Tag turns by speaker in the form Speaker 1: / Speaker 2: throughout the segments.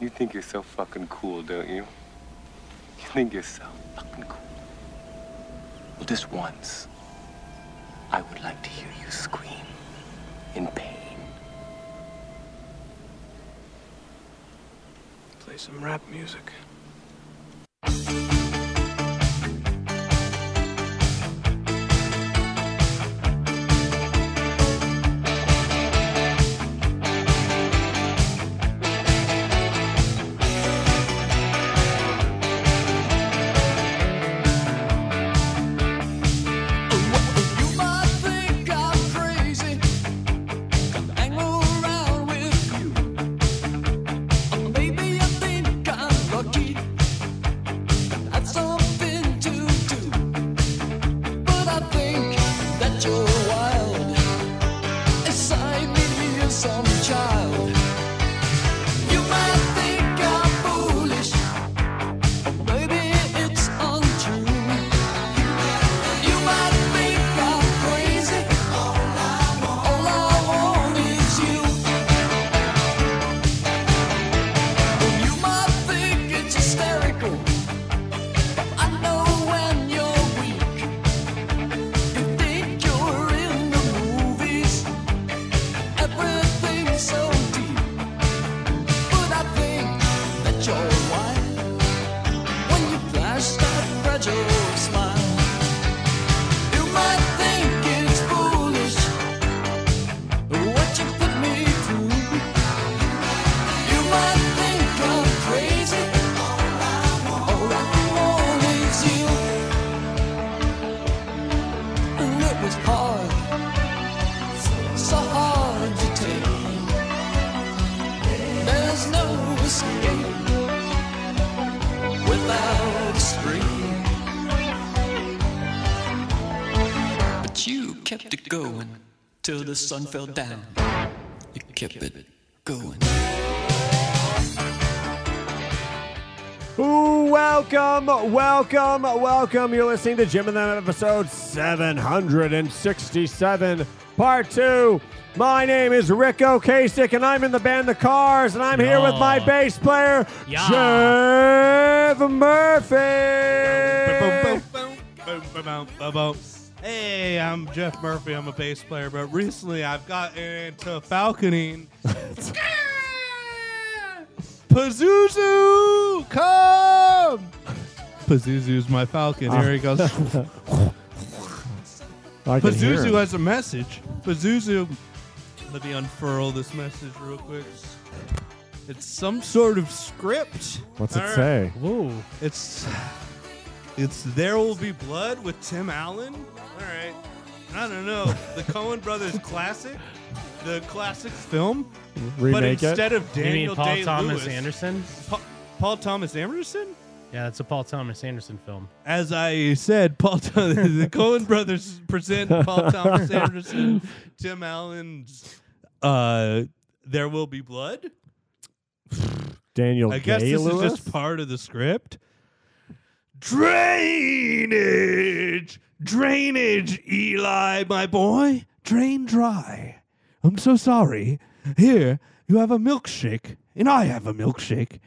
Speaker 1: You think you're so fucking cool, don't you? You think you're so fucking cool. Well, just once, I would like to hear you scream in pain.
Speaker 2: Play some rap music.
Speaker 3: till the sun fell down. You kept it going.
Speaker 4: Ooh, welcome, welcome, welcome. You're listening to Jim and Them episode 767, part two. My name is Rick Ocasek, and I'm in the band The Cars, and I'm here with my bass player, Jeff Murphy.
Speaker 5: Hey, I'm Jeff Murphy. I'm a bass player, but recently I've gotten into falconing. Pazuzu, come! Pazuzu's my falcon. Here
Speaker 4: Ah.
Speaker 5: he goes.
Speaker 4: I can hear
Speaker 5: Pazuzu uh,
Speaker 4: him.
Speaker 5: has a message. Pazuzu, let me unfurl this message real quick. It's some sort of script.
Speaker 4: What's
Speaker 5: All
Speaker 4: it
Speaker 5: right.
Speaker 4: say?
Speaker 2: Whoa.
Speaker 5: It's it's There Will Be Blood with Tim Allen. All right. I don't know. The Coen Brothers classic, the classic film, but
Speaker 4: Remake it?
Speaker 5: instead of
Speaker 2: You
Speaker 5: Daniel
Speaker 2: mean Paul
Speaker 5: Day
Speaker 2: Thomas
Speaker 5: Lewis,
Speaker 2: Anderson?
Speaker 5: Pa- Paul Thomas Anderson.
Speaker 2: Yeah, that's a Paul Thomas Anderson film.
Speaker 5: As I said, Paul Tho- the Coen Brothers present Paul Thomas Anderson, Tim Allen's uh, "There Will Be Blood."
Speaker 4: Daniel
Speaker 5: I guess this
Speaker 4: Day-Lewis?
Speaker 5: is just part of the script. Drainage, drainage, Eli, my boy, drain dry. I'm so sorry. Here, you have a milkshake, and I have a milkshake,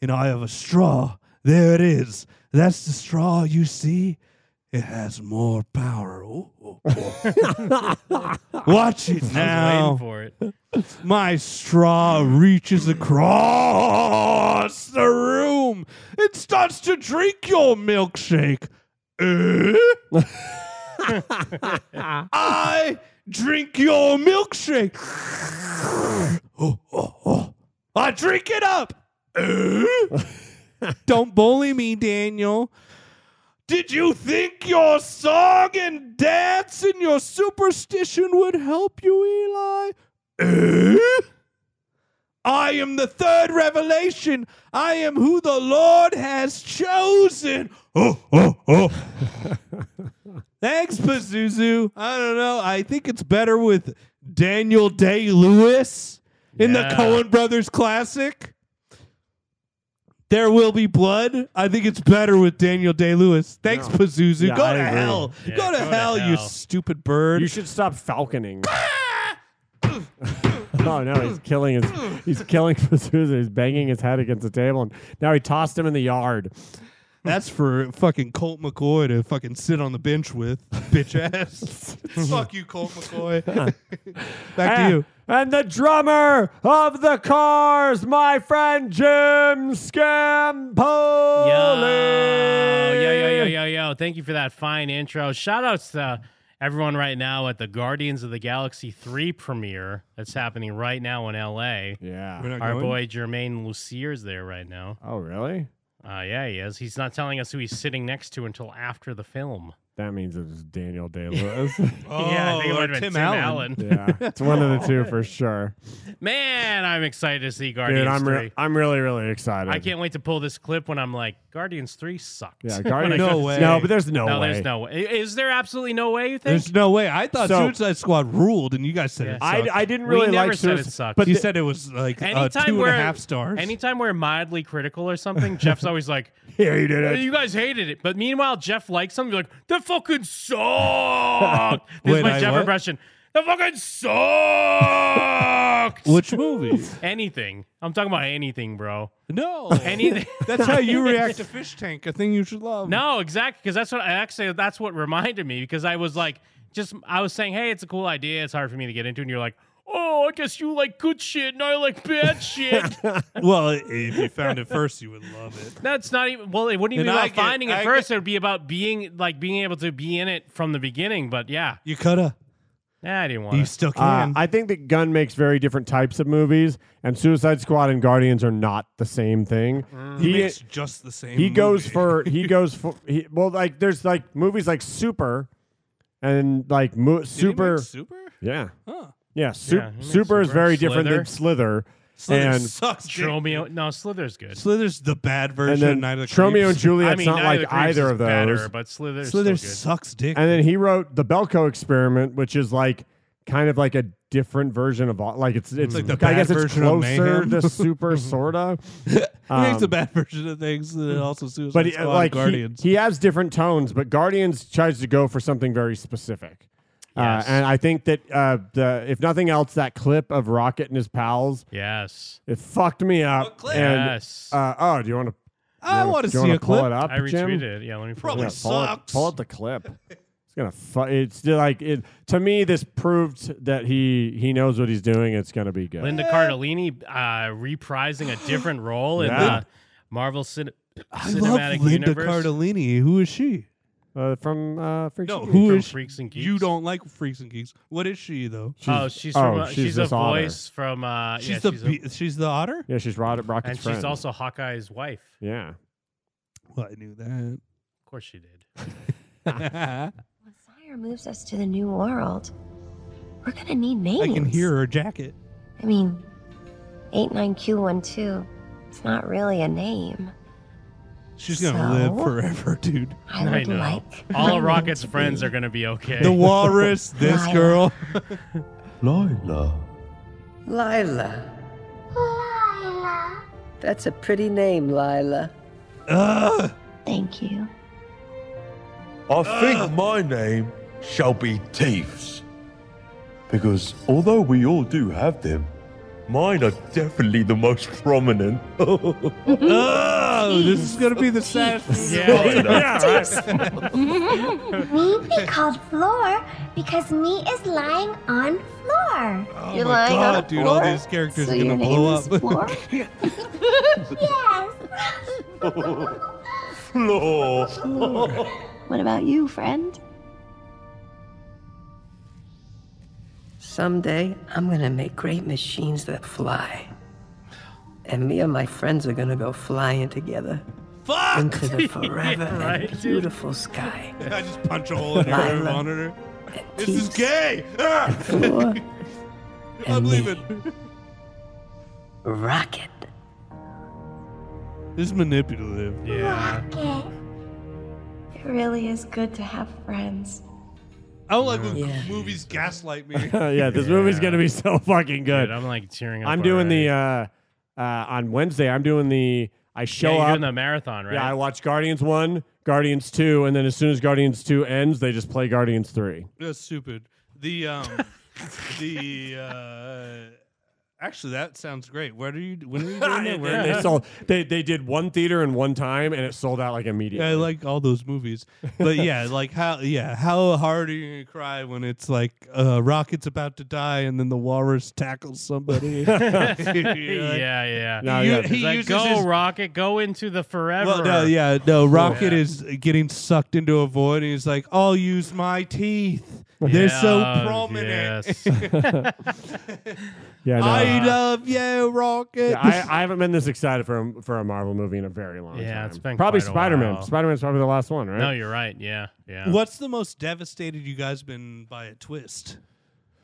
Speaker 5: and I have a straw. There it is. That's the straw you see. It has more power. Ooh, ooh, ooh. Watch it
Speaker 2: I
Speaker 5: now.
Speaker 2: was waiting for it.
Speaker 5: My straw reaches across the room. It starts to drink your milkshake. Eh? I drink your milkshake. Oh, oh, oh. I drink it up. Eh? Don't bully me, Daniel. Did you think your song and dance and your superstition would help you, Eli? Eh? I am the third revelation. I am who the Lord has chosen. Oh, oh, oh. Thanks, Pazuzu. I don't know. I think it's better with Daniel Day Lewis in
Speaker 2: Yeah.
Speaker 5: the Coen Brothers classic. There will be blood. I think it's better with Daniel Day Lewis. Thanks, Pazuzu.
Speaker 4: Yeah,
Speaker 5: go
Speaker 4: I
Speaker 5: to
Speaker 4: agree.
Speaker 5: hell.
Speaker 2: Yeah,
Speaker 5: go to
Speaker 2: go to
Speaker 5: hell, you
Speaker 2: hell.
Speaker 5: stupid bird.
Speaker 4: You should stop falconing. Oh no, he's killing his he's killing Pazuzu. He's banging his head against the table and now he tossed him in the yard.
Speaker 5: That's for fucking Colt McCoy to fucking sit on the bench with, bitch ass. Fuck you, Colt McCoy. Back to
Speaker 4: and,
Speaker 5: you.
Speaker 4: and the drummer of the cars, my friend Jim Scampoli.
Speaker 2: Yo, yo, yo, yo, yo, yo. Thank you for that fine intro. Shout outs to everyone right now at the Guardians of the Galaxy 3 premiere that's happening right now in LA.
Speaker 4: Yeah.
Speaker 5: not
Speaker 2: Our boy Jermaine Lucier's there right now.
Speaker 4: Oh really?
Speaker 2: Uh, yeah, he is. He's not telling us who he's sitting next to until after the film.
Speaker 4: That means it's Daniel Day Lewis.
Speaker 5: Oh,
Speaker 2: yeah, I think it
Speaker 5: or
Speaker 2: might have been Tim, Allen.
Speaker 4: yeah, it's one of the two for sure.
Speaker 2: Man, I'm excited to see Guardians
Speaker 4: Dude, I'm
Speaker 2: 3.
Speaker 4: re- I'm really really excited.
Speaker 2: I can't wait to pull this clip when I'm like, Guardians 3 sucked.
Speaker 4: Yeah,
Speaker 2: When I
Speaker 4: Guardians.
Speaker 2: go-
Speaker 5: No way.
Speaker 4: No, but there's no,
Speaker 2: No,
Speaker 4: way.
Speaker 2: there's no way. Is there absolutely no way you think?
Speaker 5: There's no way. I thought
Speaker 4: So-
Speaker 5: Suicide Squad ruled, and you guys said it.
Speaker 4: I,
Speaker 5: sucked.
Speaker 4: I didn't
Speaker 2: We
Speaker 4: really
Speaker 2: never
Speaker 4: like
Speaker 2: said it
Speaker 4: Suicide-
Speaker 2: sucked.
Speaker 4: But
Speaker 5: you
Speaker 4: the-
Speaker 5: said it was like uh,
Speaker 2: anytime
Speaker 5: two and
Speaker 2: we're
Speaker 5: a half stars.
Speaker 2: Anytime we're mildly critical or something, Jeff's always like,
Speaker 4: here you did
Speaker 2: "Uh,
Speaker 4: it.
Speaker 2: "You guys hated it." But meanwhile, Jeff likes something like that. Fucking sucked. This
Speaker 5: Wait,
Speaker 2: is my
Speaker 5: I
Speaker 2: Jeff
Speaker 5: what?
Speaker 2: impression. That fucking sucked.
Speaker 5: Which movie?
Speaker 2: anything? I'm talking about anything, bro.
Speaker 5: no.
Speaker 2: Anything.
Speaker 5: That's how you react to Fish Tank, a thing you should love.
Speaker 2: No, exactly, because that's what I actually that's what reminded me because I was like, just I was saying, hey, it's a cool idea. It's hard for me to get into, and you're like, oh, I guess you like good shit and I like bad shit.
Speaker 5: Well, if you found it first, you would love it.
Speaker 2: That's not even well. It wouldn't even
Speaker 5: And
Speaker 2: be
Speaker 5: I
Speaker 2: about
Speaker 5: get-
Speaker 2: finding it
Speaker 5: I
Speaker 2: first. It would be about being like being able to be in it from the beginning. But yeah,
Speaker 5: You coulda.
Speaker 2: nah, I didn't want.
Speaker 5: You
Speaker 2: to.
Speaker 5: still
Speaker 4: Uh,
Speaker 5: can.
Speaker 4: I think that Gun makes very different types of movies, and Suicide Squad and Guardians are not the same thing.
Speaker 2: Mm.
Speaker 5: he makes just the same.
Speaker 4: he goes
Speaker 5: movie.
Speaker 4: for he goes for he, well like there's like movies like Super, and like mo-
Speaker 5: Did he make
Speaker 4: Super
Speaker 5: super.
Speaker 4: yeah
Speaker 5: Huh.
Speaker 4: yeah, Sup-
Speaker 2: Yeah, he makes
Speaker 4: Super is
Speaker 2: Super.
Speaker 4: very different than Slither,
Speaker 5: Slither
Speaker 4: and
Speaker 5: sucks. dick.
Speaker 2: Tromeo. No, Slither's good.
Speaker 5: Slither's the bad
Speaker 4: and
Speaker 5: version.
Speaker 4: then
Speaker 5: of Night of the
Speaker 4: Tromeo and
Speaker 5: Creeps.
Speaker 4: Juliet's
Speaker 2: I mean,
Speaker 4: not
Speaker 2: neither
Speaker 4: like
Speaker 2: Creeps
Speaker 4: either
Speaker 2: is
Speaker 4: of those.
Speaker 2: better, but Slither's
Speaker 5: Slither
Speaker 2: still
Speaker 5: sucks dick.
Speaker 4: And then he wrote the Belko experiment, which is like kind of like a different version of all- like it's it's
Speaker 5: like the
Speaker 4: I guess
Speaker 5: bad
Speaker 4: it's
Speaker 5: version of
Speaker 4: closer
Speaker 5: Mayhem. Mhm.
Speaker 4: to super sorta.
Speaker 5: he makes a bad version of things. And also Suicide
Speaker 4: um, But he,
Speaker 5: Squad
Speaker 4: like he-
Speaker 5: Guardians.
Speaker 4: He, has different tones, but Guardians tries to go for something very specific.
Speaker 2: Yes.
Speaker 4: Uh, and I think that uh, the if nothing else, that clip of Rocket and his pals
Speaker 2: good. Yes,
Speaker 4: it fucked me up.
Speaker 5: clip?
Speaker 4: And
Speaker 2: yes.
Speaker 4: uh, oh, do you want to?
Speaker 5: I want to see a
Speaker 4: pull It
Speaker 5: clip.
Speaker 4: up,
Speaker 2: I
Speaker 4: Jim?
Speaker 2: retweeted. it. Yeah, let me
Speaker 5: Probably
Speaker 2: forward.
Speaker 5: s-
Speaker 4: pull
Speaker 5: Oh, sucks.
Speaker 4: It, pull out the clip. It's gonna. Fu- it's like it. To me, this proves that he he knows what he's doing. It's gonna be good.
Speaker 2: Linda Cardellini uh, reprising a different role in
Speaker 4: Yeah.
Speaker 2: the Marvel cin-
Speaker 5: I
Speaker 2: Cinematic
Speaker 5: love Linda
Speaker 2: Universe.
Speaker 5: Cardellini. Who is she?
Speaker 4: Uh, from uh, Freaks
Speaker 5: No,
Speaker 4: and
Speaker 5: who
Speaker 2: from
Speaker 5: is she?
Speaker 2: Freaks and Geeks.
Speaker 5: You don't like Freaks and Geeks. What is she though?
Speaker 4: Geeks.
Speaker 2: Oh, she's from.
Speaker 4: oh,
Speaker 2: uh, she's, a
Speaker 4: this otter.
Speaker 2: voice from. Uh,
Speaker 5: She's
Speaker 2: yeah,
Speaker 5: the
Speaker 2: she's a-
Speaker 5: be- she's the otter.
Speaker 4: Yeah, she's Rod Rocket's
Speaker 2: and
Speaker 4: friend.
Speaker 2: she's also Hawkeye's wife.
Speaker 4: yeah.
Speaker 5: Well, I knew that.
Speaker 2: Of course, she did.
Speaker 5: I
Speaker 6: Sire moves us to the new world. We're gonna need names.
Speaker 5: can hear her jacket.
Speaker 6: I mean, 89Q12. It's not really a name.
Speaker 5: She's gonna
Speaker 6: So?
Speaker 5: live forever, dude.
Speaker 6: I
Speaker 2: I
Speaker 6: would
Speaker 2: know.
Speaker 6: like. my
Speaker 2: All
Speaker 6: name
Speaker 2: of Rocket's
Speaker 6: to
Speaker 2: friends
Speaker 6: be
Speaker 2: are going to be okay.
Speaker 5: The walrus, this
Speaker 6: Lila.
Speaker 5: girl.
Speaker 7: Lila.
Speaker 8: Lila. That's a pretty name, Lila.
Speaker 5: Ugh.
Speaker 6: Thank you.
Speaker 7: I think my name shall be Thieves. Because although we all do have them, mine are definitely the most prominent.
Speaker 5: Oh, this is gonna be the saddest.
Speaker 2: yeah. oh,
Speaker 9: Me be called floor because me is lying on floor.
Speaker 5: Oh
Speaker 6: You're
Speaker 5: my
Speaker 6: lying on
Speaker 5: god,
Speaker 6: a
Speaker 5: dude! All
Speaker 6: floor?
Speaker 5: these characters
Speaker 6: so
Speaker 5: are
Speaker 6: your
Speaker 5: gonna
Speaker 6: name
Speaker 5: blow
Speaker 6: is
Speaker 5: up.
Speaker 6: Floor?
Speaker 9: Yes.
Speaker 7: Floor.
Speaker 6: what about you, friend?
Speaker 8: Someday, I'm gonna make great machines that fly. And me and my friends are gonna go flying together. Into the forever
Speaker 2: right, dude.
Speaker 8: and beautiful sky.
Speaker 5: I just punch a hole in her
Speaker 8: Lila.
Speaker 5: monitor.
Speaker 8: And
Speaker 5: This is
Speaker 8: peace,
Speaker 5: gay. Ah,
Speaker 8: floor,
Speaker 5: I'm
Speaker 8: and
Speaker 5: leaving.
Speaker 8: me, rocket.
Speaker 5: This is manipulative.
Speaker 2: yeah.
Speaker 9: Okay.
Speaker 6: It really is good to have friends.
Speaker 5: I don't like when
Speaker 8: Yeah.
Speaker 5: movies gaslight me.
Speaker 4: Uh, yeah, this movie's
Speaker 2: Yeah.
Speaker 4: gonna be so fucking good.
Speaker 2: Dude, I'm like tearing up.
Speaker 4: I'm doing
Speaker 2: already.
Speaker 4: the uh, uh, on Wednesday. I'm doing the. I show
Speaker 2: yeah, you're
Speaker 4: up.
Speaker 2: doing the marathon, right?
Speaker 4: Yeah, I watch Guardians one, Guardians two, and then as soon as Guardians two ends, they just play Guardians three.
Speaker 5: That's stupid. The um, the uh,
Speaker 10: Actually, that sounds great. Where do you? When are you doing that?
Speaker 4: And
Speaker 10: Where-
Speaker 4: they sold. They they did one theater in one time, and it sold out like immediately.
Speaker 10: Yeah, I like all those movies, but yeah, like how yeah, how hard are you gonna cry when it's like uh, Rocket's about to die and then the walrus tackles somebody? You're like,
Speaker 2: yeah, yeah.
Speaker 4: No,
Speaker 10: you-
Speaker 4: yeah.
Speaker 10: he
Speaker 2: It's like,
Speaker 10: uses
Speaker 2: go
Speaker 10: his-
Speaker 2: rocket, go into the forever.
Speaker 10: well, no, yeah, no.
Speaker 4: Oh,
Speaker 10: Rocket is getting sucked into a void, and he's like, "I'll use my teeth. They're so
Speaker 2: Yeah, Oh,
Speaker 10: prominent.
Speaker 2: yes.
Speaker 4: yeah, no,
Speaker 10: I love you, Rocket."
Speaker 4: Yeah, I, I haven't been this excited for a, for a Marvel movie in a very long time.
Speaker 2: Yeah, it's been
Speaker 4: probably
Speaker 2: quite a
Speaker 4: Spider Man.
Speaker 2: while.
Speaker 4: Spider Man's probably the last one, right?
Speaker 2: no, you're right. Yeah, yeah.
Speaker 10: What's the most devastated you guys been by a twist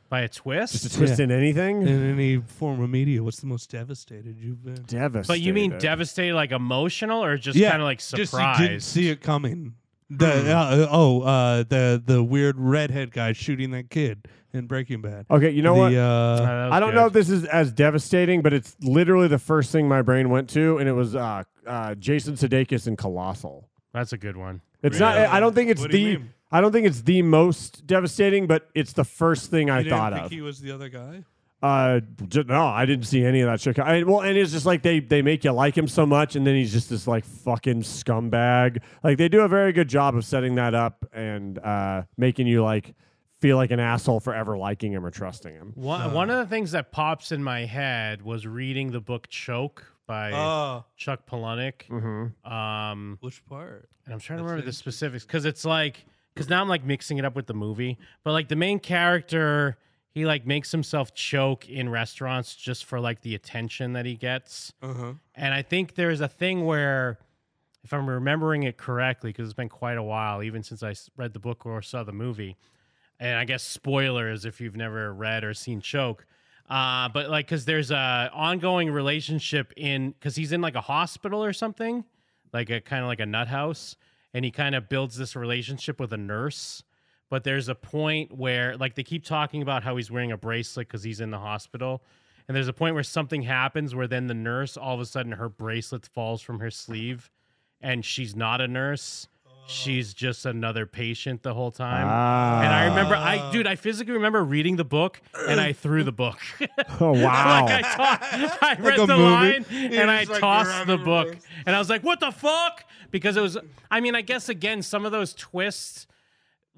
Speaker 2: By a twist?
Speaker 4: Just a twist in anything.
Speaker 10: in any form of media? What's the most devastated you've been?
Speaker 4: Devastated.
Speaker 2: But you mean devastated, like emotional, or just kind of like
Speaker 10: just
Speaker 2: surprised? Hmm.
Speaker 10: you didn't see it coming. The, uh, oh, uh, the the weird redhead guy shooting that kid in Breaking Bad.
Speaker 4: Okay, you know
Speaker 10: the,
Speaker 4: what?
Speaker 2: Uh,
Speaker 10: Uh,
Speaker 2: that was
Speaker 4: I don't
Speaker 2: good.
Speaker 4: know if this is as devastating, but it's literally the first thing my brain went to, and it was uh, uh, Jason Sudeikis in Colossal.
Speaker 2: That's a good one.
Speaker 4: It's not. I don't think it's
Speaker 10: What do you
Speaker 4: the.
Speaker 10: mean?
Speaker 4: I don't think it's the most devastating, but it's the first thing I
Speaker 10: you didn't
Speaker 4: thought
Speaker 10: think
Speaker 4: of.
Speaker 10: he was the other guy.
Speaker 4: Uh, j- no, I didn't see any of that shit. I, well, and it's just like they they make you like him so much, and then he's just this like fucking scumbag. Like they do a very good job of setting that up and uh, making you like feel like an asshole for ever liking him or trusting him.
Speaker 2: One, one of the things that pops in my head was reading the book Choke by
Speaker 10: Oh,
Speaker 2: Chuck Palahniuk.
Speaker 4: Mm-hmm.
Speaker 2: Um,
Speaker 10: which part?
Speaker 2: and I'm trying to remember the specifics because it's like because now I'm like mixing it up with the movie, but like the main character, he like makes himself choke in restaurants just for like the attention that he gets.
Speaker 10: Uh-huh.
Speaker 2: And I think there's a thing where, if I'm remembering it correctly, because it's been quite a while, even since I s- read the book or saw the movie, and I guess spoilers if you've never read or seen Choke. Uh, but like, because there's a ongoing relationship in because he's in like a hospital or something, like a kind of like a nut house, and he kind of builds this relationship with a nurse. But there's a point where like they keep talking about how he's wearing a bracelet because he's in the hospital, and there's a point where something happens where then the nurse all of a sudden her bracelet falls from her sleeve, and she's not a nurse. She's just another patient the whole time.
Speaker 4: Ah.
Speaker 2: And I remember,
Speaker 10: Uh.
Speaker 2: I dude, I physically remember reading the book, and I threw the book.
Speaker 4: Oh wow!
Speaker 2: like I, tossed, I read
Speaker 10: a
Speaker 2: the
Speaker 10: movie.
Speaker 2: line,
Speaker 10: It
Speaker 2: and I
Speaker 10: was like
Speaker 2: tossed the
Speaker 10: grabbing
Speaker 2: book,
Speaker 10: rooms.
Speaker 2: and I was like, "What the fuck?" Because it was, I mean, I guess again, some of those twists,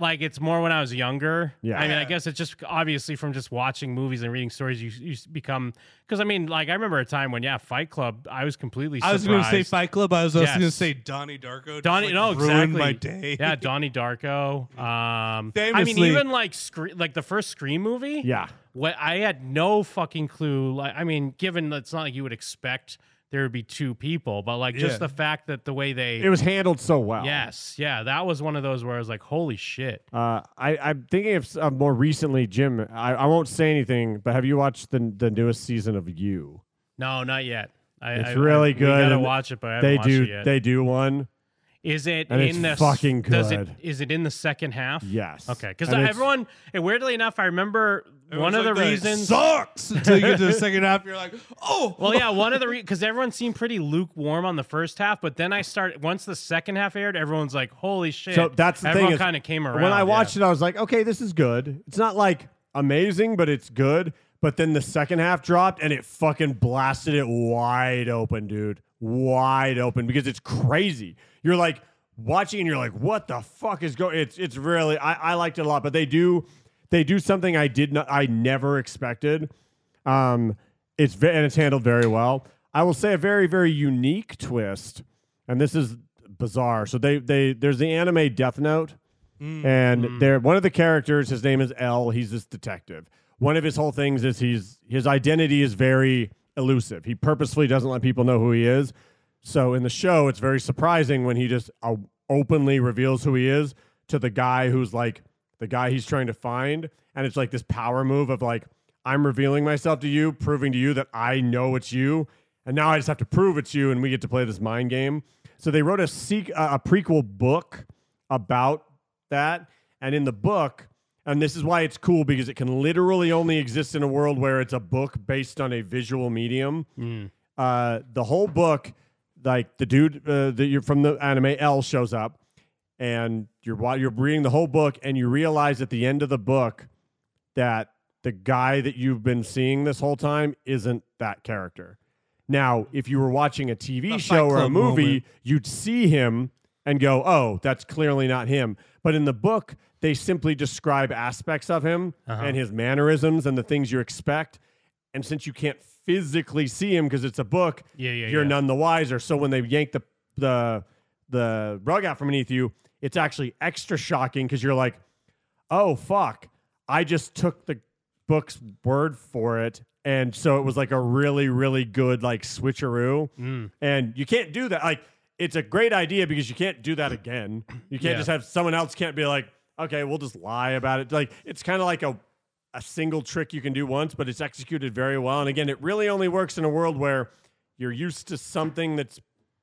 Speaker 2: like it's more when I was younger.
Speaker 4: Yeah.
Speaker 2: I mean, I guess it's just obviously from just watching movies and reading stories, you you become because I mean, like I remember a time when yeah, Fight Club, I was completely.
Speaker 10: I was going to say
Speaker 2: surprised.
Speaker 10: Fight Club. I was also
Speaker 2: Yes.
Speaker 10: going to say Donnie Darko. just,
Speaker 2: Donnie,
Speaker 10: like,
Speaker 2: no,
Speaker 10: ruined
Speaker 2: exactly.
Speaker 10: my day.
Speaker 2: Yeah, Donnie Darko. Um, I mean,
Speaker 10: Famously.
Speaker 2: even like Scre- like the first Scream movie.
Speaker 4: Yeah.
Speaker 2: what I had no fucking clue. Like, I mean, given that it's not like you would expect there would be two people, but like just
Speaker 10: Yeah.
Speaker 2: the fact that the way they.
Speaker 4: it was handled so well.
Speaker 2: yes, yeah, that was one of those where I was like, holy shit.
Speaker 4: Uh, I, I'm thinking of, s- of more recently, Jim. I, I won't say anything, but have you watched the the newest season of You?
Speaker 2: No, not yet. I,
Speaker 4: It's
Speaker 2: I-
Speaker 4: really
Speaker 2: I-
Speaker 4: good.
Speaker 2: We gotta
Speaker 4: and
Speaker 2: watch it, but I haven't
Speaker 4: they
Speaker 2: watched
Speaker 4: do
Speaker 2: it yet.
Speaker 4: they do one.
Speaker 2: Is it
Speaker 4: And
Speaker 2: in
Speaker 4: it's
Speaker 2: the s-
Speaker 4: fucking
Speaker 2: Does it,
Speaker 4: good.
Speaker 2: is it in the second half?
Speaker 4: Yes.
Speaker 2: Okay, because
Speaker 4: And it's-
Speaker 2: everyone, and weirdly enough, I remember one of
Speaker 10: Everyone's
Speaker 2: the
Speaker 10: like, "That
Speaker 2: reasons.
Speaker 10: sucks until you get to the second half. You're like, oh,
Speaker 2: Well, yeah, one of the because everyone seemed pretty lukewarm on the first half, but then I started once the second half aired, everyone's like, "Holy shit!"
Speaker 4: So that's the
Speaker 2: everyone
Speaker 4: thing. is
Speaker 2: kind of came around
Speaker 4: When I watched it, I was like, okay, this is good. It's not like amazing, but it's good. But then the second half dropped and it fucking blasted it wide open, dude. Wide open because it's crazy. You're like watching and you're like, what the fuck is going? It's it's really I, I liked it a lot, but they do they do something I did not I never expected. Um, it's ve- and it's handled very well. I will say a very very unique twist, and this is bizarre. So they they there's the anime Death Note, and there one of the characters his name is L. He's this detective. One of his whole things is he's his identity is very elusive. He purposefully doesn't let people know who he is. So in the show, it's very surprising when he just uh, openly reveals who he is to the guy who's like the guy he's trying to find, and it's like this power move of like I'm revealing myself to you, proving to you that I know it's you, and now I just have to prove it's you, and we get to play this mind game. So they wrote a sequ- uh, a prequel book about that, and in the book, and this is why it's cool because it can literally only exist in a world where it's a book based on a visual medium. Uh, the whole book, like the dude uh, that you're from the anime L shows up, and you're wa- you're reading the whole book, and you realize at the end of the book that the guy that you've been seeing this whole time isn't that character. Now, if you were watching a TV
Speaker 10: A
Speaker 4: show
Speaker 10: Fight
Speaker 4: or a
Speaker 10: Club
Speaker 4: movie,
Speaker 10: moment.
Speaker 4: you'd see him and go, "Oh, that's clearly not him." But in the book, they simply describe aspects of him
Speaker 10: Uh-huh.
Speaker 4: and his mannerisms and the things you expect. And since you can't physically see him because it's a book,
Speaker 2: Yeah, yeah,
Speaker 4: you're
Speaker 2: yeah.
Speaker 4: none the wiser. So when they yank the the the rug out from beneath you, it's actually extra shocking because you're like, "Oh fuck, I just took the book's word for it." And so it was like a really, really good like switcheroo.
Speaker 2: Mm.
Speaker 4: And you can't do that. Like it's a great idea because you can't do that again. You can't
Speaker 2: Yeah.
Speaker 4: just have someone else can't be like, okay, we'll just lie about it. Like it's kind of like a a single trick you can do once, but it's executed very well. And again, it really only works in a world where you're used to something that's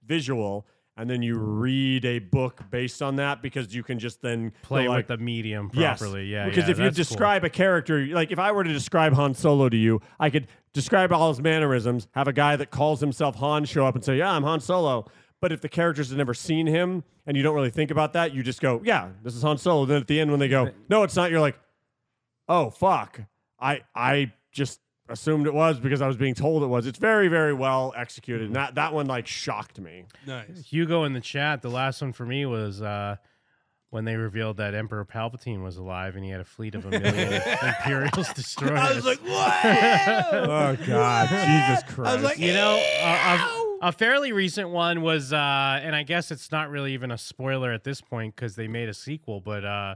Speaker 4: visual and then you read a book based on that because you can just then go
Speaker 2: Play
Speaker 4: like,
Speaker 2: with the medium
Speaker 4: Yes.
Speaker 2: properly. Yeah,
Speaker 4: Because
Speaker 2: yeah,
Speaker 4: if you
Speaker 2: that's cool.
Speaker 4: describe a character, like if I were to describe Han Solo to you, I could describe all his mannerisms, have a guy that calls himself Han show up and say, Yeah, I'm Han Solo. But if the characters have never seen him and you don't really think about that, you just go, Yeah, this is Han Solo. Then at the end, when they go, No, it's not, you're like, Oh, fuck. I, I just assumed it was because I was being told it was. It's very, very well executed. And that, that one like shocked me.
Speaker 10: Nice.
Speaker 2: Hugo in the chat, the last one for me was uh, when they revealed that Emperor Palpatine was alive and he had a fleet of a million Imperials destroyers.
Speaker 10: I was like, wow.
Speaker 4: Oh, God. Jesus Christ.
Speaker 10: I was like,
Speaker 2: you know,
Speaker 10: Ew!
Speaker 2: a, a, a fairly recent one was, uh, and I guess it's not really even a spoiler at this point because they made a sequel, but uh,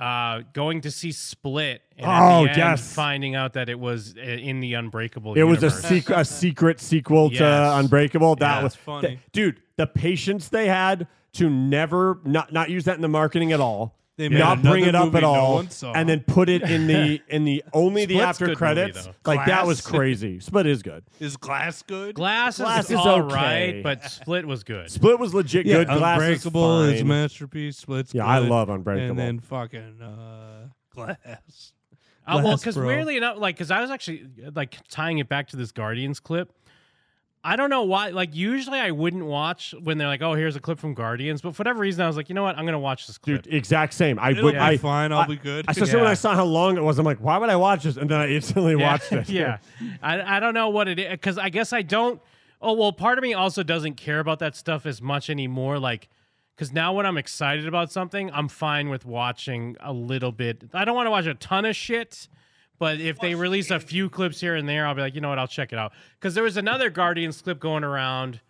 Speaker 2: uh, going to see Split. And at
Speaker 4: Oh,
Speaker 2: the end,
Speaker 4: yes.
Speaker 2: Finding out that it was i- in the Unbreakable.
Speaker 4: It was a,
Speaker 2: universe.
Speaker 4: sequ- a secret sequel to
Speaker 2: Yes.
Speaker 4: Unbreakable. That
Speaker 2: Yeah.
Speaker 4: was
Speaker 10: That's funny.
Speaker 4: th- dude. The patience they had to never not not use that in the marketing at all.
Speaker 10: They made
Speaker 4: not bring
Speaker 10: another
Speaker 4: it up
Speaker 10: movie
Speaker 4: at
Speaker 10: no
Speaker 4: all,
Speaker 10: one saw.
Speaker 4: and then put it in the in the only the
Speaker 2: Split's
Speaker 4: after
Speaker 2: good movie,
Speaker 4: credits.
Speaker 2: though.
Speaker 4: like that was
Speaker 10: Glass.
Speaker 4: crazy. Split is good.
Speaker 10: Is glass good?
Speaker 2: Glass is,
Speaker 4: Glass is
Speaker 2: all
Speaker 4: okay.
Speaker 2: right, but Split was good.
Speaker 4: Split was legit good. Glass is
Speaker 10: Unbreakable is,
Speaker 4: fine.
Speaker 10: masterpiece. Split's
Speaker 4: Yeah, I
Speaker 10: good.
Speaker 4: love Unbreakable.
Speaker 10: And then fucking uh, glass.
Speaker 2: Uh, well,
Speaker 10: Glass,
Speaker 2: because
Speaker 10: bro.
Speaker 2: weirdly enough, like, because I was actually like tying it back to this Guardians clip. I don't know why. Like, usually I wouldn't watch when they're like, "Oh, here's a clip from Guardians," but for whatever reason, I was like, "You know what? I'm gonna watch this clip."
Speaker 4: Dude, exact same. I
Speaker 10: It'll
Speaker 4: would.
Speaker 10: be
Speaker 4: I,
Speaker 10: fine. I'll be good.
Speaker 4: Especially when
Speaker 2: Yeah.
Speaker 4: I saw how long it was, I'm like, why would I watch this? And then I instantly
Speaker 2: yeah.
Speaker 4: watched it.
Speaker 2: yeah, I, I don't know what it is because I guess I don't. Oh well, part of me also doesn't care about that stuff as much anymore. Like, because now when I'm excited about something, I'm fine with watching a little bit. I don't want to watch a ton of shit. But if they release a few clips here and there, I'll be like, you know what, I'll check it out. Because there was another Guardians clip going around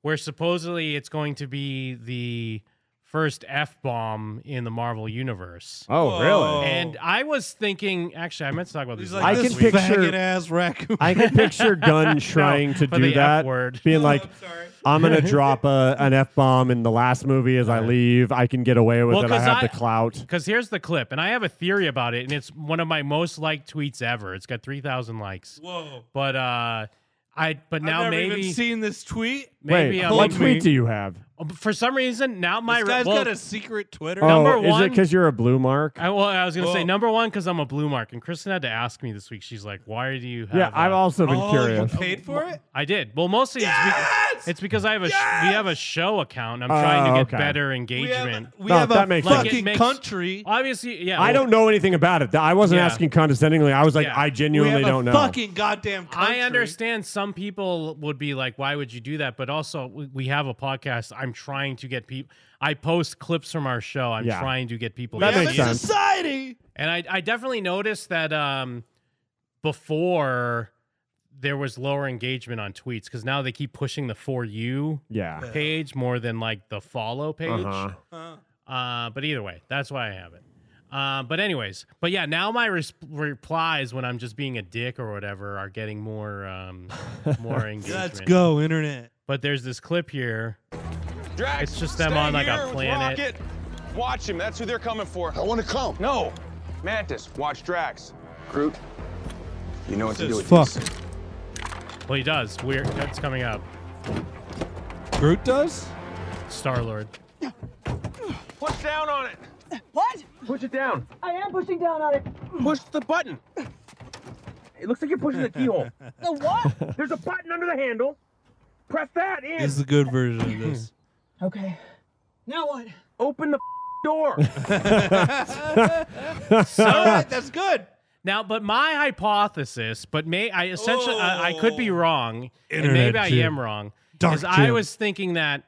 Speaker 2: where supposedly it's going to be the first F bomb in the Marvel universe.
Speaker 4: Oh, really?
Speaker 2: And I was thinking, actually, I meant to talk about this.
Speaker 10: He's like,
Speaker 4: I
Speaker 10: this
Speaker 4: can picture-
Speaker 10: faggot ass raccoon.
Speaker 4: I can picture Gunn trying to
Speaker 2: for
Speaker 4: do
Speaker 2: the F
Speaker 4: that,
Speaker 2: word.
Speaker 4: being like,
Speaker 10: sorry.
Speaker 4: I'm gonna drop a, an f bomb in the last movie as I leave. I can get away with
Speaker 2: Well,
Speaker 4: it. I
Speaker 2: 'cause
Speaker 4: have the
Speaker 2: I-
Speaker 4: clout.
Speaker 2: Because here's the clip, and I have a theory about it, and it's one of my most liked tweets ever. It's got three thousand likes.
Speaker 10: Whoa.
Speaker 2: But uh, I but now
Speaker 10: I've never
Speaker 2: maybe
Speaker 10: even seen this tweet.
Speaker 2: maybe
Speaker 4: Wait,
Speaker 2: I'm Um,
Speaker 4: what
Speaker 10: hold
Speaker 4: tweet
Speaker 10: me.
Speaker 4: do you have?
Speaker 2: for some reason now my
Speaker 10: this guy's
Speaker 2: well,
Speaker 10: got a secret Twitter.
Speaker 2: Number
Speaker 4: oh, is it
Speaker 2: one-
Speaker 4: because you're a blue mark?
Speaker 2: I, well, I was gonna say
Speaker 10: Whoa.
Speaker 2: number one because I'm a blue mark, and Kristen had to ask me this week. She's like, "Why do you have?"
Speaker 4: yeah, I've
Speaker 2: a-"
Speaker 4: also been
Speaker 10: oh,
Speaker 4: curious.
Speaker 10: you paid for it?
Speaker 2: I did. Well, mostly it's,
Speaker 10: Yes!
Speaker 2: be- it's because I have a sh-
Speaker 10: Yes!
Speaker 2: we have a show account. and I'm
Speaker 4: Oh,
Speaker 2: trying to get
Speaker 4: okay.
Speaker 2: better
Speaker 10: We
Speaker 2: engagement.
Speaker 10: have, we
Speaker 4: No,
Speaker 10: have
Speaker 4: that
Speaker 10: a
Speaker 4: makes sense.
Speaker 10: fucking
Speaker 2: It makes-
Speaker 10: country.
Speaker 2: Obviously, yeah.
Speaker 4: I
Speaker 2: well,
Speaker 4: don't know anything about it. Th- I wasn't
Speaker 2: Yeah.
Speaker 4: asking condescendingly. I was like,
Speaker 2: Yeah.
Speaker 4: I
Speaker 10: We
Speaker 4: genuinely
Speaker 10: have
Speaker 4: don't
Speaker 10: a
Speaker 4: know.
Speaker 10: fucking goddamn country.
Speaker 2: I understand some people would be like, "Why would you do that?" But also, we we have a podcast. I'm trying to get people. I post clips from our show. I'm
Speaker 4: Yeah.
Speaker 2: trying to get people.
Speaker 10: We
Speaker 4: That
Speaker 2: to
Speaker 10: have
Speaker 4: makes
Speaker 10: a
Speaker 4: sense.
Speaker 10: society.
Speaker 2: And I, I definitely noticed that um, before there was lower engagement on tweets because now they keep pushing the for you
Speaker 4: yeah.
Speaker 2: page more than like the follow page.
Speaker 4: Uh-huh.
Speaker 2: Uh, but either way, that's why I have it. Uh, but anyways, but yeah, now my res- replies when I'm just being a dick or whatever are getting more um, more engagement.
Speaker 10: Let's go, internet.
Speaker 2: But there's this clip here.
Speaker 1: Drax,
Speaker 2: It's just them
Speaker 1: stay
Speaker 2: on, like, a
Speaker 1: here with
Speaker 2: planet.
Speaker 1: Rocket. Watch him. That's who they're coming for.
Speaker 11: I want to come.
Speaker 1: No, Mantis, watch Drax.
Speaker 11: Groot, you know what to do with
Speaker 10: Fuck.
Speaker 11: this.
Speaker 2: Well, he does. Weird. That's coming up.
Speaker 10: Groot does?
Speaker 2: Star Lord.
Speaker 1: Push down on it.
Speaker 12: What?
Speaker 1: Push it down.
Speaker 12: I am pushing down on it.
Speaker 1: Push the button. It looks like you're pushing the keyhole.
Speaker 12: The what?
Speaker 1: There's a button under the handle. Press that in.
Speaker 10: This is the good version of this.
Speaker 12: okay. Now what?
Speaker 1: Open the door.
Speaker 2: So
Speaker 10: That's good.
Speaker 2: Now, but my hypothesis, but may I essentially I, I could
Speaker 4: Oh.
Speaker 2: be wrong, and maybe
Speaker 5: Internet
Speaker 2: I
Speaker 5: Jim.
Speaker 2: am wrong,
Speaker 5: Dark
Speaker 2: is I
Speaker 5: Jim.
Speaker 2: was thinking that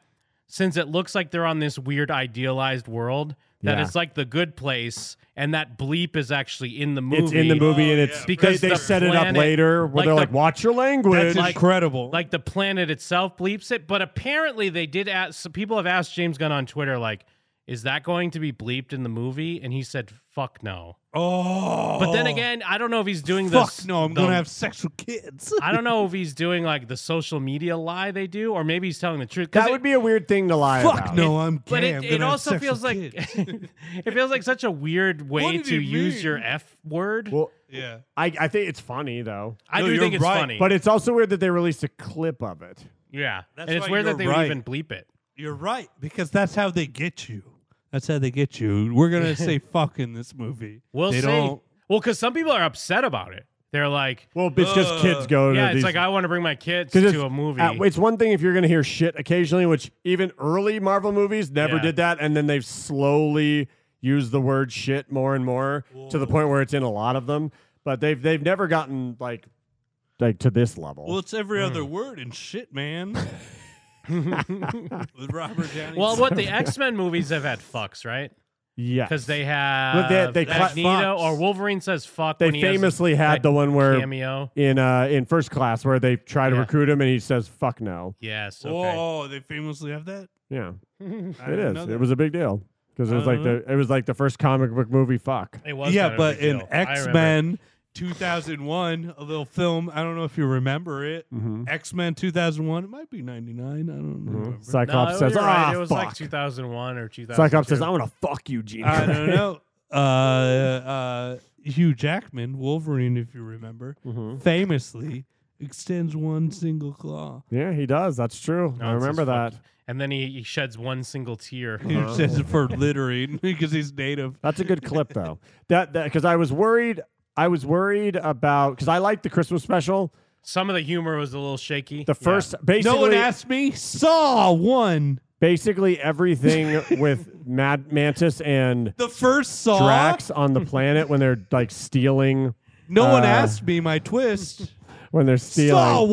Speaker 2: since it looks like they're on this weird idealized world, that
Speaker 4: Yeah.
Speaker 2: it's like the good place, and that bleep is actually in the movie. Oh,
Speaker 4: It's in the movie, and it's because they,
Speaker 2: the
Speaker 4: set it up
Speaker 2: planet-
Speaker 4: later where they're
Speaker 2: the-
Speaker 4: like, "Watch your language."
Speaker 2: Like the planet itself bleeps it, but apparently they did ask. So people have asked James Gunn on Twitter, like, is that going to be bleeped in the movie? And he said, "Fuck no."
Speaker 5: Oh,
Speaker 2: But then again, I don't know if he's doing
Speaker 5: fuck
Speaker 2: this.
Speaker 5: no! I'm
Speaker 2: the-
Speaker 5: gonna have sexual kids.
Speaker 2: I don't know if he's doing like the social media lie they do, or maybe he's telling the truth. 'Cause
Speaker 4: that
Speaker 2: it-
Speaker 4: would be a weird thing to lie
Speaker 5: Fuck
Speaker 4: about.
Speaker 5: no! I'm gay.
Speaker 2: But
Speaker 5: I'm
Speaker 2: it,
Speaker 5: gonna
Speaker 2: it
Speaker 5: have
Speaker 2: also
Speaker 5: sexual
Speaker 2: feels like
Speaker 5: kids.
Speaker 2: it feels like such a weird way
Speaker 5: did
Speaker 2: to
Speaker 5: he
Speaker 2: use
Speaker 5: mean?
Speaker 2: your f word.
Speaker 4: Well,
Speaker 5: yeah.
Speaker 4: I, I think it's funny though,
Speaker 2: I
Speaker 5: No,
Speaker 2: do
Speaker 5: you're
Speaker 2: think it's
Speaker 5: right.
Speaker 2: funny,
Speaker 4: but it's also weird that they released a clip of it.
Speaker 2: yeah,
Speaker 5: That's
Speaker 2: and it's
Speaker 5: why
Speaker 2: weird
Speaker 5: you're
Speaker 2: that they
Speaker 5: right.
Speaker 2: would even bleep it.
Speaker 5: You're right because that's how they get you. That's how they get you. We're gonna say fuck in this movie.
Speaker 2: We'll
Speaker 5: they
Speaker 2: see.
Speaker 5: Don't,
Speaker 2: Well, because some people are upset about it. They're like,
Speaker 4: Well, it's
Speaker 5: Ugh.
Speaker 4: because kids go to
Speaker 2: yeah,
Speaker 4: these
Speaker 2: it's like I want to bring my kids
Speaker 4: 'Cause it's-
Speaker 2: to a movie.
Speaker 4: uh, it's one thing if you're going to hear shit occasionally, which even early Marvel movies never
Speaker 2: Yeah.
Speaker 4: did that, and then they've slowly used the word shit more and more to the point where it's in a lot of them. But they've they've never gotten like like to this level.
Speaker 5: well, it's every
Speaker 2: Mm.
Speaker 5: other word and shit, man. With Robert Downey.
Speaker 2: well, what the X Men movies have had fucks, right?
Speaker 4: yeah,
Speaker 2: Because they
Speaker 4: Well,
Speaker 2: have
Speaker 4: they- they cla-
Speaker 2: Magneto
Speaker 5: fucks.
Speaker 2: or Wolverine says fuck.
Speaker 4: they
Speaker 2: when he has
Speaker 4: famously
Speaker 2: that
Speaker 4: had the one where
Speaker 2: cameo.
Speaker 4: in uh in first class where they try to
Speaker 2: Yeah.
Speaker 4: recruit him and he says fuck no.
Speaker 2: Yes. Okay.
Speaker 5: Whoa! They famously have that.
Speaker 4: Yeah,
Speaker 5: I
Speaker 4: it
Speaker 5: didn't know
Speaker 4: is.
Speaker 5: that.
Speaker 4: It was a big deal because it was
Speaker 5: I
Speaker 4: like
Speaker 5: don't
Speaker 2: Uh-huh.
Speaker 5: know.
Speaker 4: the it was like the first comic book movie. Fuck.
Speaker 2: It was kind
Speaker 5: yeah,
Speaker 2: of a
Speaker 5: but
Speaker 2: big
Speaker 5: in
Speaker 2: deal. I
Speaker 5: X
Speaker 2: remember.
Speaker 5: Men 2001, a little film. I don't know if you remember it.
Speaker 4: Mm-hmm.
Speaker 5: X Men 2001. It might be 99. I don't remember.
Speaker 4: Cyclops
Speaker 2: no,
Speaker 4: says,
Speaker 2: you're right.
Speaker 4: "Ah,
Speaker 2: it was
Speaker 4: fuck."
Speaker 2: like 2001 or 2000.
Speaker 4: Cyclops says, "I'm gonna fuck you, Jean."
Speaker 5: I
Speaker 4: Grey."
Speaker 5: don't know. Uh, uh, Hugh Jackman, Wolverine, if you remember,
Speaker 4: Mhm.
Speaker 5: famously extends one single claw.
Speaker 4: Yeah, he does. That's true. "Ah, I remember that.
Speaker 2: And then he, he sheds one single tear.
Speaker 5: He says it for littering because he's native.
Speaker 4: Uh-huh. That's a good clip though. That that because I was worried. I was worried about because I liked the Christmas special.
Speaker 2: Some of the humor was a little shaky.
Speaker 4: The
Speaker 2: Yeah.
Speaker 4: first basically
Speaker 5: no one asked me. Saw one.
Speaker 4: basically everything with Mad Mantis and
Speaker 5: The first saw.
Speaker 4: Drax on the planet when they're like stealing.
Speaker 5: No one
Speaker 4: uh,
Speaker 5: asked me my twist.
Speaker 4: When they're
Speaker 5: Saw
Speaker 4: stealing.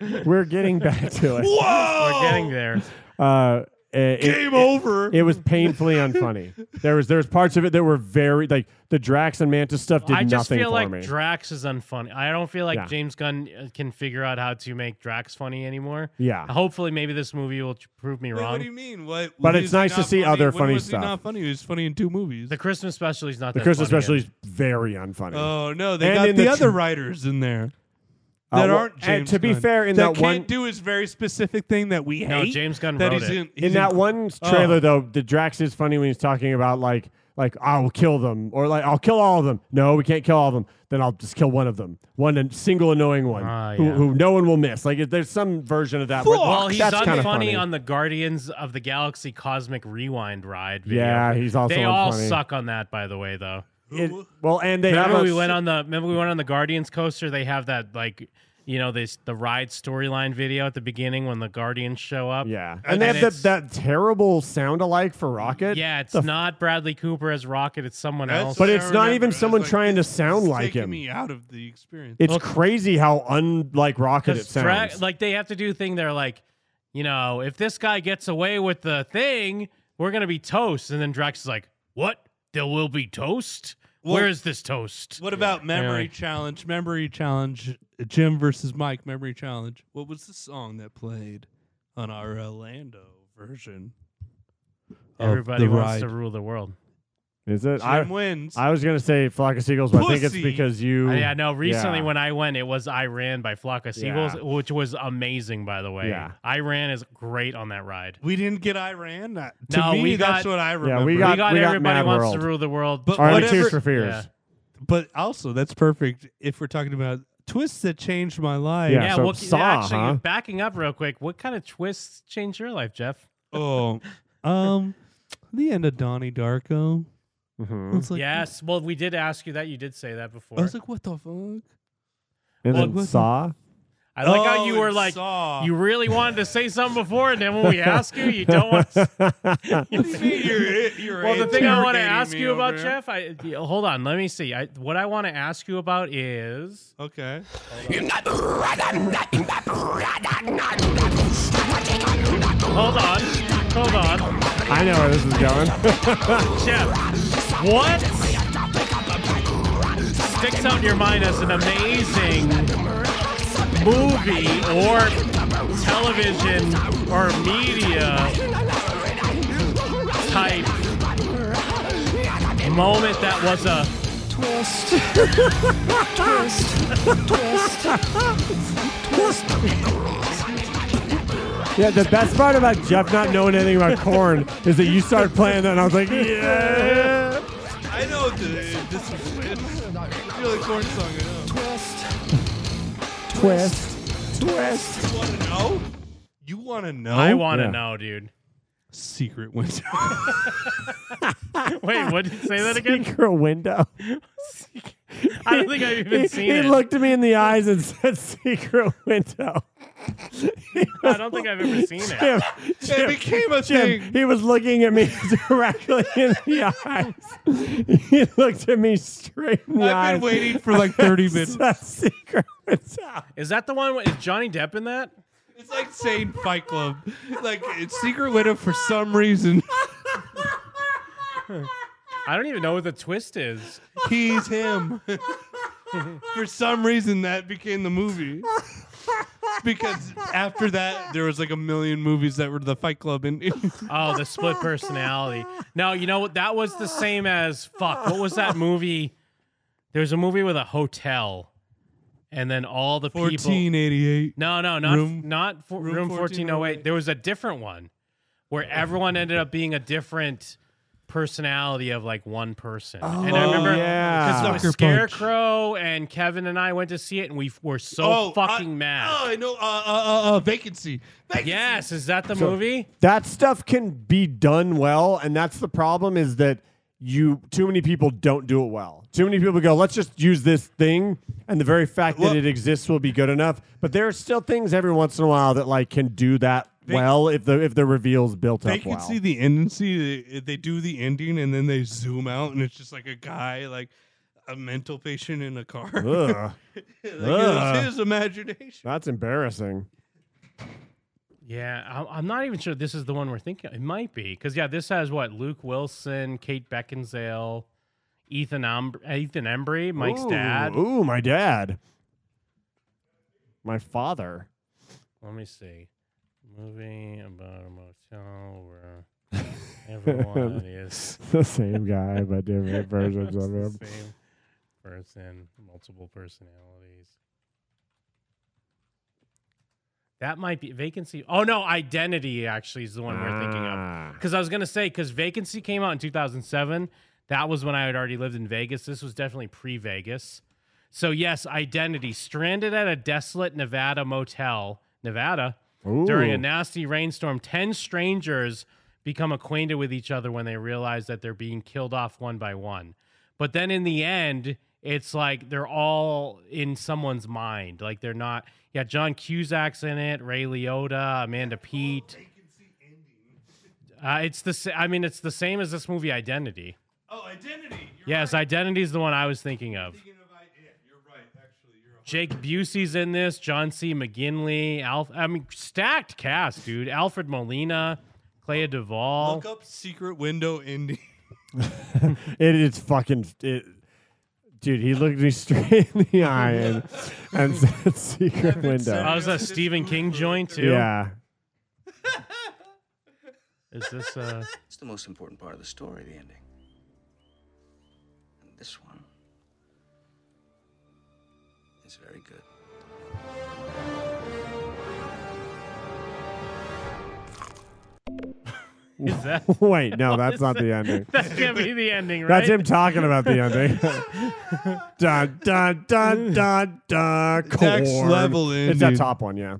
Speaker 5: one.
Speaker 4: We're getting back to it.
Speaker 5: Whoa!
Speaker 2: We're getting there.
Speaker 4: Uh, it- it-
Speaker 5: Game over.
Speaker 4: It was painfully unfunny. There was there was parts of it that were very like the Drax and Mantis stuff did
Speaker 2: I just
Speaker 4: nothing
Speaker 2: feel
Speaker 4: for
Speaker 2: like
Speaker 4: me.
Speaker 2: Drax is unfunny. I don't feel like
Speaker 4: Yeah.
Speaker 2: James Gunn uh, can figure out how to make Drax funny anymore.
Speaker 4: Yeah.
Speaker 2: Hopefully, maybe this movie will t- prove me
Speaker 5: Wait,
Speaker 2: wrong.
Speaker 5: what do you mean? What?
Speaker 4: But it's
Speaker 5: is he
Speaker 4: nice to
Speaker 5: not
Speaker 4: see other
Speaker 5: when
Speaker 4: funny
Speaker 5: was
Speaker 4: stuff.
Speaker 5: He not funny. He was funny in two movies.
Speaker 2: the Christmas special is not
Speaker 4: the
Speaker 2: that
Speaker 4: Christmas
Speaker 2: funny
Speaker 4: special
Speaker 2: yet.
Speaker 4: is very unfunny.
Speaker 5: oh no, they
Speaker 4: And
Speaker 5: got the,
Speaker 4: in the
Speaker 5: other
Speaker 4: tr-
Speaker 5: writers in there
Speaker 4: Uh,
Speaker 5: that
Speaker 4: well,
Speaker 5: aren't James.
Speaker 4: and to be
Speaker 5: Gunn.
Speaker 4: fair, in that
Speaker 5: that, can't
Speaker 4: one-
Speaker 5: do his very specific thing that we hate.
Speaker 2: No, James Gunn
Speaker 5: that
Speaker 2: wrote
Speaker 5: he's
Speaker 2: it.
Speaker 5: in. he's
Speaker 4: in that one
Speaker 5: oh.
Speaker 4: trailer though, the Drax is funny when he's talking about like like I'll kill them or like I'll kill all of them. No, we can't kill all of them. Then I'll just kill one of them, one an- single annoying one
Speaker 2: Ah,
Speaker 4: who,
Speaker 2: yeah.
Speaker 4: who no one will miss. Like if there's some version of that. where-
Speaker 2: Well, he's
Speaker 4: that's kind
Speaker 2: unfunny
Speaker 4: of funny.
Speaker 2: on the Guardians of the Galaxy Cosmic Rewind ride. Video.
Speaker 4: yeah, he's also
Speaker 2: they all
Speaker 4: unfunny.
Speaker 2: suck on that, by the way, though.
Speaker 4: It- well, and they have a,
Speaker 2: Remember we went on the remember we went on the Guardians coaster. They have that like you know this the ride storyline video at the beginning when the Guardians show up.
Speaker 4: Yeah,
Speaker 2: And
Speaker 4: and they
Speaker 2: then
Speaker 4: have that,
Speaker 2: it's-
Speaker 4: that terrible sound alike for Rocket.
Speaker 2: yeah. It's
Speaker 4: The f-
Speaker 2: not Bradley Cooper as Rocket. It's someone
Speaker 5: That's-
Speaker 2: else.
Speaker 4: But
Speaker 5: I
Speaker 4: it's not
Speaker 5: remember.
Speaker 4: even
Speaker 5: I was
Speaker 4: someone
Speaker 5: like,
Speaker 4: trying to
Speaker 5: this
Speaker 4: sound
Speaker 5: is
Speaker 4: like
Speaker 5: taking
Speaker 4: him.
Speaker 5: me out of the experience.
Speaker 4: It's crazy how unlike Rocket it
Speaker 2: Because Dra-
Speaker 4: sounds.
Speaker 2: like they have to do thing. They're like, you know, if this guy gets away with the thing, we're gonna be toast. And then Drax is like, "What? There will be toast?
Speaker 5: Well-
Speaker 2: Where is this toast?"
Speaker 5: What about memory
Speaker 2: Anyway.
Speaker 5: challenge? Memory challenge. Jim versus Mike. Memory challenge. What was the song that played on our Orlando version? of
Speaker 2: Everybody
Speaker 5: the
Speaker 2: wants
Speaker 5: ride?
Speaker 2: to rule the world.
Speaker 4: Is it?
Speaker 5: Jim
Speaker 4: I,
Speaker 5: wins.
Speaker 4: I was gonna say Flock of Seagulls, but I think it's
Speaker 5: Pussy.
Speaker 4: because you.
Speaker 2: I, I know. Recently,
Speaker 4: Yeah.
Speaker 2: when I went, it was I Ran by Flock of Seagulls,
Speaker 4: Yeah.
Speaker 2: which was amazing, by the way.
Speaker 4: Yeah.
Speaker 2: I Ran is great on that ride.
Speaker 5: we didn't get Iran. That- To
Speaker 2: No,
Speaker 5: me,
Speaker 2: we
Speaker 5: that's
Speaker 2: got-
Speaker 5: what I
Speaker 4: we
Speaker 5: remember.
Speaker 2: We
Speaker 4: got-
Speaker 2: got,
Speaker 4: we got
Speaker 2: Everybody
Speaker 4: Mad
Speaker 2: Wants
Speaker 4: World.
Speaker 2: to Rule the World.
Speaker 5: But
Speaker 4: All right,
Speaker 5: whatever-
Speaker 4: Tears for Fears.
Speaker 2: Yeah.
Speaker 5: But also, that's perfect if we're talking about twists that changed my life.
Speaker 4: Yeah.
Speaker 2: Yeah,
Speaker 4: so
Speaker 2: well,
Speaker 4: Saw,
Speaker 2: actually,
Speaker 4: huh?
Speaker 2: backing up real quick, what kind of twists changed your life, Jeff?
Speaker 5: Oh, um, the end of Donnie Darko.
Speaker 4: Mhm.
Speaker 5: It's like,
Speaker 2: yes. Well, we did ask you that. You did say that before.
Speaker 5: I was like, what the fuck?
Speaker 4: And
Speaker 5: Well,
Speaker 4: then
Speaker 5: what the-
Speaker 4: Saw.
Speaker 2: I like how
Speaker 10: Oh,
Speaker 2: you were
Speaker 10: and
Speaker 2: like
Speaker 10: saw.
Speaker 2: you really wanted to say something before, and then when we ask you, you don't want. to
Speaker 10: You're- you're
Speaker 2: well, the thing I want to
Speaker 10: interrogating
Speaker 2: ask
Speaker 10: me
Speaker 2: you
Speaker 10: over
Speaker 2: about,
Speaker 10: here.
Speaker 2: Jeff. I yeah, hold on. Let me see. I, what I want to ask you about is
Speaker 10: okay.
Speaker 2: Hold on. Hold on.
Speaker 4: I know where this is going.
Speaker 2: Jeff, what sticks out in your mind as an amazing movie or television or media type moment that was a
Speaker 13: Twist. twist. Twist.
Speaker 4: Yeah, the best part about Jeff not knowing anything about corn is that you started playing that, and I was like, yeah.
Speaker 10: I know what the, this is. It's really corn song. I know. Twist.
Speaker 4: Twist. Twist.
Speaker 10: You want to know? You want to
Speaker 5: Oh,
Speaker 10: know?
Speaker 2: I want to know, dude.
Speaker 10: Secret window.
Speaker 2: Wait, what did you say that again?
Speaker 4: Secret window.
Speaker 2: I don't think I've even
Speaker 4: he,
Speaker 2: seen
Speaker 4: he
Speaker 2: it.
Speaker 4: looked at me in the eyes and said, "Secret window."
Speaker 2: I don't think I've ever seen it.
Speaker 4: Jim,
Speaker 2: It
Speaker 4: Jim,
Speaker 2: became a
Speaker 4: Jim,
Speaker 2: thing.
Speaker 4: He was looking at me directly in the eyes. He looked at me straight in the eyes.
Speaker 2: I've been waiting for like 30 minutes.
Speaker 4: Said, Secret window.
Speaker 2: Is that the one? with- Is Johnny Depp in that?
Speaker 10: It's like saying Fight Club. Like it's Secret Widow for some reason.
Speaker 2: I don't even know what the twist is.
Speaker 10: He's him. for some reason, that became the movie. Because after that, there was like a million movies that were the Fight Club, and
Speaker 2: Oh, the split personality. No, you know what? That was the same as fuck. What was that movie? There's a movie with a hotel, and then all the people.
Speaker 10: 1488.
Speaker 2: No, no, not
Speaker 10: Room-
Speaker 2: not for, room,
Speaker 10: Room
Speaker 2: 1408. There was a different one where everyone ended up being a different personality of like one person. and I
Speaker 10: Oh,
Speaker 2: remember
Speaker 10: yeah.
Speaker 2: because it
Speaker 10: Sucker
Speaker 2: was
Speaker 10: Punch.
Speaker 2: Scarecrow and Kevin and I went to see it, and we f- were so
Speaker 10: Oh, I-
Speaker 2: fucking mad.
Speaker 10: Oh, I know. Uh, uh, uh, uh, vacancy.
Speaker 2: Yes, is that the
Speaker 4: So,
Speaker 2: movie?
Speaker 4: That stuff can be done well, and that's the problem is that you too many people don't do it well. Too many people go, let's just use this thing, and the very fact that it exists will be good enough. But there are still things every once in a while that like can do that well if the if the reveal's built
Speaker 10: They
Speaker 4: up
Speaker 10: can
Speaker 4: well.
Speaker 10: see the end and see they, they do the ending and then they zoom out and it's just like a guy like a mental patient in a car.
Speaker 4: Ugh.
Speaker 10: like it
Speaker 4: Ugh.
Speaker 10: was his imagination.
Speaker 4: That's embarrassing.
Speaker 2: Yeah, I- I'm not even sure this is the one we're thinking. It might be because yeah, this has what Luke Wilson, Kate Beckinsale, Ethan Embry, Ethan Embry, Mike's
Speaker 4: Ooh,
Speaker 2: dad.
Speaker 4: Ooh, my dad. My father.
Speaker 2: Let me see. Movie about a motel where everyone is
Speaker 4: the same guy, but different versions of
Speaker 2: the
Speaker 4: him.
Speaker 2: same person, multiple personalities. That might be vacancy. Oh no, identity actually is the one we're thinking
Speaker 4: Ah.
Speaker 2: of. Because I was gonna say, because vacancy came out in 2007. That was when I had already lived in Vegas. This was definitely pre-Vegas. So yes, identity. Stranded at a desolate Nevada motel, Nevada, during a
Speaker 4: Ooh.
Speaker 2: nasty rainstorm. Ten strangers become acquainted with each other when they realize that they're being killed off one by one. But then in the end, it's like they're all in someone's mind. Like they're not. Yeah, John Cusack's in it. Ray Liotta, Amanda Pete. Uh, it's the. sa- I mean, it's the same as this movie, Identity.
Speaker 10: Oh, identity.
Speaker 2: yes, Identity is the one I was thinking of. Jake Busey's in this. John C. McGinley. Alf. I mean, stacked cast, dude. Alfred Molina, Clea Duvall.
Speaker 10: Look up secret window ending.
Speaker 4: It is fucking. It, dude, he looked me straight in the eye and, and said, "Secret window."
Speaker 2: I was a Oh, Stephen King joint too.
Speaker 4: Yeah.
Speaker 2: Is this uh
Speaker 14: It's the most important part of the story, the ending. And this one is very good.
Speaker 2: Is that?
Speaker 4: Wait, no,
Speaker 2: What
Speaker 4: that's
Speaker 2: is
Speaker 4: not
Speaker 2: that?
Speaker 4: the ending.
Speaker 2: That can't be the ending, right?
Speaker 4: That's him talking about the ending. dun dun dun dun dun.
Speaker 10: Next
Speaker 4: corn.
Speaker 10: level
Speaker 4: It's that
Speaker 10: ending.
Speaker 4: top one, yeah.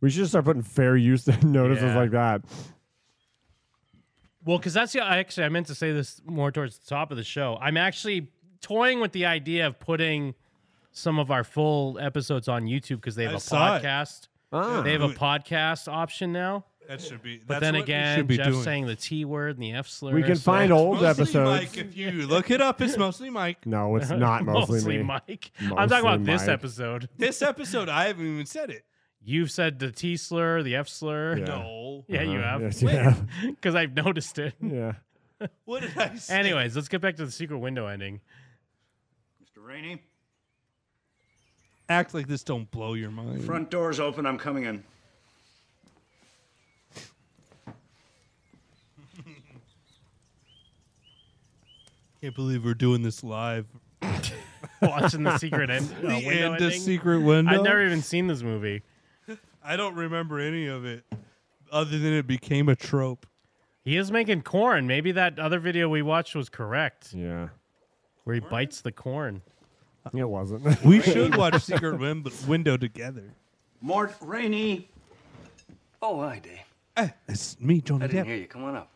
Speaker 4: We should start putting fair use notices
Speaker 2: Yeah.
Speaker 4: like that.
Speaker 2: Well, because that's the I actually I meant to say this more towards the top of the show. I'm actually toying with the idea of putting some of our full episodes on YouTube because they have
Speaker 15: I
Speaker 2: a
Speaker 15: saw it.
Speaker 2: podcast.
Speaker 15: Ah.
Speaker 2: They have a
Speaker 15: Do it.
Speaker 2: podcast option now.
Speaker 15: That should be-
Speaker 2: But
Speaker 15: that's
Speaker 2: then
Speaker 15: what we
Speaker 2: again,
Speaker 15: should be
Speaker 2: Jeff's
Speaker 15: doing.
Speaker 2: saying the T word and the F slur.
Speaker 4: We can
Speaker 2: so-
Speaker 4: find old
Speaker 15: Mostly Mike,
Speaker 4: episodes.
Speaker 15: if you look it up, it's mostly Mike.
Speaker 4: No, it's not mostly, me.
Speaker 2: Mike. I'm talking about
Speaker 4: Mostly
Speaker 2: this
Speaker 4: Mike.
Speaker 2: episode.
Speaker 15: This episode, I haven't even said it.
Speaker 2: You've said the T slur, the F slur.
Speaker 15: Yeah. No.
Speaker 2: Yeah, you
Speaker 15: Uh-huh.
Speaker 2: have.
Speaker 15: Yes, you have.
Speaker 2: Because I've noticed it.
Speaker 4: Yeah.
Speaker 15: What did I say?
Speaker 2: Anyways, let's get back to the secret window ending.
Speaker 7: Mr. Rainey,
Speaker 5: Act like this don't blow your mind.
Speaker 7: front door's open. I'm coming in.
Speaker 5: Can't believe we're doing this live.
Speaker 2: Watching the secret end, uh,
Speaker 5: the
Speaker 2: window
Speaker 5: end of
Speaker 2: ending.
Speaker 5: secret window.
Speaker 2: I've never even seen this movie.
Speaker 5: I don't remember any of it, other than it became a trope.
Speaker 2: He is making corn. Maybe that other video we watched was correct.
Speaker 4: Yeah.
Speaker 2: Where he bites the corn.
Speaker 4: It wasn't.
Speaker 5: We should watch Secret Win- Window together.
Speaker 7: Mort Rainey. Oh, hi, Dave.
Speaker 5: It's me, Johnny
Speaker 7: I didn't
Speaker 5: Depp.
Speaker 7: hear you. Come on up.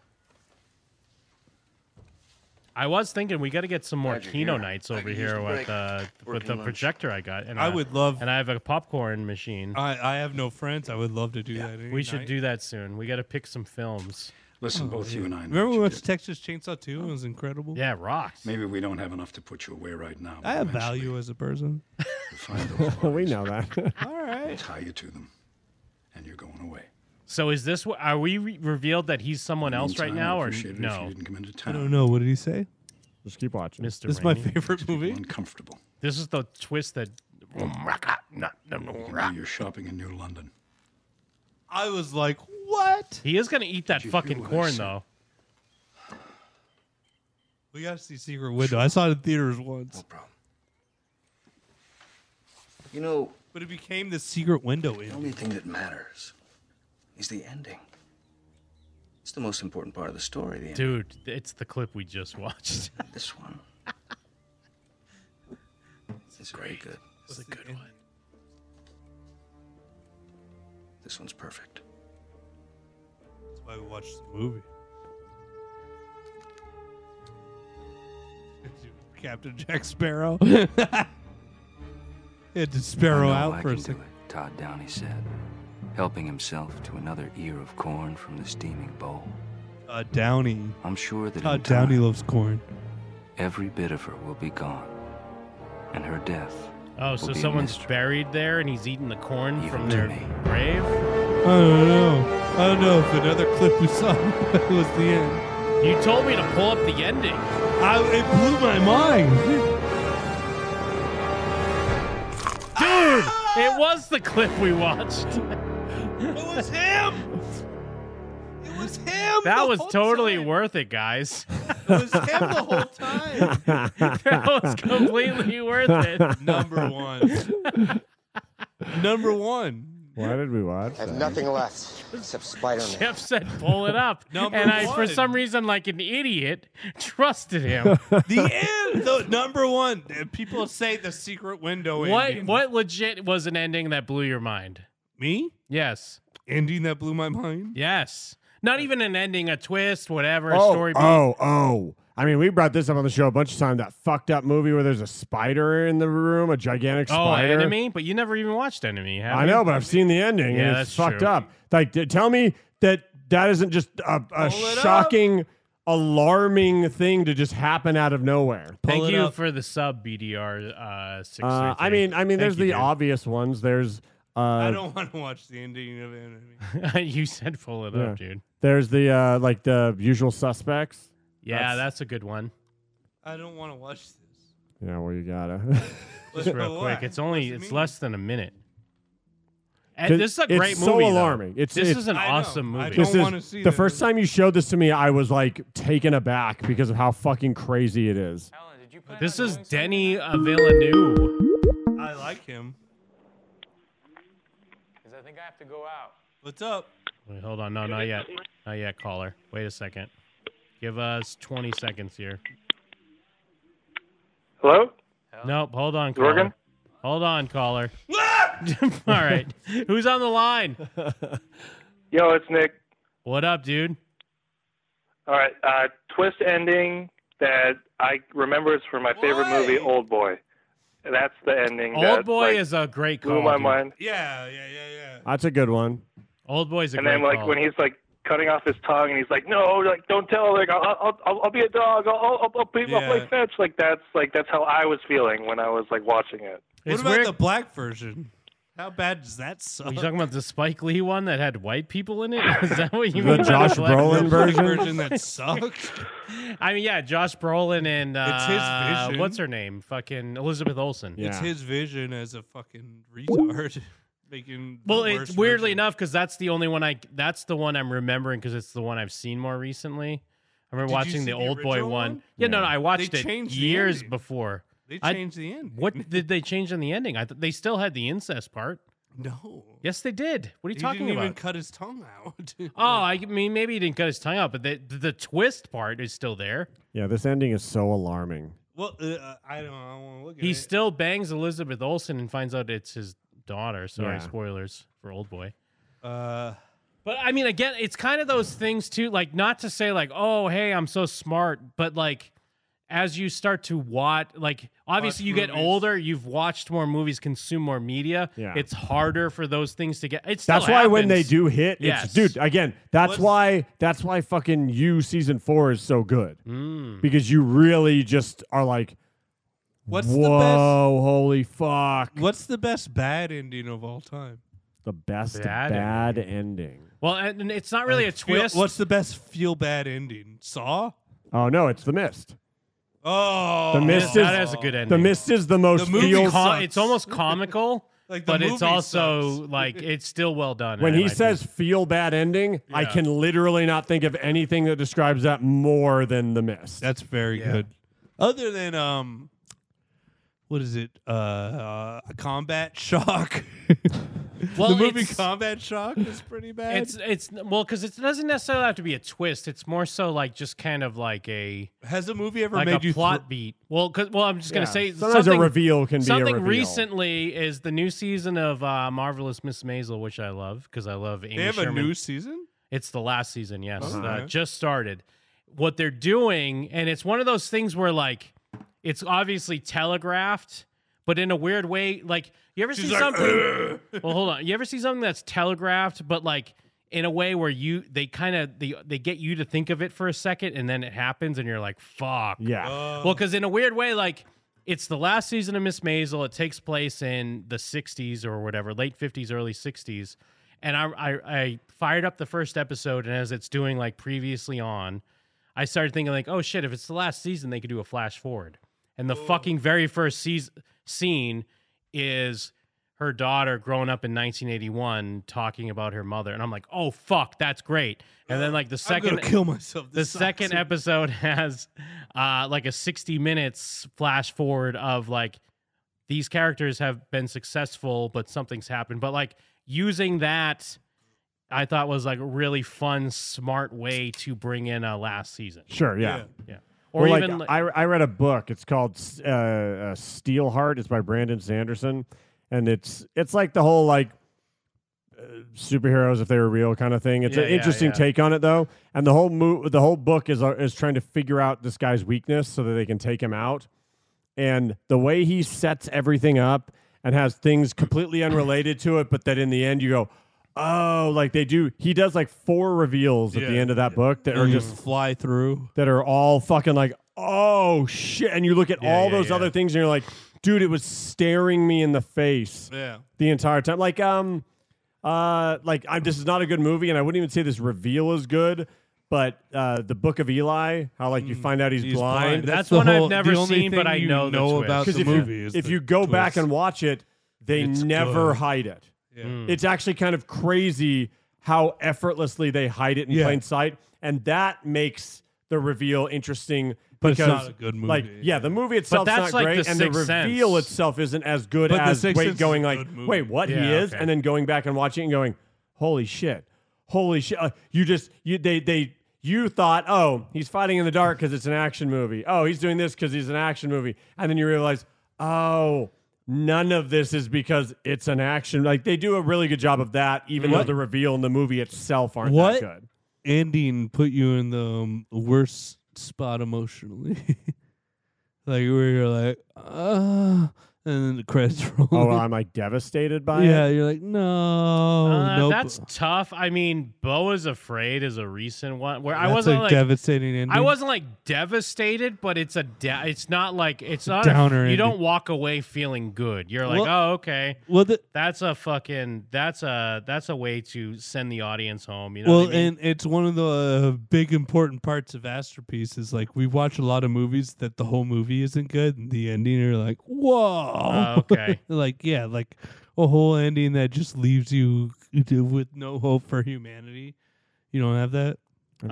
Speaker 2: I was thinking we got to get some more
Speaker 7: you're
Speaker 2: Kino
Speaker 7: here.
Speaker 2: nights
Speaker 7: I
Speaker 2: over
Speaker 7: could
Speaker 2: here
Speaker 7: use a
Speaker 2: with
Speaker 7: break.
Speaker 2: uh, with
Speaker 7: Working
Speaker 2: the
Speaker 7: lunch.
Speaker 2: projector I got. And
Speaker 5: I
Speaker 2: uh,
Speaker 5: would love- Uh,
Speaker 2: and I have a popcorn machine.
Speaker 5: I, I have no friends. I would love to do that. any
Speaker 2: we should
Speaker 5: night.
Speaker 2: do that soon. We got to pick some films.
Speaker 7: Listen, both you and I. know
Speaker 5: Oh, Remember
Speaker 7: what
Speaker 5: we
Speaker 7: you
Speaker 5: went
Speaker 7: did.
Speaker 5: to Texas Chainsaw 2? It was incredible.
Speaker 2: Yeah, rocks.
Speaker 7: Maybe we don't have enough to put you away right now.
Speaker 5: I have value as a person.
Speaker 4: we know that.
Speaker 5: All right.
Speaker 7: Tie you to them, and you're going away.
Speaker 2: So is this? wh- Are we re- revealed that he's someone else right
Speaker 7: Meantime,
Speaker 2: now,
Speaker 7: I
Speaker 2: or
Speaker 7: appreciate it if you
Speaker 2: no?
Speaker 7: didn't come into
Speaker 5: I
Speaker 7: town.
Speaker 5: don't know. What did he say?
Speaker 4: Just keep watching.
Speaker 2: Mr.
Speaker 5: This is my
Speaker 2: Rainey.
Speaker 5: favorite movie.
Speaker 7: Uncomfortable.
Speaker 2: This is the twist that.
Speaker 7: You can do your shopping in New London.
Speaker 5: I was like, what?
Speaker 2: He is gonna eat that
Speaker 7: Did you hear
Speaker 2: fucking
Speaker 7: what I
Speaker 2: corn
Speaker 7: said?
Speaker 2: though.
Speaker 5: We got to see Secret Window. I saw it in theaters once.
Speaker 7: You know,
Speaker 5: But it became the secret window
Speaker 7: The only thing that matters is the ending. It's the most important part of the story. The ending.
Speaker 2: Dude, it's the clip we just watched.
Speaker 7: This one. It's very good.
Speaker 2: It's a good one.
Speaker 7: This one's perfect.
Speaker 5: That's why we watched the movie. Captain Jack Sparrow. he had to sparrow
Speaker 8: I know I
Speaker 5: out for a
Speaker 8: can do
Speaker 5: second.
Speaker 8: it, Todd Downey said, helping himself to another ear of corn from the steaming bowl.
Speaker 5: Uh, Downey.
Speaker 8: I'm sure that in
Speaker 5: Todd
Speaker 8: time,
Speaker 5: Downey loves corn.
Speaker 8: every bit of her will be gone, and her death.
Speaker 2: Oh,
Speaker 8: will
Speaker 2: so
Speaker 8: be a
Speaker 2: someone's buried there and he's eating the corn from
Speaker 8: to
Speaker 2: their
Speaker 8: me.
Speaker 2: grave.
Speaker 5: I don't know. I don't know if another clip we saw was the end.
Speaker 2: You told me to pull up the ending.
Speaker 5: I, it blew my mind.
Speaker 2: Dude, it was the clip we watched.
Speaker 5: It was him. It was him.
Speaker 2: That was totally worth it, guys.
Speaker 5: It was him the whole time.
Speaker 2: that was completely worth it.
Speaker 5: Number one. Number one.
Speaker 4: Why did we watch?
Speaker 3: I have
Speaker 4: that?
Speaker 3: nothing left except Spider-Man.
Speaker 2: Jeff said, "Pull it up,"
Speaker 5: Number
Speaker 2: and I, for
Speaker 5: one.
Speaker 2: some reason, like an idiot, trusted him.
Speaker 5: The end. The number one. Uh, People say the secret window
Speaker 2: what?
Speaker 5: ending.
Speaker 2: What legit was an ending that blew your mind?
Speaker 5: Me?
Speaker 2: Yes.
Speaker 5: Ending that blew my mind.
Speaker 2: Yes. Not even an ending, a twist, whatever, a
Speaker 4: oh,
Speaker 2: story. beat.
Speaker 4: oh, oh. I mean, we brought this up on the show a bunch of times. That fucked up movie where there's a spider in the room, a gigantic
Speaker 2: Oh,
Speaker 4: spider.
Speaker 2: enemy. But you never even watched enemy. Have
Speaker 4: I
Speaker 2: you?
Speaker 4: know, but I've seen the ending.
Speaker 2: Yeah,
Speaker 4: and
Speaker 2: that's
Speaker 4: it's fucked
Speaker 2: true.
Speaker 4: up. Like, d- tell me that that isn't just a, a shocking, alarming thing to just happen out of nowhere.
Speaker 2: Thank you for the sub BDR uh, six.
Speaker 4: Uh, I mean, I mean, there's the obvious ones. There's uh,
Speaker 5: I don't want to watch the ending of Enemy.
Speaker 2: you said pull it up,
Speaker 4: yeah.
Speaker 2: dude.
Speaker 4: There's the uh, like the usual suspects.
Speaker 2: Yeah,
Speaker 4: That's-
Speaker 2: that's, a good one.
Speaker 5: I don't want to watch this.
Speaker 4: yeah. Well, you gotta.
Speaker 2: Just real
Speaker 5: Why?
Speaker 2: quick. It's only
Speaker 5: What's it
Speaker 2: it's
Speaker 5: mean?
Speaker 2: less than a minute.
Speaker 4: Cause
Speaker 2: And this is a
Speaker 4: it's
Speaker 2: great
Speaker 4: so
Speaker 2: movie. though.
Speaker 4: alarming. It's-
Speaker 2: this
Speaker 4: it's-
Speaker 2: is an
Speaker 4: I know.
Speaker 2: awesome
Speaker 5: I
Speaker 2: movie.
Speaker 5: don't
Speaker 4: This
Speaker 5: wanna
Speaker 4: is
Speaker 5: see
Speaker 4: the
Speaker 5: this.
Speaker 4: first time you showed this to me. I was like taken aback because of how fucking crazy it is.
Speaker 2: This is Denny uh, Villeneuve.
Speaker 5: I like him.
Speaker 16: Because I think I have to go out.
Speaker 5: What's up?
Speaker 2: Wait, hold on. No, not yet. Not yet, caller. Wait a second. Give us 20 seconds here.
Speaker 16: Hello?
Speaker 2: Nope. Hold on, caller.
Speaker 16: Jorgen?
Speaker 2: Hold on, caller. All right. Who's on the line?
Speaker 16: Yo, it's Nick.
Speaker 2: What up, dude?
Speaker 16: All right, uh, twist ending that I remember is from my favorite movie, Old Boy.
Speaker 17: That's the ending.
Speaker 2: Old
Speaker 17: that,
Speaker 2: Boy
Speaker 17: like,
Speaker 2: is a great call.
Speaker 17: blew my
Speaker 2: Oh, dude.
Speaker 17: mind.
Speaker 5: Yeah, yeah, yeah, yeah.
Speaker 4: That's a good one.
Speaker 2: Old Boy's a
Speaker 17: and
Speaker 2: great
Speaker 17: then like
Speaker 2: call.
Speaker 17: when he's like cutting off his tongue and he's like, no, like don't tell, like I'll I'll, I'll, I'll be a dog, I'll I'll, I'll, be, I'll play
Speaker 5: Yeah.
Speaker 17: fetch. Like that's like that's how I was feeling when I was like watching it.
Speaker 5: What about the black version? How bad does that suck?
Speaker 2: Are you talking about the Spike Lee one that had white people in it? Is that what you
Speaker 4: The
Speaker 2: mean? by
Speaker 4: Josh
Speaker 2: black-
Speaker 4: Brolin
Speaker 2: the
Speaker 4: version?
Speaker 5: that sucked.
Speaker 2: I mean, yeah, Josh Brolin and
Speaker 5: It's his
Speaker 2: uh,
Speaker 5: vision.
Speaker 2: what's her name? Fucking Elizabeth Olsen.
Speaker 5: It's his vision as a fucking retard making. the
Speaker 2: Well, it's
Speaker 5: worst
Speaker 2: weirdly enough because that's the only one I that's the one I'm remembering because it's the one I've seen more recently. I remember
Speaker 5: Did you
Speaker 2: watching
Speaker 5: see
Speaker 2: the,
Speaker 5: the
Speaker 2: old boy
Speaker 5: original
Speaker 2: one.
Speaker 5: one?
Speaker 2: Yeah, no, no, I
Speaker 5: They
Speaker 2: watched it
Speaker 5: changed the
Speaker 2: years
Speaker 5: ending.
Speaker 2: before.
Speaker 5: They
Speaker 2: I-
Speaker 5: changed the ending.
Speaker 2: What did they change in the ending? I th- they still had the incest part.
Speaker 5: No.
Speaker 2: Yes, they did. What are you
Speaker 5: He
Speaker 2: talking
Speaker 5: didn't
Speaker 2: about?
Speaker 5: Even cut his tongue out.
Speaker 2: Oh, I mean, maybe he didn't cut his tongue out, but the, the twist part is still there.
Speaker 4: Yeah, this ending is so alarming.
Speaker 5: well, uh, I don't. I want to look at
Speaker 2: He
Speaker 5: it.
Speaker 2: still bangs Elizabeth Olsen and finds out it's his daughter. Sorry,
Speaker 5: Yeah.
Speaker 2: spoilers for Old Boy.
Speaker 5: Uh,
Speaker 2: But I mean, again, it's kind of those things too. Like, not to say like, "Oh, hey, I'm so smart," but like, as you start to watch, like, obviously
Speaker 5: Watch
Speaker 2: you get
Speaker 5: movies.
Speaker 2: older, you've watched more movies, consume more media.
Speaker 4: Yeah.
Speaker 2: It's harder for those things to get. It's
Speaker 4: That's why when they do hit, it's
Speaker 2: Yes.
Speaker 4: dude again. That's why that's why fucking you season four is so good
Speaker 5: Mm.
Speaker 4: because you really just are like,
Speaker 5: What's the
Speaker 4: whoa,
Speaker 5: best-
Speaker 4: holy fuck,
Speaker 5: what's the best bad ending of all time?
Speaker 4: the best
Speaker 2: Bad
Speaker 4: bad, ending.
Speaker 2: Well, and and it's not really
Speaker 5: Like,
Speaker 2: a
Speaker 5: feel-
Speaker 2: twist.
Speaker 5: what's the best feel bad ending? Saw.
Speaker 4: Oh no, it's the mist.
Speaker 5: Oh,
Speaker 4: The mist
Speaker 2: that
Speaker 4: is
Speaker 2: has a good
Speaker 4: The
Speaker 2: ending.
Speaker 4: mist is the most
Speaker 2: The movie
Speaker 4: feel-
Speaker 2: co- it's almost comical,
Speaker 5: Like, the
Speaker 2: but it's
Speaker 5: movie
Speaker 2: also like it's still well done.
Speaker 4: When
Speaker 2: in
Speaker 4: he
Speaker 2: my opinion.
Speaker 4: says feel bad ending, I
Speaker 2: Yeah.
Speaker 4: can literally not think of anything that describes that more than the mist.
Speaker 5: That's very good. Other than um, what is it? Uh, uh combat shock.
Speaker 2: Well,
Speaker 5: the movie
Speaker 2: it's-
Speaker 5: Combat Shock is pretty bad.
Speaker 2: It's it's well because it doesn't necessarily have to be a twist. It's more so like just kind of like a
Speaker 5: Has a movie ever
Speaker 2: like
Speaker 5: made
Speaker 2: a
Speaker 5: you
Speaker 2: plot
Speaker 5: thro-
Speaker 2: beat? Well, 'cause- well, I'm just gonna
Speaker 4: Yeah.
Speaker 2: say
Speaker 4: Sometimes a
Speaker 2: something,
Speaker 4: reveal can be a
Speaker 2: something
Speaker 4: reveal.
Speaker 2: recently is the new season of uh, Marvelous Miss Maisel, which I love because I love. Amy
Speaker 5: they have
Speaker 2: Sherman.
Speaker 5: a new season.
Speaker 2: It's the last season, yes.
Speaker 5: Uh-huh.
Speaker 2: Uh, just started. What they're doing, and it's one of those things where, like, it's obviously telegraphed, but in a weird way. Like, you ever
Speaker 5: She's
Speaker 2: see
Speaker 5: like,
Speaker 2: something? well, hold on. You ever see something that's telegraphed, but like in a way where you they kind of they, they get you to think of it for a second, and then it happens, and you're like, fuck.
Speaker 4: Yeah.
Speaker 5: Oh.
Speaker 2: Well, because in a weird way, like it's the last season of Miss Maisel. It takes place in the '60s or whatever, late '50s, early '60s. And I, I, I fired up the first episode, and as it's doing like previously on, I started thinking like, oh shit, if it's the last season, they could do a flash forward. And
Speaker 5: Oh.
Speaker 2: the fucking very first season, scene is her daughter growing up in 1981 talking about her mother, and I'm like, oh fuck, that's great. And then like the
Speaker 5: I'm
Speaker 2: second,
Speaker 5: gonna kill myself.
Speaker 2: the
Speaker 5: this
Speaker 2: second
Speaker 5: season.
Speaker 2: episode has uh, like a 60 minutes flash forward of like these characters have been successful, but something's happened. But like using that, I thought was like a really fun, smart way to bring in a last season.
Speaker 4: Sure, yeah.
Speaker 2: Yeah. Or
Speaker 4: Or like,
Speaker 2: even like,
Speaker 4: I, I read a book. It's called uh, uh, Steelheart. It's by Brandon Sanderson, and it's it's like the whole like uh, superheroes if they were real kind of thing. It's
Speaker 2: Yeah,
Speaker 4: an
Speaker 2: yeah,
Speaker 4: interesting
Speaker 2: yeah.
Speaker 4: take on it though, and the whole mo- the whole book is uh, is trying to figure out this guy's weakness so that they can take him out. And the way he sets everything up and has things completely unrelated to it, but that in the end you go, oh, like they do. He does like four reveals at the
Speaker 5: Yeah.
Speaker 4: end of that book that are
Speaker 5: Mm.
Speaker 4: just
Speaker 5: fly through
Speaker 4: that are all fucking like, oh shit. And you look at
Speaker 5: Yeah,
Speaker 4: all
Speaker 5: yeah,
Speaker 4: those
Speaker 5: yeah.
Speaker 4: other things and you're like, dude, it was staring me in the face
Speaker 5: Yeah.
Speaker 4: the entire time. Like, um, uh, like I, this is not a good movie, and I wouldn't even say this reveal is good. But uh, the Book of Eli, how like you find out he's,
Speaker 5: Mm, he's blind.
Speaker 4: blind.
Speaker 2: That's,
Speaker 5: That's the
Speaker 2: one
Speaker 5: whole-
Speaker 2: I've
Speaker 5: the
Speaker 2: never
Speaker 5: only
Speaker 2: seen, but
Speaker 5: thing
Speaker 2: I
Speaker 5: you
Speaker 2: know,
Speaker 5: know
Speaker 2: the twist.
Speaker 5: about the
Speaker 4: Because if
Speaker 5: movie
Speaker 4: you,
Speaker 5: is
Speaker 4: if
Speaker 5: the
Speaker 4: you go back
Speaker 5: twist.
Speaker 4: and watch it, they
Speaker 5: It's
Speaker 4: never
Speaker 5: good.
Speaker 4: hide it.
Speaker 5: Yeah.
Speaker 2: Hmm.
Speaker 5: Mm.
Speaker 4: It's actually kind of crazy how effortlessly they hide it in
Speaker 5: Yeah.
Speaker 4: plain sight, and that makes the reveal interesting.
Speaker 5: But it's
Speaker 4: because,
Speaker 5: not a good
Speaker 4: Like,
Speaker 5: movie.
Speaker 4: yeah, the movie itself's
Speaker 2: that's
Speaker 4: not
Speaker 2: like
Speaker 4: great,
Speaker 2: The
Speaker 4: and the
Speaker 2: Sixth Sense.
Speaker 4: reveal itself isn't as good
Speaker 5: But The
Speaker 4: as
Speaker 5: Sixth Sense
Speaker 4: wait,
Speaker 5: is
Speaker 4: going
Speaker 5: a
Speaker 4: like,
Speaker 5: good movie.
Speaker 4: wait, what
Speaker 5: Yeah,
Speaker 4: he is,
Speaker 5: okay.
Speaker 4: and then going back and watching it and going, holy shit, holy shit, uh, you just you they they you thought, oh, he's fighting in the dark because it's an action movie. Oh, he's doing this because he's an action movie, and then you realize, oh. None of this is because it's an action. Like they do a really good job of that, even though
Speaker 5: What-
Speaker 4: the reveal and the movie itself aren't that
Speaker 5: what
Speaker 4: good.
Speaker 5: ending put you in the um, worst spot emotionally? like where you're like, uh, and then the credits roll.
Speaker 4: Oh, am I devastated by
Speaker 5: yeah,
Speaker 4: it?
Speaker 5: you're like, no,
Speaker 2: Uh,
Speaker 5: nope.
Speaker 2: That's tough. I mean, Bo is afraid is a recent one where I
Speaker 5: That's
Speaker 2: wasn't
Speaker 5: a
Speaker 2: like
Speaker 5: devastating ending.
Speaker 2: I wasn't like devastated, but it's a da- it's not like it's not
Speaker 5: Downer
Speaker 2: A, you
Speaker 5: ending.
Speaker 2: don't walk away feeling good. You're like,
Speaker 5: Well-
Speaker 2: oh okay.
Speaker 5: well, the-
Speaker 2: that's a fucking that's a that's a way to send the audience home. You know.
Speaker 5: well,
Speaker 2: what I mean?
Speaker 5: and it's one of the uh, big important parts of Masterpiece is like we watch a lot of movies that the whole movie isn't good, and the ending you're like, whoa,
Speaker 2: Oh, okay.
Speaker 5: like yeah, like a whole ending that just leaves you with no hope for humanity. You don't have that.
Speaker 4: I'm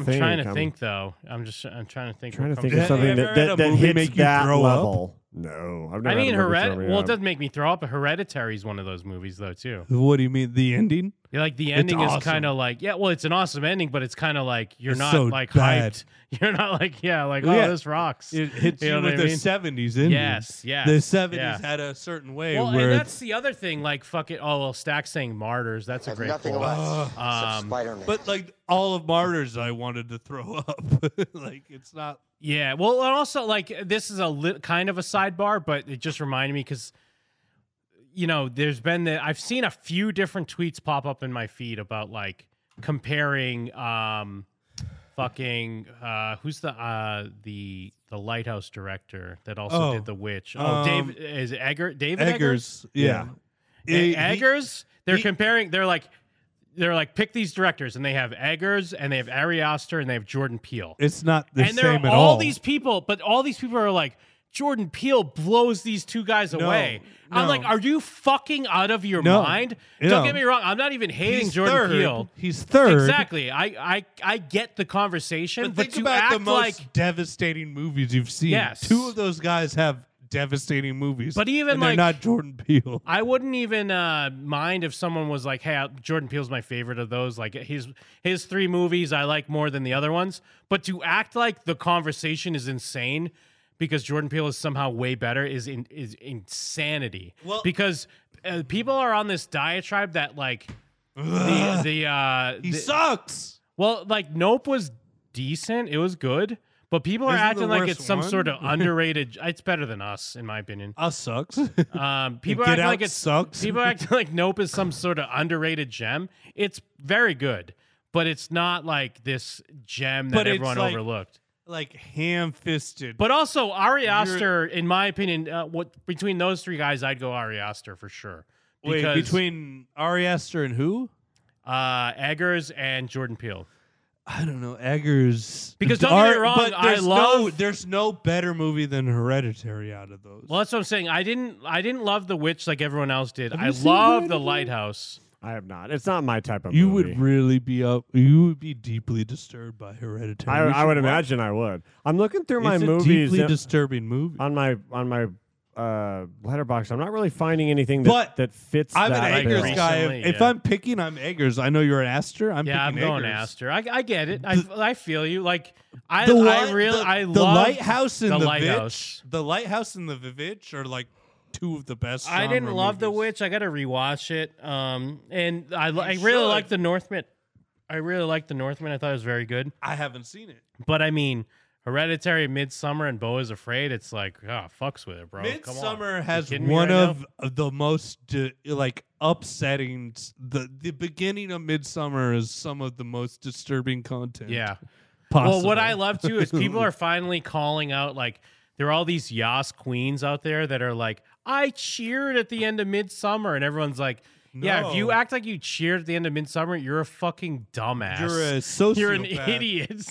Speaker 2: um, I'm trying to think though. I'm just I'm trying to think.
Speaker 4: trying
Speaker 2: what
Speaker 4: to think
Speaker 2: comes
Speaker 4: of something
Speaker 2: mind.
Speaker 4: that, that, that hits that level. No, I've never.
Speaker 2: I
Speaker 4: had
Speaker 2: mean,
Speaker 4: a movie throw
Speaker 2: Hered-
Speaker 4: me
Speaker 2: well,
Speaker 4: up.
Speaker 2: it does make me throw up. But Hereditary is one of those movies, though, too.
Speaker 5: What do you mean the ending?
Speaker 2: Yeah, Like the
Speaker 5: It's
Speaker 2: ending is
Speaker 5: awesome.
Speaker 2: kind of like, yeah, well, it's an awesome ending, but it's kind of like you're
Speaker 5: It's
Speaker 2: not
Speaker 5: so
Speaker 2: like
Speaker 5: bad.
Speaker 2: hyped. You're not like, yeah, like oh,
Speaker 5: Yeah.
Speaker 2: this rocks.
Speaker 5: It hits you
Speaker 2: know what
Speaker 5: with the
Speaker 2: I mean?
Speaker 5: 70s ending.
Speaker 2: Yes, yes,
Speaker 5: The 70s
Speaker 2: yeah.
Speaker 5: had a certain way
Speaker 2: Well,
Speaker 5: where
Speaker 2: and that's the other thing. Like, fuck it. Oh well, Stack saying martyrs. That's a great
Speaker 5: nothing
Speaker 2: pull.
Speaker 5: left except
Speaker 2: Um,
Speaker 5: Spider-Man. But, like all of Martyrs, I wanted to throw up. like it's not
Speaker 2: Yeah. Well, and also like this is a li- kind of a sidebar, but it just reminded me because you know there's been the I've seen a few different tweets pop up in my feed about like comparing um fucking uh who's the uh the the lighthouse director that also
Speaker 5: Oh,
Speaker 2: did the witch oh
Speaker 5: um,
Speaker 2: david is it Egger david
Speaker 5: Eggers,
Speaker 2: eggers,
Speaker 5: yeah.
Speaker 2: Yeah.
Speaker 5: He- he-
Speaker 2: eggers they're comparing they're like they're like pick these directors and they have eggers and they have ari aster and they have jordan peele
Speaker 5: It's not the
Speaker 2: and there
Speaker 5: same
Speaker 2: are
Speaker 5: at
Speaker 2: all,
Speaker 5: all.
Speaker 2: these people, but all these people are like, Jordan Peele blows these two guys
Speaker 5: No,
Speaker 2: away. I'm
Speaker 5: no.
Speaker 2: like, are you fucking out of your
Speaker 5: No,
Speaker 2: mind?
Speaker 5: no.
Speaker 2: Don't get me wrong. I'm not even hating
Speaker 5: He's
Speaker 2: Jordan
Speaker 5: third.
Speaker 2: Peele.
Speaker 5: He's third.
Speaker 2: Exactly. I I, I get the conversation, but,
Speaker 5: think
Speaker 2: to
Speaker 5: about
Speaker 2: act
Speaker 5: the most
Speaker 2: like
Speaker 5: devastating movies you've seen.
Speaker 2: Yes.
Speaker 5: Two of those guys have devastating movies.
Speaker 2: But even,
Speaker 5: and they're
Speaker 2: like-
Speaker 5: not Jordan Peele.
Speaker 2: I wouldn't even uh, mind if someone was like, "Hey, I- Jordan Peele's my favorite of those. Like his his three movies I like more than the other ones." But to act like the conversation is insane because Jordan Peele is somehow way better is in, is insanity.
Speaker 5: Well-
Speaker 2: because uh, people are on this diatribe that like the
Speaker 5: Ugh.
Speaker 2: the uh,
Speaker 5: He
Speaker 2: the-
Speaker 5: sucks.
Speaker 2: Well, like Nope was decent. It was good. But people are
Speaker 5: Isn't the
Speaker 2: acting like
Speaker 5: worst
Speaker 2: it's some
Speaker 5: one?
Speaker 2: sort of underrated. It's better than us, in my opinion.
Speaker 5: Us sucks.
Speaker 2: Um, people are
Speaker 5: Get
Speaker 2: acting
Speaker 5: Out
Speaker 2: like it's
Speaker 5: sucks.
Speaker 2: People are acting like Nope is some sort of underrated gem. It's very good, but it's not like this gem that
Speaker 5: But it's
Speaker 2: everyone
Speaker 5: like-
Speaker 2: overlooked.
Speaker 5: like ham fisted.
Speaker 2: But also Ari
Speaker 5: You're-
Speaker 2: Aster, in my opinion, uh, what between those three guys, I'd go Ari Aster for sure.
Speaker 5: Wait,
Speaker 2: Because,
Speaker 5: between Ari Aster and who?
Speaker 2: uh, Eggers and Jordan Peele.
Speaker 5: I don't know. Eggers.
Speaker 2: Because don't get me wrong,
Speaker 5: but
Speaker 2: I
Speaker 5: there's No,
Speaker 2: love-
Speaker 5: there's no better movie than Hereditary out of those.
Speaker 2: Well, that's what I'm saying. I didn't. I didn't love The Witch like everyone else did.
Speaker 5: Have
Speaker 2: I
Speaker 5: you seen
Speaker 2: love The
Speaker 5: Hereditary?
Speaker 2: Lighthouse.
Speaker 4: I have not. It's not my type of.
Speaker 5: You
Speaker 4: movie.
Speaker 5: would really be up. You would be deeply disturbed by Hereditary.
Speaker 4: I,
Speaker 5: You
Speaker 4: I
Speaker 5: should
Speaker 4: would
Speaker 5: watch
Speaker 4: imagine I would. I'm looking through my
Speaker 5: It's a
Speaker 4: movies.
Speaker 5: deeply
Speaker 4: uh,
Speaker 5: disturbing movie.
Speaker 4: On my on my uh, letterbox, I'm not really finding anything that,
Speaker 5: But
Speaker 4: that fits.
Speaker 5: I'm an
Speaker 4: that
Speaker 5: Eggers
Speaker 4: bill.
Speaker 5: guy.
Speaker 2: Recently,
Speaker 5: if
Speaker 2: yeah.
Speaker 5: I'm picking, I'm Eggers. I know you're an Aster. I'm
Speaker 2: yeah, I'm
Speaker 5: picking
Speaker 2: going
Speaker 5: Eggers.
Speaker 2: Aster. I, I get it. I, I feel you. Like I,
Speaker 5: The
Speaker 2: I
Speaker 5: li-
Speaker 2: really,
Speaker 5: the,
Speaker 2: I
Speaker 5: the
Speaker 2: love
Speaker 5: lighthouse and
Speaker 2: the,
Speaker 5: the,
Speaker 2: lighthouse.
Speaker 5: Vitch, the lighthouse and the Vivitch are like two of the best.
Speaker 2: I didn't
Speaker 5: genre
Speaker 2: love The
Speaker 5: movies.
Speaker 2: Witch. I got to rewatch it. Um, and I, li- I
Speaker 5: You
Speaker 2: really
Speaker 5: should.
Speaker 2: like The Northman. I really liked The Northman. I thought it was very good.
Speaker 5: I haven't seen it.
Speaker 2: But I mean, Hereditary, Midsummer, and Bo is Afraid. It's like, oh, fucks with it, bro. Come on.
Speaker 5: Midsummer
Speaker 2: You
Speaker 5: has
Speaker 2: kidding me
Speaker 5: one
Speaker 2: right now?
Speaker 5: of the most uh, like upsetting. s- The the beginning of Midsummer is some of the most disturbing content.
Speaker 2: Yeah.
Speaker 5: Possible.
Speaker 2: Well, what I love too is people are finally calling out like there are all these Yas queens out there that are like, I cheered at the end of Midsummer, and everyone's like, Yeah, if you
Speaker 5: No.
Speaker 2: act like you cheered at the end of Midsummer, you're a fucking dumbass.
Speaker 5: You're a sociopath.
Speaker 2: You're an idiot.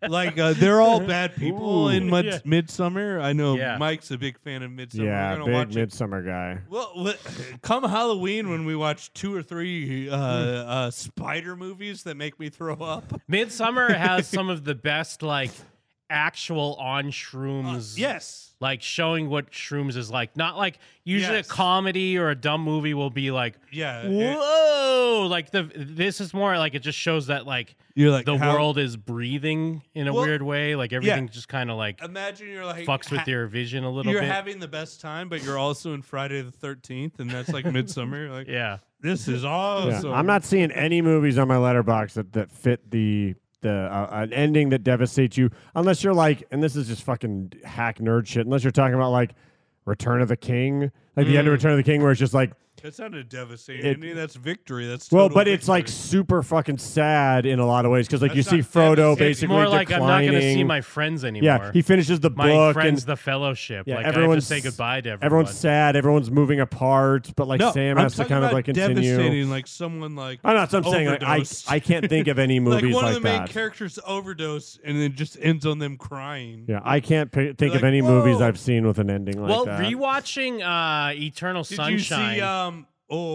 Speaker 5: like uh, they're all bad people
Speaker 2: Ooh.
Speaker 5: in mid-
Speaker 2: Yeah.
Speaker 5: Midsummer. I know
Speaker 2: Yeah.
Speaker 5: Mike's a big fan of Midsummer.
Speaker 4: yeah,
Speaker 5: We're gonna watch
Speaker 4: big
Speaker 5: it.
Speaker 4: midsummer guy.
Speaker 5: Well, what- come Halloween when we watch two or three uh, uh, spider movies that make me throw up.
Speaker 2: Midsummer has some of the best like actual on shrooms.
Speaker 5: Uh, yes.
Speaker 2: Like showing what shrooms is like. Not like usually
Speaker 5: Yes. Eh,
Speaker 2: a comedy or a dumb movie will be like
Speaker 5: Yeah, it-
Speaker 2: Whoa! like the this is more like it just shows that like
Speaker 5: You're like,
Speaker 2: the
Speaker 5: how-
Speaker 2: world is breathing in a
Speaker 5: Well,
Speaker 2: weird way. Like everything just kind of like
Speaker 5: Imagine you're like
Speaker 2: fucks with
Speaker 5: ha-
Speaker 2: your vision a little
Speaker 5: You're
Speaker 2: bit.
Speaker 5: having the best time, but you're also in Friday the Thirteenth, and that's like Midsummer. You're like,
Speaker 2: yeah,
Speaker 5: this is
Speaker 4: Yeah,
Speaker 5: awesome.
Speaker 4: I'm not seeing any movies on my letterbox that, that fit the the uh, an ending that devastates you, unless you're like, and this is just fucking hack nerd shit. Unless you're talking about like Return of the King, like the end of
Speaker 5: Mm.
Speaker 4: Return of the King, where it's just like
Speaker 5: That sounded devastating.
Speaker 4: It-
Speaker 5: I mean, that's victory. That's
Speaker 4: well,
Speaker 5: total
Speaker 4: but it's
Speaker 5: victory.
Speaker 4: like super fucking sad in a lot of ways because like you
Speaker 5: That's
Speaker 4: see
Speaker 5: not
Speaker 4: Frodo
Speaker 5: devastating.
Speaker 4: basically
Speaker 2: It's more like I'm not
Speaker 4: declining.
Speaker 2: going to see my friends anymore.
Speaker 4: Yeah, he finishes the
Speaker 2: my
Speaker 4: book
Speaker 2: friends,
Speaker 4: and
Speaker 2: the fellowship.
Speaker 4: yeah,
Speaker 2: like I have to
Speaker 4: everyone's
Speaker 2: say goodbye to everyone.
Speaker 4: Everyone's sad. Everyone's moving apart, but like
Speaker 2: No,
Speaker 4: Sam
Speaker 2: I'm
Speaker 4: has to
Speaker 2: talking
Speaker 4: kind of
Speaker 2: about
Speaker 4: like continue.
Speaker 5: devastating, like someone like
Speaker 4: I'm not. I'm saying like I
Speaker 5: overdosed.
Speaker 4: I can't think of any
Speaker 5: like
Speaker 4: movies
Speaker 5: one
Speaker 4: like
Speaker 5: of the main
Speaker 4: that.
Speaker 5: characters overdose and then just ends on them crying.
Speaker 4: Yeah, I can't pi- think
Speaker 5: like,
Speaker 4: of any movies
Speaker 5: "Whoa."
Speaker 4: I've seen with an ending like
Speaker 2: well,
Speaker 4: that.
Speaker 2: rewatching uh, Eternal
Speaker 5: Did you see,
Speaker 2: Sunshine.
Speaker 5: um,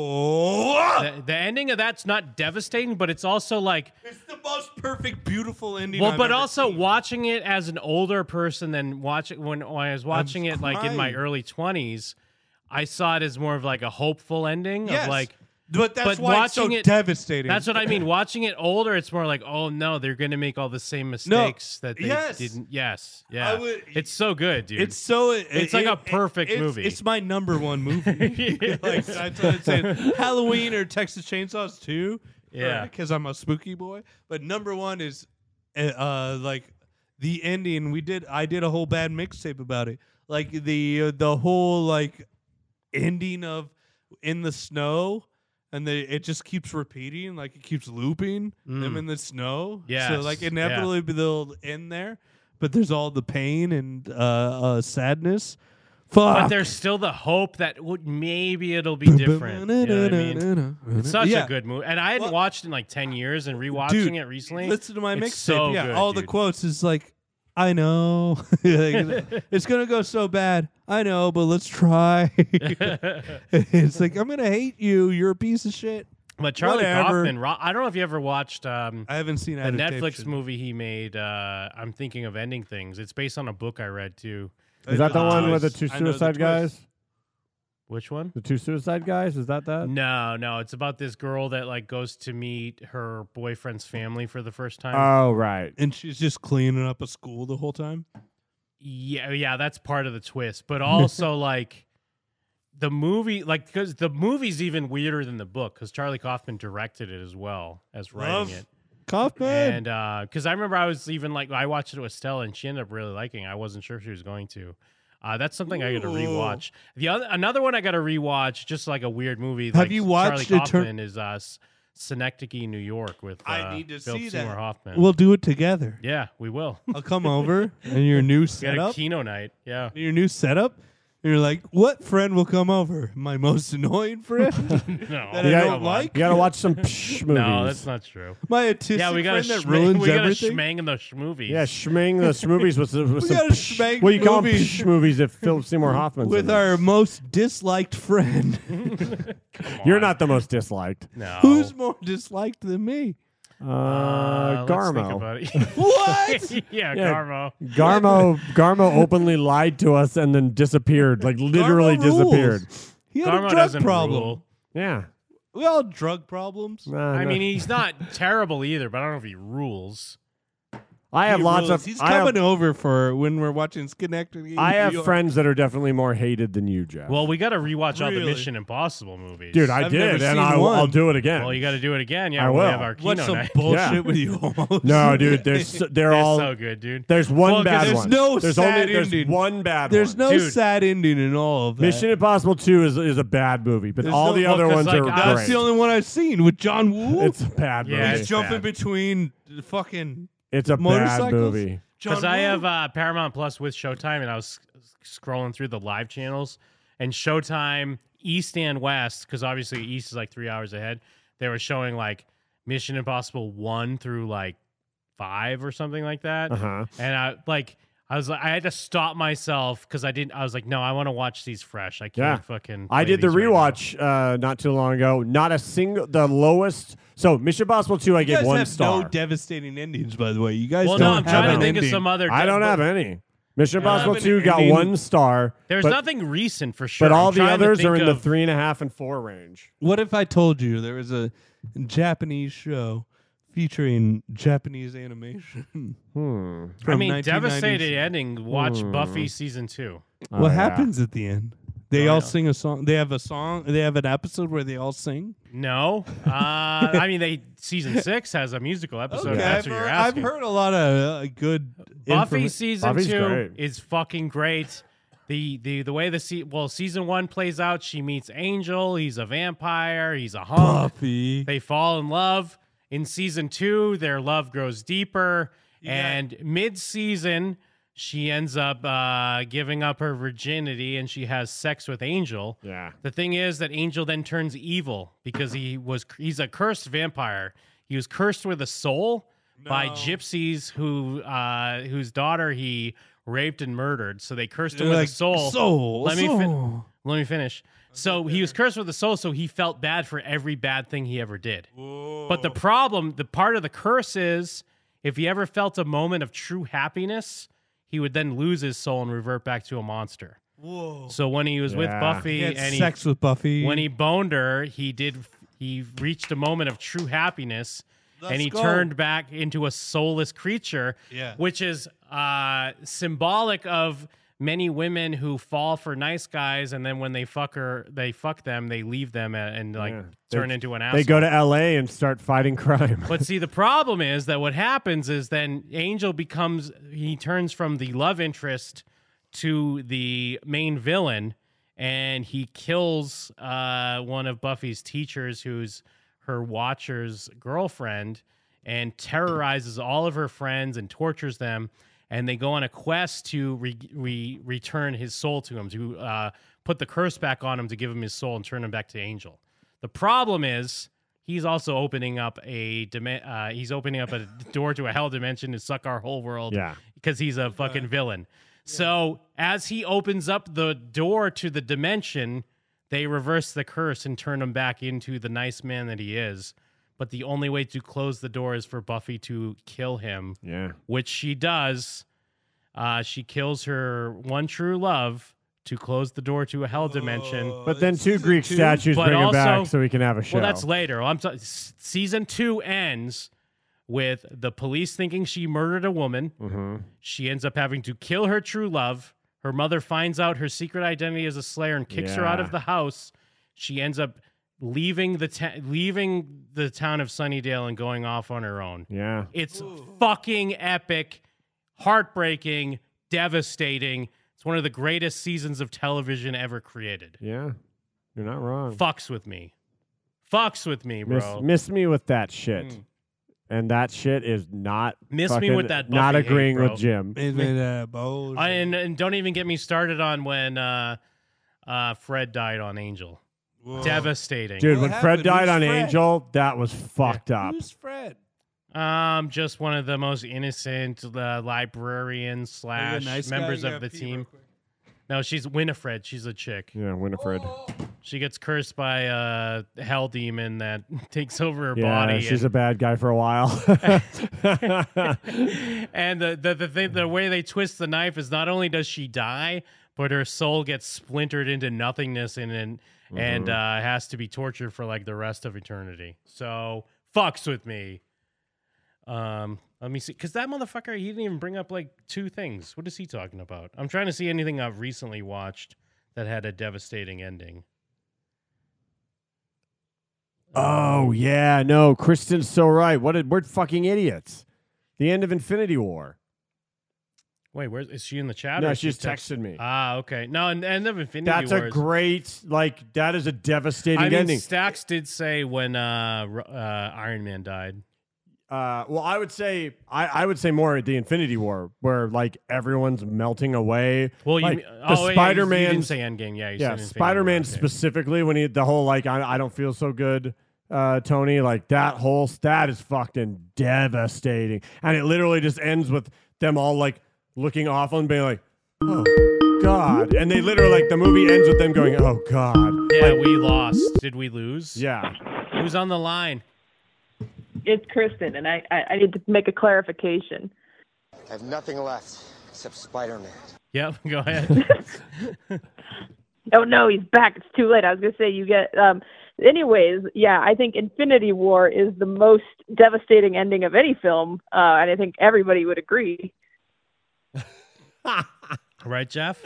Speaker 5: oh,
Speaker 2: the, the ending of that's not devastating, but it's also like
Speaker 5: the most perfect, beautiful ending.
Speaker 2: well,
Speaker 5: I've
Speaker 2: but
Speaker 5: ever
Speaker 2: also watching it as an older person than watching when, when I was watching it like in my
Speaker 5: crying.
Speaker 2: early twenties, I saw it as more of like a hopeful ending
Speaker 5: Yes,
Speaker 2: of like.
Speaker 5: but that's
Speaker 2: but
Speaker 5: why it's so
Speaker 2: watching it,
Speaker 5: devastating.
Speaker 2: That's what I mean. Watching it older, it's more like, oh no, they're gonna make all the same mistakes that they
Speaker 5: Yes.
Speaker 2: didn't. Yes, yeah,
Speaker 5: would-
Speaker 2: it's so good, dude.
Speaker 5: It's so. it-
Speaker 2: it's like
Speaker 5: it-
Speaker 2: a perfect
Speaker 5: it's-
Speaker 2: movie.
Speaker 5: It's my number one movie. like I started saying Halloween or Texas Chainsaws two.
Speaker 2: Yeah.
Speaker 5: because I'm a spooky boy. But number one is, uh, uh, like the ending. We did. I did a whole bad mixtape about it. Like the uh, the whole like ending of in the snow. And they, it just keeps repeating, like it keeps looping them
Speaker 2: Mm.
Speaker 5: in the snow. so
Speaker 2: Yes,
Speaker 5: like
Speaker 2: yeah.
Speaker 5: inevitably they'll end there, but there's all the pain and uh, uh, sadness.
Speaker 2: But
Speaker 5: Fuck.
Speaker 2: there's still the hope that would maybe it'll be different. You know what I mean? It's such
Speaker 5: Yeah.
Speaker 2: a good movie, and I hadn't watched it in like ten years, and rewatching
Speaker 5: Dude,
Speaker 2: it recently.
Speaker 5: Listen to my
Speaker 2: it's
Speaker 5: mixtape.
Speaker 2: So
Speaker 5: yeah,
Speaker 2: good,
Speaker 5: all the
Speaker 2: dude.
Speaker 5: quotes is like, I know it's gonna go so bad. I know, but let's try. it's like I'm gonna hate you. You're a piece of shit.
Speaker 2: But Charlie
Speaker 5: Whatever.
Speaker 2: Kaufman, Ro- I don't know if you ever watched. Um,
Speaker 5: I haven't seen
Speaker 2: the Netflix
Speaker 5: Adaptation.
Speaker 2: movie he made. Uh, I'm thinking of ending things. It's based on a book I read too.
Speaker 4: Is that the one with the two
Speaker 2: I know
Speaker 4: suicide
Speaker 2: twist.
Speaker 4: guys?
Speaker 2: Which one?
Speaker 4: The two suicide guys? Is that that?
Speaker 2: No, no, it's about this girl that like goes to meet her boyfriend's family for the first time.
Speaker 5: Uh.
Speaker 4: Oh right.
Speaker 5: And she's just cleaning up a school the whole time.
Speaker 2: Yeah, yeah, that's part of the twist, but also like the movie, like because the movie's even weirder than the book because Charlie Kaufman directed it as well as writing
Speaker 5: Love
Speaker 2: it.
Speaker 5: Kaufman.
Speaker 2: And because I remember I was even like I watched it with Stella and she ended up really liking. it. I wasn't sure if she was going to. Uh, that's something I got to
Speaker 5: Ooh.
Speaker 2: rewatch. The other another one I got to rewatch, just like a weird movie.
Speaker 5: Have
Speaker 2: like
Speaker 5: you watched
Speaker 2: Charlie
Speaker 5: Etern-
Speaker 2: Kaufman? is uh, S- Synecdoche, New York, with uh,
Speaker 5: I need to
Speaker 2: Philip
Speaker 5: see
Speaker 2: Seymour
Speaker 5: that.
Speaker 2: Hoffman.
Speaker 5: We'll do it together.
Speaker 2: uh, Yeah, we will.
Speaker 5: I'll come over and your new
Speaker 2: We got a
Speaker 5: setup.
Speaker 2: Kino night. Yeah.
Speaker 5: your new setup. And you're like, what friend will come over? My most annoying friend
Speaker 2: No.
Speaker 5: that
Speaker 4: You
Speaker 5: I
Speaker 4: gotta-
Speaker 5: don't like.
Speaker 4: You gotta watch some psh movies.
Speaker 2: No, that's not true.
Speaker 5: My autistic
Speaker 2: yeah, we got
Speaker 5: friend that
Speaker 2: a schmang,
Speaker 5: ruins
Speaker 2: we got
Speaker 5: everything.
Speaker 2: a schmang in the schmovies.
Speaker 4: Yeah, schming the schmovies with, the- with
Speaker 5: We
Speaker 4: some.
Speaker 5: gotta
Speaker 4: psh-
Speaker 5: schmang
Speaker 4: Well, you call them
Speaker 5: movies.
Speaker 4: psh movies if Philip Seymour Hoffman's in
Speaker 5: with
Speaker 4: it.
Speaker 5: our most disliked friend.
Speaker 4: You're not the most disliked.
Speaker 2: No.
Speaker 5: Who's more disliked than me?
Speaker 4: Uh,
Speaker 2: Uh, let's think
Speaker 4: Garmo.
Speaker 2: about it.
Speaker 5: What?
Speaker 2: yeah,
Speaker 4: Yeah,
Speaker 2: Garmo.
Speaker 4: Garmo. Garmo openly lied to us and then disappeared. Like literally
Speaker 5: Garmo rules.
Speaker 4: disappeared.
Speaker 5: He had
Speaker 2: Garmo
Speaker 5: a drug
Speaker 2: doesn't
Speaker 5: problem.
Speaker 2: rule.
Speaker 4: Yeah. Uh,
Speaker 5: We all had drug problems.
Speaker 4: Nah,
Speaker 2: I
Speaker 4: nah.
Speaker 2: mean, he's not terrible either, but I don't know if he rules.
Speaker 4: I have
Speaker 5: He
Speaker 4: lots
Speaker 5: rules.
Speaker 4: of.
Speaker 5: He's
Speaker 4: I have-
Speaker 5: coming over for when we're watching Schenectady.
Speaker 4: I have
Speaker 5: New York.
Speaker 4: friends that are definitely more hated than you, Jeff.
Speaker 2: Well, we got to rewatch all the
Speaker 5: Really?
Speaker 2: Mission Impossible movies,
Speaker 4: Dude, I
Speaker 5: I've never
Speaker 4: did,
Speaker 5: seen
Speaker 4: and I, will I'll
Speaker 5: one.
Speaker 4: do it again.
Speaker 2: Well, you got to do it again.
Speaker 4: I
Speaker 2: Yeah, when we
Speaker 4: will.
Speaker 2: have our
Speaker 5: What's
Speaker 2: Kino
Speaker 5: some
Speaker 2: night.
Speaker 5: bullshit
Speaker 4: Yeah.
Speaker 5: with you almost?
Speaker 4: no, dude, they're so, they're,
Speaker 2: They're
Speaker 4: all
Speaker 2: so good, dude.
Speaker 4: There's one
Speaker 2: Well, 'cause
Speaker 4: bad
Speaker 2: there's
Speaker 4: one.
Speaker 5: no
Speaker 4: there's
Speaker 5: sad
Speaker 4: only there's
Speaker 5: ending.
Speaker 4: one bad
Speaker 5: There's
Speaker 4: one.
Speaker 5: no
Speaker 2: Dude.
Speaker 5: sad ending in all of that.
Speaker 4: Mission Impossible Two is is a bad movie, but
Speaker 5: There's
Speaker 4: all
Speaker 5: no-
Speaker 4: the
Speaker 2: well,
Speaker 4: other
Speaker 2: 'cause,
Speaker 4: ones
Speaker 2: like,
Speaker 4: are
Speaker 2: I-
Speaker 5: That's
Speaker 4: great.
Speaker 5: the only one I've seen with John Woo.
Speaker 4: it's a bad
Speaker 2: Yeah,
Speaker 4: movie.
Speaker 2: it's
Speaker 5: jumping
Speaker 2: bad.
Speaker 5: between the fucking
Speaker 4: It's a bad
Speaker 5: motorcycles.
Speaker 4: movie.
Speaker 5: John
Speaker 2: Because I
Speaker 5: Woo.
Speaker 2: have uh, Paramount Plus with Showtime, and I was sc- scrolling through the live channels, and Showtime East and West, because obviously East is like three hours ahead. They were showing like Mission Impossible one through like five or something like that,
Speaker 4: Uh-huh.
Speaker 2: and I like I was like I had to stop myself because I didn't. I was like, no, I want to watch these fresh. I
Speaker 4: Yeah.
Speaker 2: can't fucking.
Speaker 4: I
Speaker 2: play
Speaker 4: did the
Speaker 2: these right now."
Speaker 4: rewatch uh, not too long ago. Not a single, the lowest. So Mission Impossible Two, I
Speaker 5: you
Speaker 4: gave
Speaker 5: guys
Speaker 4: one
Speaker 5: have
Speaker 4: star.
Speaker 5: no devastating endings, by the way. You guys
Speaker 2: Well, no,
Speaker 5: don't
Speaker 2: I'm
Speaker 5: have
Speaker 2: trying
Speaker 5: an
Speaker 2: to think of
Speaker 5: ending.
Speaker 2: some other.
Speaker 4: I don't
Speaker 2: but
Speaker 4: have any. Mission
Speaker 5: Yeah,
Speaker 4: Impossible
Speaker 5: but
Speaker 4: Two got
Speaker 5: I mean-
Speaker 4: one star.
Speaker 2: There's
Speaker 4: but,
Speaker 2: nothing recent for sure.
Speaker 4: But all
Speaker 2: I'm
Speaker 4: the
Speaker 2: trying to
Speaker 4: others are
Speaker 2: think
Speaker 4: in the
Speaker 2: of-
Speaker 4: three and a half and four range.
Speaker 5: What if I told you there was a Japanese show featuring Japanese animation?
Speaker 4: Hmm.
Speaker 2: I
Speaker 5: from
Speaker 2: mean,
Speaker 5: 1990s?
Speaker 2: devastated ending. Watch
Speaker 4: Hmm.
Speaker 2: Buffy season two.
Speaker 4: Oh,
Speaker 5: What
Speaker 4: yeah.
Speaker 5: happens at the end? They
Speaker 2: Oh,
Speaker 5: all
Speaker 2: yeah.
Speaker 5: sing a song. They have a song. They have an episode where they all sing.
Speaker 2: No, uh, I mean they season six has a musical episode. if
Speaker 5: I've,
Speaker 2: That's what
Speaker 5: heard,
Speaker 2: you're
Speaker 5: I've
Speaker 2: asking.
Speaker 5: heard a lot of uh, good.
Speaker 2: Buffy
Speaker 5: informa-
Speaker 2: season
Speaker 4: Buffy's
Speaker 2: two
Speaker 4: great.
Speaker 2: is fucking great. the the the way the se- well season one plays out, she meets Angel. He's a vampire. He's a hunk.
Speaker 10: Buffy.
Speaker 2: They fall in love. In season two, their love grows deeper. And mid season, she ends up uh, giving up her virginity and she has sex with Angel.
Speaker 4: Yeah.
Speaker 2: The thing is that Angel then turns evil because he was he's a cursed vampire. He was cursed with a soul by
Speaker 5: No.
Speaker 2: gypsies who uh, whose daughter he raped and murdered. So they cursed him
Speaker 5: They're
Speaker 2: with
Speaker 5: like,
Speaker 2: a soul.
Speaker 5: "Soul,
Speaker 2: Let me
Speaker 10: soul."
Speaker 2: let me finish. So he was cursed with a soul, so he felt bad for every bad thing he ever did. But the problem, the part of the curse is, if he ever felt a moment of true happiness, he would then lose his soul and revert back to a monster.
Speaker 5: Whoa.
Speaker 2: So when he was with
Speaker 5: Yeah.
Speaker 2: Buffy
Speaker 5: He had
Speaker 2: and
Speaker 10: sex with Buffy.
Speaker 2: when he boned her, he did he reached a moment of true happiness and
Speaker 5: Let's
Speaker 2: he
Speaker 5: go.
Speaker 2: turned back into a soulless creature,
Speaker 5: Yeah.
Speaker 2: which is uh, symbolic of many women who fall for nice guys and then when they fuck her, they fuck them, they leave them and, and like
Speaker 4: They-
Speaker 2: turn into an asshole.
Speaker 4: They go to L.A. and start fighting crime.
Speaker 2: But see, the problem is that what happens is then Angel becomes he turns from the love interest to the main villain, and he kills uh, one of Buffy's teachers, who's her watcher's girlfriend, and terrorizes all of her friends and tortures them. And they go on a quest to re- re- return his soul to him, to uh, put the curse back on him, to give him his soul and turn him back to Angel. The problem is he's also opening up a dimen- uh, he's opening up a door to a hell dimension to suck our whole world.
Speaker 4: Yeah.
Speaker 2: because he's a fucking villain. So as he opens up the door to the dimension, they reverse the curse and turn him back into the nice man that he is. But the only way to close the door is for Buffy to kill him.
Speaker 4: Yeah.
Speaker 2: Which she does. Uh, she kills her one true love to close the door to a hell dimension.
Speaker 4: But then two Greek statues
Speaker 2: But
Speaker 4: bring
Speaker 2: also-
Speaker 4: it back so we can have a show.
Speaker 2: Well, that's later. I'm t- s- season two ends with the police thinking she murdered a woman.
Speaker 4: Mm-hmm.
Speaker 2: She ends up having to kill her true love. Her mother finds out her secret identity as a slayer and kicks her out
Speaker 4: Yeah.
Speaker 2: of the house. She ends up leaving the ta- leaving the town of Sunnydale and going off on her own.
Speaker 4: Yeah.
Speaker 2: It's fucking epic, heartbreaking, devastating. It's one of the greatest seasons of television ever created.
Speaker 4: Yeah. You're not wrong.
Speaker 2: Fucks with me. Fucks with me,
Speaker 4: Miss,
Speaker 2: bro. Hmm.
Speaker 4: miss me with that shit. And that shit is not
Speaker 2: Miss me
Speaker 4: fucking-
Speaker 2: with that
Speaker 4: not
Speaker 2: Buffy hate,
Speaker 4: agreeing
Speaker 2: bro.
Speaker 4: with Jim.
Speaker 10: Miss me that bullshit.
Speaker 2: I- and, and don't even get me started on when uh, uh, Fred died on Angel. Devastating,
Speaker 4: Dude, when Fred died on Angel, that was fucked up.
Speaker 10: Fred?
Speaker 2: Um, just one of the most innocent uh, librarians slash
Speaker 10: nice guy?
Speaker 2: members
Speaker 10: You
Speaker 2: of
Speaker 10: gotta
Speaker 2: the
Speaker 10: pee
Speaker 2: team. No, she's Winifred. She's a chick.
Speaker 4: Yeah, Winifred.
Speaker 2: She gets cursed by a hell demon that takes over her
Speaker 4: yeah,
Speaker 2: body.
Speaker 4: she's
Speaker 2: and-
Speaker 4: a bad guy for a while.
Speaker 2: and the the the, thing, the way they twist the knife is not only does she die, but her soul gets splintered into nothingness and and,
Speaker 4: Mm-hmm.
Speaker 2: and uh, has to be tortured for like the rest of eternity. So fucks with me. Um, let me see, because that motherfucker he didn't even bring up like two things. What is he talking about? I'm trying to see anything I've recently watched that had a devastating ending.
Speaker 4: oh yeah, no, Kristen's so right. What? A, we're fucking idiots. The end of Infinity War.
Speaker 2: Wait, where is she in the chat?
Speaker 4: No,
Speaker 2: or is
Speaker 4: she just
Speaker 2: she text-
Speaker 4: texted me.
Speaker 2: Ah, okay. No, and end of Infinity
Speaker 4: That's
Speaker 2: War
Speaker 4: a
Speaker 2: is-
Speaker 4: great, like, that is a devastating
Speaker 2: I mean,
Speaker 4: ending.
Speaker 2: Stacks did say when uh, Ro- uh, Iron Man died.
Speaker 4: Uh, well, I would say I, I would say more at the Infinity War, where like everyone's melting away.
Speaker 2: Well, you
Speaker 4: like,
Speaker 2: mean- oh, yeah, you- you
Speaker 4: the Spider Man
Speaker 2: didn't say Endgame. Yeah, you said
Speaker 4: yeah.
Speaker 2: Infinity
Speaker 4: Spider
Speaker 2: War,
Speaker 4: Man
Speaker 2: okay.
Speaker 4: specifically when he the whole like I, I don't feel so good, uh, Tony. Like that whole stat is fucking devastating, and it literally just ends with them all like looking awful and being like, oh god, and they literally like the movie ends with them going, oh god.
Speaker 2: Yeah, we lost. Did we lose?
Speaker 4: Yeah.
Speaker 2: Who's on the line?
Speaker 18: It's Kristen, and I, I, I need to make a clarification.
Speaker 19: I have nothing left except Spider-Man.
Speaker 2: Yep, go ahead.
Speaker 18: Oh no, he's back. It's too late. I was gonna say you get. Um, anyways, yeah, I think Infinity War is the most devastating ending of any film, uh, and I think everybody would agree.
Speaker 2: right, Jeff?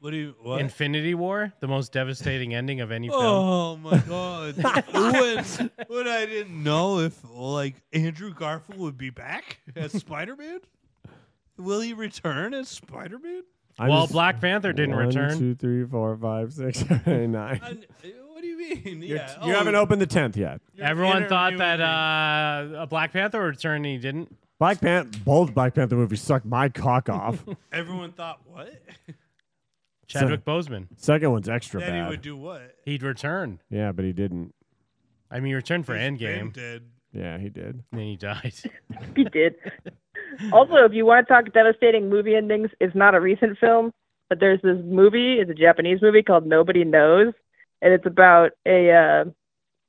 Speaker 5: What do you? What?
Speaker 2: Infinity War, the most devastating ending of any film.
Speaker 5: Oh my god! when, when I didn't know if like Andrew Garfield would be back as Spider Man, will he return as Spider Man?
Speaker 4: I'm
Speaker 2: well,
Speaker 4: just-
Speaker 2: Black Panther didn't
Speaker 4: One,
Speaker 2: return.
Speaker 4: two, three, four, five, six, seven, eight, nine.
Speaker 5: uh, What do you mean? yeah.
Speaker 4: You
Speaker 5: oh,
Speaker 4: haven't opened the tenth yet.
Speaker 2: Everyone thought that uh, a Black Panther would return, and he didn't.
Speaker 4: Black Panther, both Black Panther movies suck my cock off.
Speaker 5: Everyone thought what?
Speaker 2: Chadwick
Speaker 4: Se-
Speaker 2: Boseman.
Speaker 4: Second one's extra
Speaker 5: That he
Speaker 4: bad.
Speaker 5: would do what?
Speaker 2: He'd return.
Speaker 4: Yeah, but he didn't.
Speaker 2: I mean, he returned for
Speaker 5: He's been
Speaker 2: Endgame.
Speaker 5: dead.
Speaker 4: Yeah, he did.
Speaker 2: And then he died.
Speaker 18: He did. also, if you want to talk devastating movie endings, it's not a recent film, but there's this movie. It's a Japanese movie called Nobody Knows, and it's about a uh,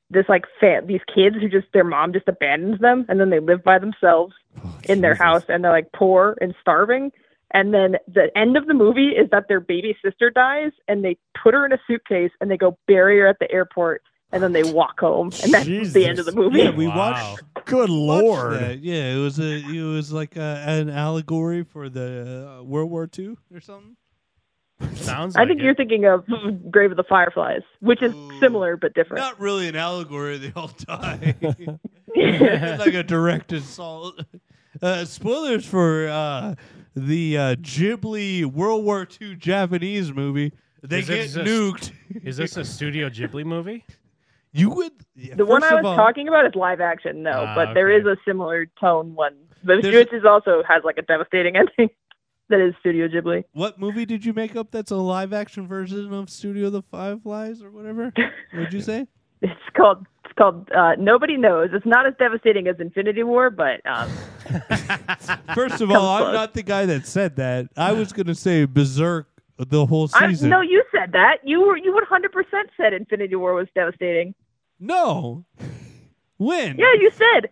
Speaker 18: this like fam- these kids who just their mom just abandons them, and then they live by themselves
Speaker 4: Oh,
Speaker 18: in their house, and they're like poor and starving. And then the end of the movie is that their baby sister dies, and they put her in a suitcase, and they go bury her at the airport, and then they walk home, and that's the end of the movie.
Speaker 5: Oh, Yeah, we watched.
Speaker 4: Good lord.
Speaker 5: yeah, it was a it was like uh an allegory for the uh, World War II or something.
Speaker 2: Sounds.
Speaker 18: I think you're thinking of Grave of the Fireflies, which is similar but different.
Speaker 5: Not really an allegory. They all die. It's like a direct assault. Uh, spoilers for uh, the uh, Ghibli World War II Japanese movie. They
Speaker 2: Is
Speaker 5: get
Speaker 2: this a-
Speaker 5: nuked.
Speaker 2: is this a Studio Ghibli movie?
Speaker 5: You would.
Speaker 18: the one
Speaker 5: first
Speaker 18: I
Speaker 5: of
Speaker 18: was
Speaker 5: all-
Speaker 18: talking about is live action, no,
Speaker 2: Ah,
Speaker 18: but there is a similar tone one. But which is also has like a devastating ending. that is Studio Ghibli.
Speaker 5: What movie did you make up that's a live action version of Studio of the Fireflies or whatever? What'd you say?
Speaker 18: It's called it's called uh, Nobody Knows. It's not as devastating as Infinity War, but um,
Speaker 5: First of
Speaker 18: Come
Speaker 5: all, I'm
Speaker 18: close.
Speaker 5: not the guy that said that. I was gonna say Berserk the whole
Speaker 18: I
Speaker 5: season.
Speaker 18: no, you said that you were you would hundred percent said Infinity War was devastating.
Speaker 5: No. When?
Speaker 18: Yeah, you said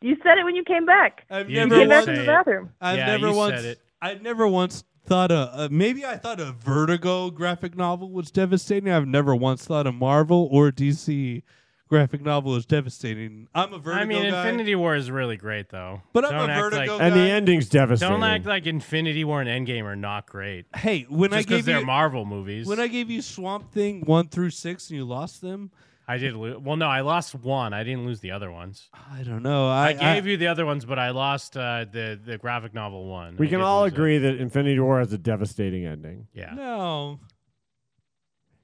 Speaker 18: you said it when you came back.
Speaker 5: I've
Speaker 18: you
Speaker 5: never
Speaker 18: came back
Speaker 5: once.
Speaker 18: from the bathroom.
Speaker 5: I've
Speaker 2: Yeah,
Speaker 5: never
Speaker 2: you
Speaker 5: once.
Speaker 2: said it.
Speaker 5: I've never once thought a, a maybe I thought a Vertigo graphic novel was devastating. I've never once thought a Marvel or DC graphic novel is devastating. I'm a Vertigo
Speaker 2: I mean,
Speaker 5: guy.
Speaker 2: Infinity War is really great, though.
Speaker 5: But I'm a
Speaker 2: Don't act
Speaker 5: Vertigo
Speaker 2: like,
Speaker 5: And the guy.
Speaker 4: ending's devastating.
Speaker 2: Don't act like Infinity War and Endgame are not great.
Speaker 5: Hey, when I
Speaker 2: Just 'cause
Speaker 5: gave
Speaker 2: they're
Speaker 5: you-
Speaker 2: Marvel movies,
Speaker 5: when I gave you Swamp Thing one through six and you lost them,
Speaker 2: I did lose. Well, no, I lost one. I didn't lose the other ones.
Speaker 5: I don't know. I,
Speaker 2: gave you the other ones, but I lost uh, the the graphic novel one.
Speaker 4: We
Speaker 2: I
Speaker 4: can
Speaker 2: did
Speaker 4: all
Speaker 2: lose it.
Speaker 4: agree that Infinity War has a devastating ending.
Speaker 2: Yeah.
Speaker 5: No.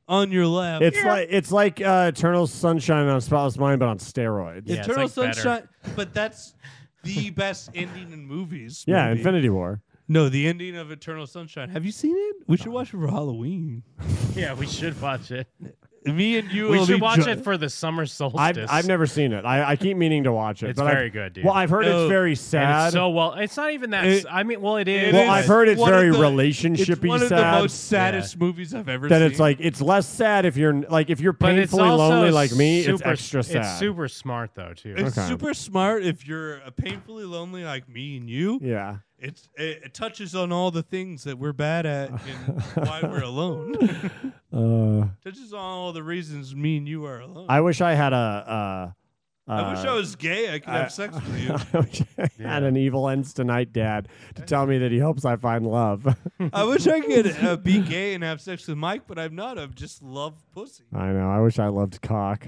Speaker 5: On your lap.
Speaker 4: It's like it's like uh, Eternal Sunshine on a Spotless Mind, but on steroids.
Speaker 5: Eternal Sunshine, but that's the best ending in movies.
Speaker 4: Yeah,
Speaker 5: maybe.
Speaker 4: Infinity War.
Speaker 5: No, the ending of Eternal Sunshine. Have you seen it? We should watch it for Halloween.
Speaker 2: Yeah, we should watch it.
Speaker 5: Me and you.
Speaker 2: we
Speaker 5: will
Speaker 2: should
Speaker 5: be
Speaker 2: watch
Speaker 5: ju-
Speaker 2: it for the summer
Speaker 4: I've,
Speaker 2: solstice.
Speaker 4: I've never seen it. I, I keep meaning to watch it.
Speaker 2: It's
Speaker 4: but I've-
Speaker 2: very good, dude.
Speaker 4: Well, I've heard
Speaker 2: Oh.
Speaker 4: it's very
Speaker 2: And it's
Speaker 4: sad.
Speaker 2: so well, it's not even that.
Speaker 4: It-
Speaker 2: s- I mean, well, it is.
Speaker 4: well, I've heard it's
Speaker 5: one of
Speaker 4: very
Speaker 5: the-
Speaker 4: relationshipy
Speaker 5: It's one of
Speaker 4: sad.
Speaker 5: the most saddest movies I've ever
Speaker 4: that
Speaker 5: seen.
Speaker 4: it's like it's less sad if you're like if you're
Speaker 2: But it's
Speaker 4: painfully
Speaker 2: also
Speaker 4: lonely like me. it's
Speaker 2: super-
Speaker 4: extra sad.
Speaker 2: It's super smart though, too.
Speaker 5: It's super smart if you're uh, painfully lonely like me and you.
Speaker 4: Yeah.
Speaker 5: It's it, it touches on all the things that we're bad at and why we're alone.
Speaker 4: Uh,
Speaker 5: touches on all the reasons me and you are alone.
Speaker 4: I wish I had a. Uh,
Speaker 5: I wish
Speaker 4: uh,
Speaker 5: I was gay. I could have sex with you.
Speaker 4: I wish I had an evil ends tonight, Dad, to tell me that he hopes I find love.
Speaker 5: I wish I could uh, be gay and have sex with Mike, but I'm not. I just love pussy.
Speaker 4: I know. I wish I loved cock.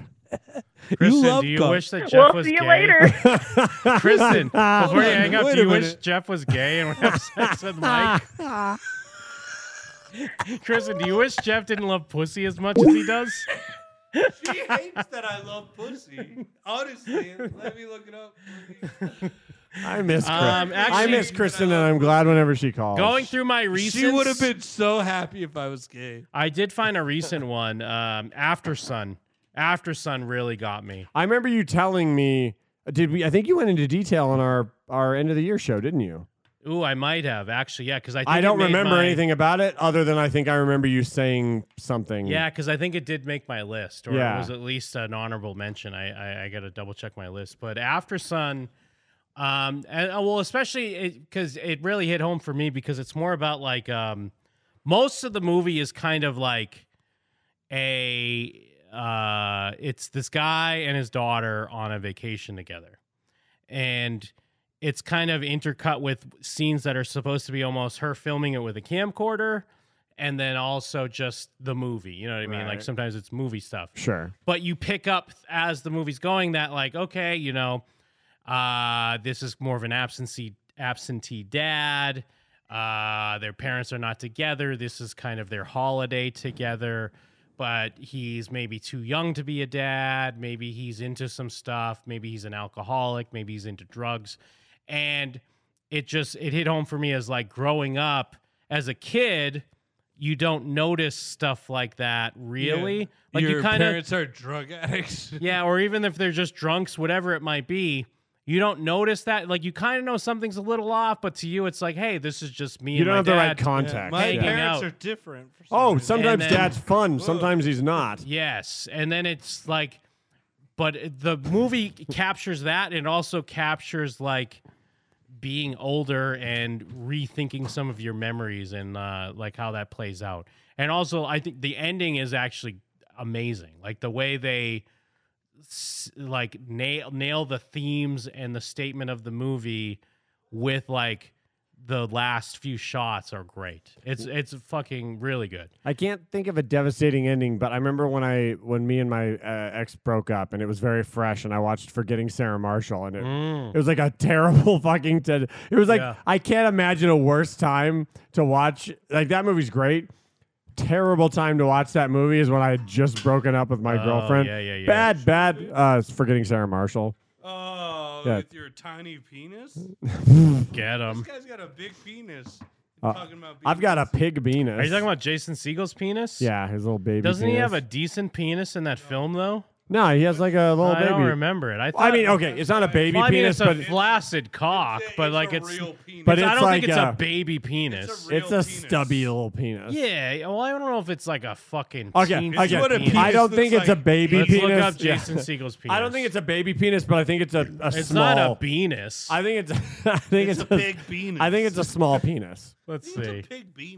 Speaker 2: Kristen,
Speaker 5: love
Speaker 2: do you
Speaker 5: God.
Speaker 2: wish that Jeff
Speaker 18: Well,
Speaker 2: was
Speaker 18: see you
Speaker 2: gay?
Speaker 18: later.
Speaker 2: Kristen,
Speaker 4: Hold
Speaker 2: before you
Speaker 4: on,
Speaker 2: hang up,
Speaker 4: wait
Speaker 2: do
Speaker 4: a
Speaker 2: you wish
Speaker 4: minute.
Speaker 2: Jeff was gay and would have sex with Mike? Kristen, do you wish Jeff didn't love pussy as much as he does?
Speaker 5: She hates that I love pussy. Honestly, let me look it up.
Speaker 4: I miss. Chris.
Speaker 2: Um,
Speaker 4: I
Speaker 2: actually-
Speaker 4: miss Kristen, and I'm glad whenever Oh, she calls.
Speaker 2: Going through my recent.
Speaker 5: She would have been so happy if I was gay.
Speaker 2: I did find a recent one. Um, After Sun. After Sun really got me.
Speaker 4: I remember you telling me. Did we? I think you went into detail on our our end of the year show, didn't you?
Speaker 2: Ooh, I might have actually. Yeah, because I think
Speaker 4: I,
Speaker 2: it
Speaker 4: don't
Speaker 2: made
Speaker 4: remember
Speaker 2: my-
Speaker 4: anything about it other than I think I remember you saying something.
Speaker 2: Yeah, because I think it did make my list, or
Speaker 4: Yeah.
Speaker 2: it was at least an honorable mention. I I, I got to double check my list, but After Sun, um, and uh, well, especially because it, really hit home for me because it's more about like um, most of the movie is kind of like a uh, it's this guy and his daughter on a vacation together, and it's kind of intercut with scenes that are supposed to be almost her filming it with a camcorder and then also just the movie. You know what I mean? Like
Speaker 4: Right.
Speaker 2: sometimes it's movie stuff.
Speaker 4: Sure.
Speaker 2: But you pick up as the movie's going that like, okay, you know, uh, this is more of an absentee absentee dad. Uh, their parents are not together. This is kind of their holiday together. But he's maybe too young to be a dad. Maybe he's into some stuff. Maybe he's an alcoholic. Maybe he's into drugs. And it just it hit home for me as like growing up as a kid, you don't notice stuff like that really.
Speaker 5: Yeah.
Speaker 2: Like
Speaker 5: Your
Speaker 2: you kind of
Speaker 5: parents are drug addicts.
Speaker 2: yeah, or even if they're just drunks, whatever it might be, you don't notice that. Like you kind of know something's a little off, but to you, it's like, hey, this is just me.
Speaker 4: You
Speaker 2: and
Speaker 4: don't
Speaker 2: my
Speaker 4: have the right
Speaker 2: dad
Speaker 4: context.
Speaker 5: My
Speaker 2: hanging
Speaker 5: parents
Speaker 2: out.
Speaker 5: are different. For some
Speaker 4: Oh,
Speaker 5: reason.
Speaker 4: sometimes
Speaker 2: And then-
Speaker 4: dad's fun, sometimes he's not.
Speaker 2: Yes, and then it's like, but the movie captures that, and also captures like being older and rethinking some of your memories and uh, like how that plays out. And also, I think the ending is actually amazing. Like the way they s- like nail nail the themes and the statement of the movie with like the last few shots are great. It's it's fucking really good.
Speaker 4: I can't think of a devastating ending, but I remember when I when me and my uh, ex broke up, and it was very fresh, and I watched Forgetting Sarah Marshall, and it,
Speaker 2: Mm.
Speaker 4: it was like a terrible fucking. Ted. it was like
Speaker 2: Yeah.
Speaker 4: I can't imagine a worse time to watch. Like that movie's great. Terrible time to watch that movie is when I had just broken up with my
Speaker 5: Oh,
Speaker 4: girlfriend.
Speaker 5: yeah, yeah, yeah.
Speaker 4: Bad, bad. Uh, Forgetting Sarah Marshall.
Speaker 5: Oh,
Speaker 4: Yeah.
Speaker 5: with your tiny penis?
Speaker 2: Get him.
Speaker 5: This guy's got a big penis.
Speaker 4: Uh,
Speaker 5: talking about
Speaker 4: I've got a pig penis.
Speaker 2: Are you talking about Jason Siegel's penis?
Speaker 4: Yeah, his little baby.
Speaker 2: Doesn't he have
Speaker 4: penis.
Speaker 2: a decent penis in that film though?
Speaker 4: No, he has like a little
Speaker 2: I
Speaker 4: Oh, baby.
Speaker 2: don't remember it. I
Speaker 4: I
Speaker 2: thought-
Speaker 4: mean, okay, it's not a baby
Speaker 2: Well, I mean,
Speaker 4: penis,
Speaker 2: it's a
Speaker 4: but
Speaker 2: flaccid cock, but like it's,
Speaker 4: But
Speaker 2: I
Speaker 4: it's like
Speaker 2: don't
Speaker 4: uh,
Speaker 2: think it's
Speaker 4: a-
Speaker 2: a baby penis.
Speaker 4: it's a stubby little penis.
Speaker 2: Yeah, well, I don't know if it's like a fucking.
Speaker 4: Okay,
Speaker 2: teen
Speaker 4: okay.
Speaker 2: penis.
Speaker 4: I don't think it's a baby
Speaker 2: Let's
Speaker 4: penis.
Speaker 2: Look up
Speaker 4: Yeah.
Speaker 2: Jason Siegel's penis.
Speaker 4: I don't think it's a baby penis, but I think it's a, a
Speaker 2: It's
Speaker 4: small.
Speaker 2: not a penis.
Speaker 4: I think it's. I think it's,
Speaker 2: a big penis.
Speaker 4: I think it's a small penis.
Speaker 2: Let's see.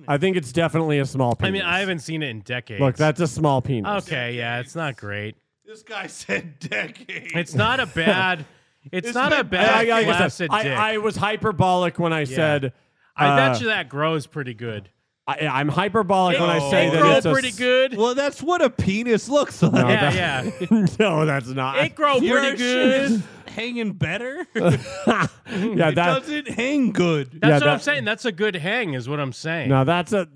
Speaker 4: I think it's definitely a small penis.
Speaker 2: I mean, I haven't seen it in decades.
Speaker 4: Look, that's a small penis.
Speaker 2: Okay, yeah, it's not great.
Speaker 5: This guy said decade.
Speaker 2: It's not a bad. It's,
Speaker 5: It's
Speaker 2: not a
Speaker 5: been-
Speaker 2: bad
Speaker 4: I, I, I,
Speaker 2: flaccid
Speaker 4: I,
Speaker 2: dick.
Speaker 4: I was hyperbolic when I
Speaker 2: Yeah.
Speaker 4: said.
Speaker 2: I
Speaker 4: uh,
Speaker 2: bet you that grows pretty good.
Speaker 4: I, I'm hyperbolic
Speaker 2: It-
Speaker 4: when I say
Speaker 2: it
Speaker 4: that
Speaker 2: grow
Speaker 4: it's a
Speaker 2: pretty
Speaker 4: s-
Speaker 2: good.
Speaker 5: Well, that's what a penis looks like.
Speaker 4: No,
Speaker 2: yeah, yeah.
Speaker 4: that- no, that's not.
Speaker 2: It grow
Speaker 5: Your shit
Speaker 2: pretty good.
Speaker 5: is Hanging better?
Speaker 4: yeah,
Speaker 5: it
Speaker 4: that.
Speaker 5: doesn't hang good.
Speaker 2: That's
Speaker 4: Yeah,
Speaker 2: what I'm
Speaker 4: that-
Speaker 2: saying. That's a good hang, is what I'm saying.
Speaker 4: No, that's a.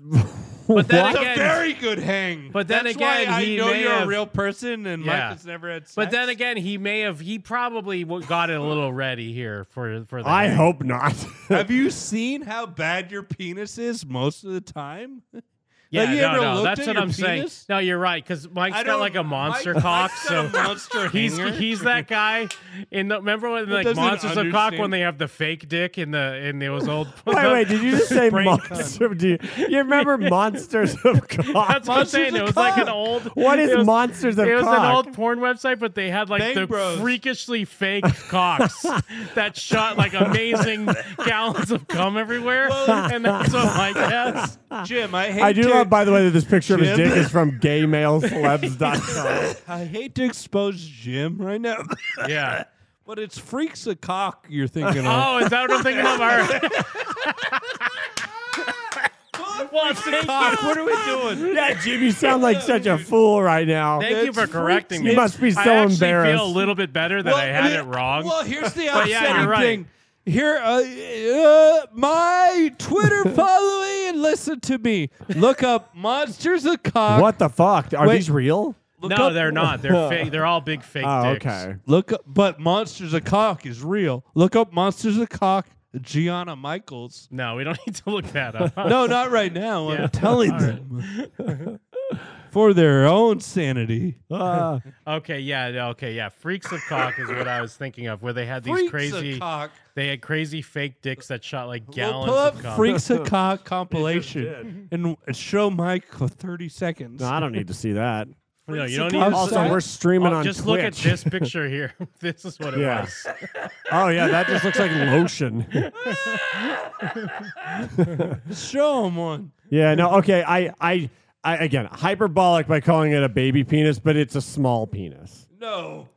Speaker 2: But then
Speaker 4: What?
Speaker 2: again,
Speaker 5: a very good hang.
Speaker 2: But then
Speaker 5: That's
Speaker 2: again,
Speaker 5: why
Speaker 2: he
Speaker 5: I know
Speaker 2: may
Speaker 5: you're a
Speaker 2: have-
Speaker 5: real person, and
Speaker 2: Yeah.
Speaker 5: Michael's never had sex.
Speaker 2: But then again, he may have. He probably w- got it a little ready here for for the.
Speaker 4: I
Speaker 2: hang.
Speaker 4: hope not.
Speaker 5: have you seen how bad your penis is most of the time?
Speaker 2: Yeah,
Speaker 5: Like, you
Speaker 2: no,
Speaker 5: ever
Speaker 2: no,
Speaker 5: looked
Speaker 2: that's
Speaker 5: at
Speaker 2: what
Speaker 5: your
Speaker 2: I'm saying.
Speaker 5: penis?
Speaker 2: No, you're right because Mike's
Speaker 5: I
Speaker 2: got
Speaker 5: don't-
Speaker 2: like a monster
Speaker 5: Mike-
Speaker 2: cock.
Speaker 5: Mike's
Speaker 2: So
Speaker 5: got a monster
Speaker 2: he's
Speaker 5: hanger.
Speaker 2: he's that guy in the remember when like
Speaker 5: doesn't
Speaker 2: monsters of cock when
Speaker 5: understand.
Speaker 2: they have the fake dick in the in those old.
Speaker 4: Wait, wait, did you just say
Speaker 2: Brain
Speaker 4: monster? Do you, you remember Monsters of Cock?
Speaker 2: That's what I'm saying. It was like an old.
Speaker 4: What is
Speaker 2: it was-
Speaker 4: Monsters of
Speaker 2: It was an
Speaker 4: Cock?
Speaker 2: old porn website, but they had like
Speaker 5: Bang
Speaker 2: the
Speaker 5: Bros.
Speaker 2: freakishly fake cocks that shot like amazing gallons of cum everywhere, and that's what Mike has.
Speaker 5: Jim, I hate
Speaker 4: I do
Speaker 5: to,
Speaker 4: love, by the way, that this picture of his
Speaker 5: Jim.
Speaker 4: dick is from gaymailcelebs.com.
Speaker 5: I hate to expose Jim right now,
Speaker 2: Yeah.
Speaker 5: but it's freaks a cock you're thinking of.
Speaker 2: Oh, is that what I'm thinking of? All right. well, thank
Speaker 5: Cock,
Speaker 2: you.
Speaker 5: what are we doing?
Speaker 4: yeah, Jim, you sound like such a fool right now.
Speaker 2: Thank you for correcting me.
Speaker 4: You must be so
Speaker 2: I actually
Speaker 4: embarrassed.
Speaker 2: feel a little bit better that I had it wrong.
Speaker 5: Well, here's the
Speaker 2: But
Speaker 5: upsetting
Speaker 2: yeah, you're right.
Speaker 5: thing. Here, uh, uh, my Twitter following and listen to me. Look up monsters of cock.
Speaker 4: what the fuck? Are
Speaker 5: Wait.
Speaker 4: these real?
Speaker 5: Look
Speaker 2: no,
Speaker 5: up-
Speaker 2: they're not. They're fake. They're all big fake
Speaker 4: Oh,
Speaker 2: dicks.
Speaker 4: okay.
Speaker 5: Look, up, but monsters of cock is real. Look up monsters of cock. Gianna Michaels.
Speaker 2: No, we don't need to look that up.
Speaker 5: No, not right now.
Speaker 2: Yeah.
Speaker 5: I'm telling
Speaker 2: All
Speaker 5: them for their own sanity.
Speaker 2: Uh,
Speaker 4: Ah.
Speaker 2: Okay, yeah, no, okay, yeah. Freaks of cock is what I was thinking of, where they had these
Speaker 5: Freaks of
Speaker 2: crazy,
Speaker 5: cock.
Speaker 2: they had crazy fake dicks that shot like
Speaker 5: We'll
Speaker 2: gallons
Speaker 5: pull up
Speaker 2: of cum.
Speaker 5: Freaks of Cock compilation and show Mike for 30 seconds.
Speaker 4: No, I don't need to see that.
Speaker 2: No, you don't
Speaker 5: Freaks
Speaker 2: need
Speaker 5: of
Speaker 2: to
Speaker 5: cock.
Speaker 4: Also,
Speaker 2: say-
Speaker 4: we're streaming
Speaker 2: Oh,
Speaker 4: on
Speaker 2: Just look at
Speaker 4: Twitch.
Speaker 2: this picture here. this is what it
Speaker 4: Yeah.
Speaker 2: was.
Speaker 4: Oh, yeah, that just looks like lotion.
Speaker 5: Show him one.
Speaker 4: Yeah, no, okay. I, I, I, again, hyperbolic by calling it a baby penis, but it's a small penis.
Speaker 5: No.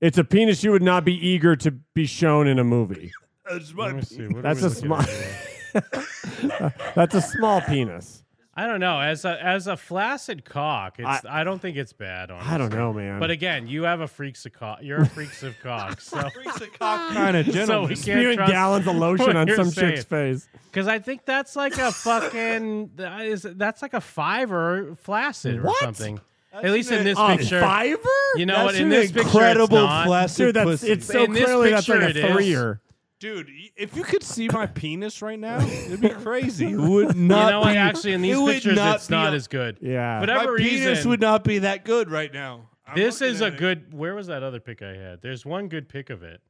Speaker 4: It's a penis you would not be eager to be shown in a movie.
Speaker 5: That's my
Speaker 2: Let me see, what are
Speaker 4: That's
Speaker 2: we
Speaker 4: a
Speaker 2: looking
Speaker 4: small.
Speaker 2: at here?
Speaker 4: That's a small penis.
Speaker 2: I don't know. As a as a flaccid cock, it's, I, don't think it's bad. Honestly.
Speaker 4: I don't know, man.
Speaker 2: But again, you have a freaks of cock. You're a freaks of cock. So freaks of cock
Speaker 4: kind of
Speaker 2: So
Speaker 4: gentleman.
Speaker 2: we can't
Speaker 4: Spewing
Speaker 2: trust
Speaker 4: gallons of lotion
Speaker 2: what
Speaker 4: on
Speaker 2: you're
Speaker 4: some
Speaker 2: saying.
Speaker 4: chick's face.
Speaker 2: Because I think that's like a fucking that is that's like a fiver flaccid
Speaker 4: What?
Speaker 2: or something. At
Speaker 4: That's
Speaker 2: least in
Speaker 4: an-
Speaker 2: this
Speaker 4: a
Speaker 2: picture,
Speaker 4: fiver?
Speaker 2: You know
Speaker 4: That's
Speaker 2: what? In
Speaker 4: an
Speaker 2: this
Speaker 4: incredible
Speaker 2: picture, it's not.
Speaker 4: flaccid Dude, that's- pussy. it's so
Speaker 2: In this
Speaker 4: clearly that's
Speaker 2: picture
Speaker 4: like a
Speaker 2: it is.
Speaker 4: three-er.
Speaker 5: Dude, y- if you could see my penis right now, it'd be crazy. It would not.
Speaker 2: you know what?
Speaker 5: be-
Speaker 2: Actually, in these
Speaker 5: it would
Speaker 2: pictures,
Speaker 5: not
Speaker 2: it's
Speaker 5: be
Speaker 2: not
Speaker 5: a-
Speaker 2: as good.
Speaker 4: Yeah.
Speaker 2: Whatever
Speaker 5: my penis
Speaker 2: reason,
Speaker 5: would not be that good right now.
Speaker 2: this is a good. Where was that other pick I had? There's one good pick of it.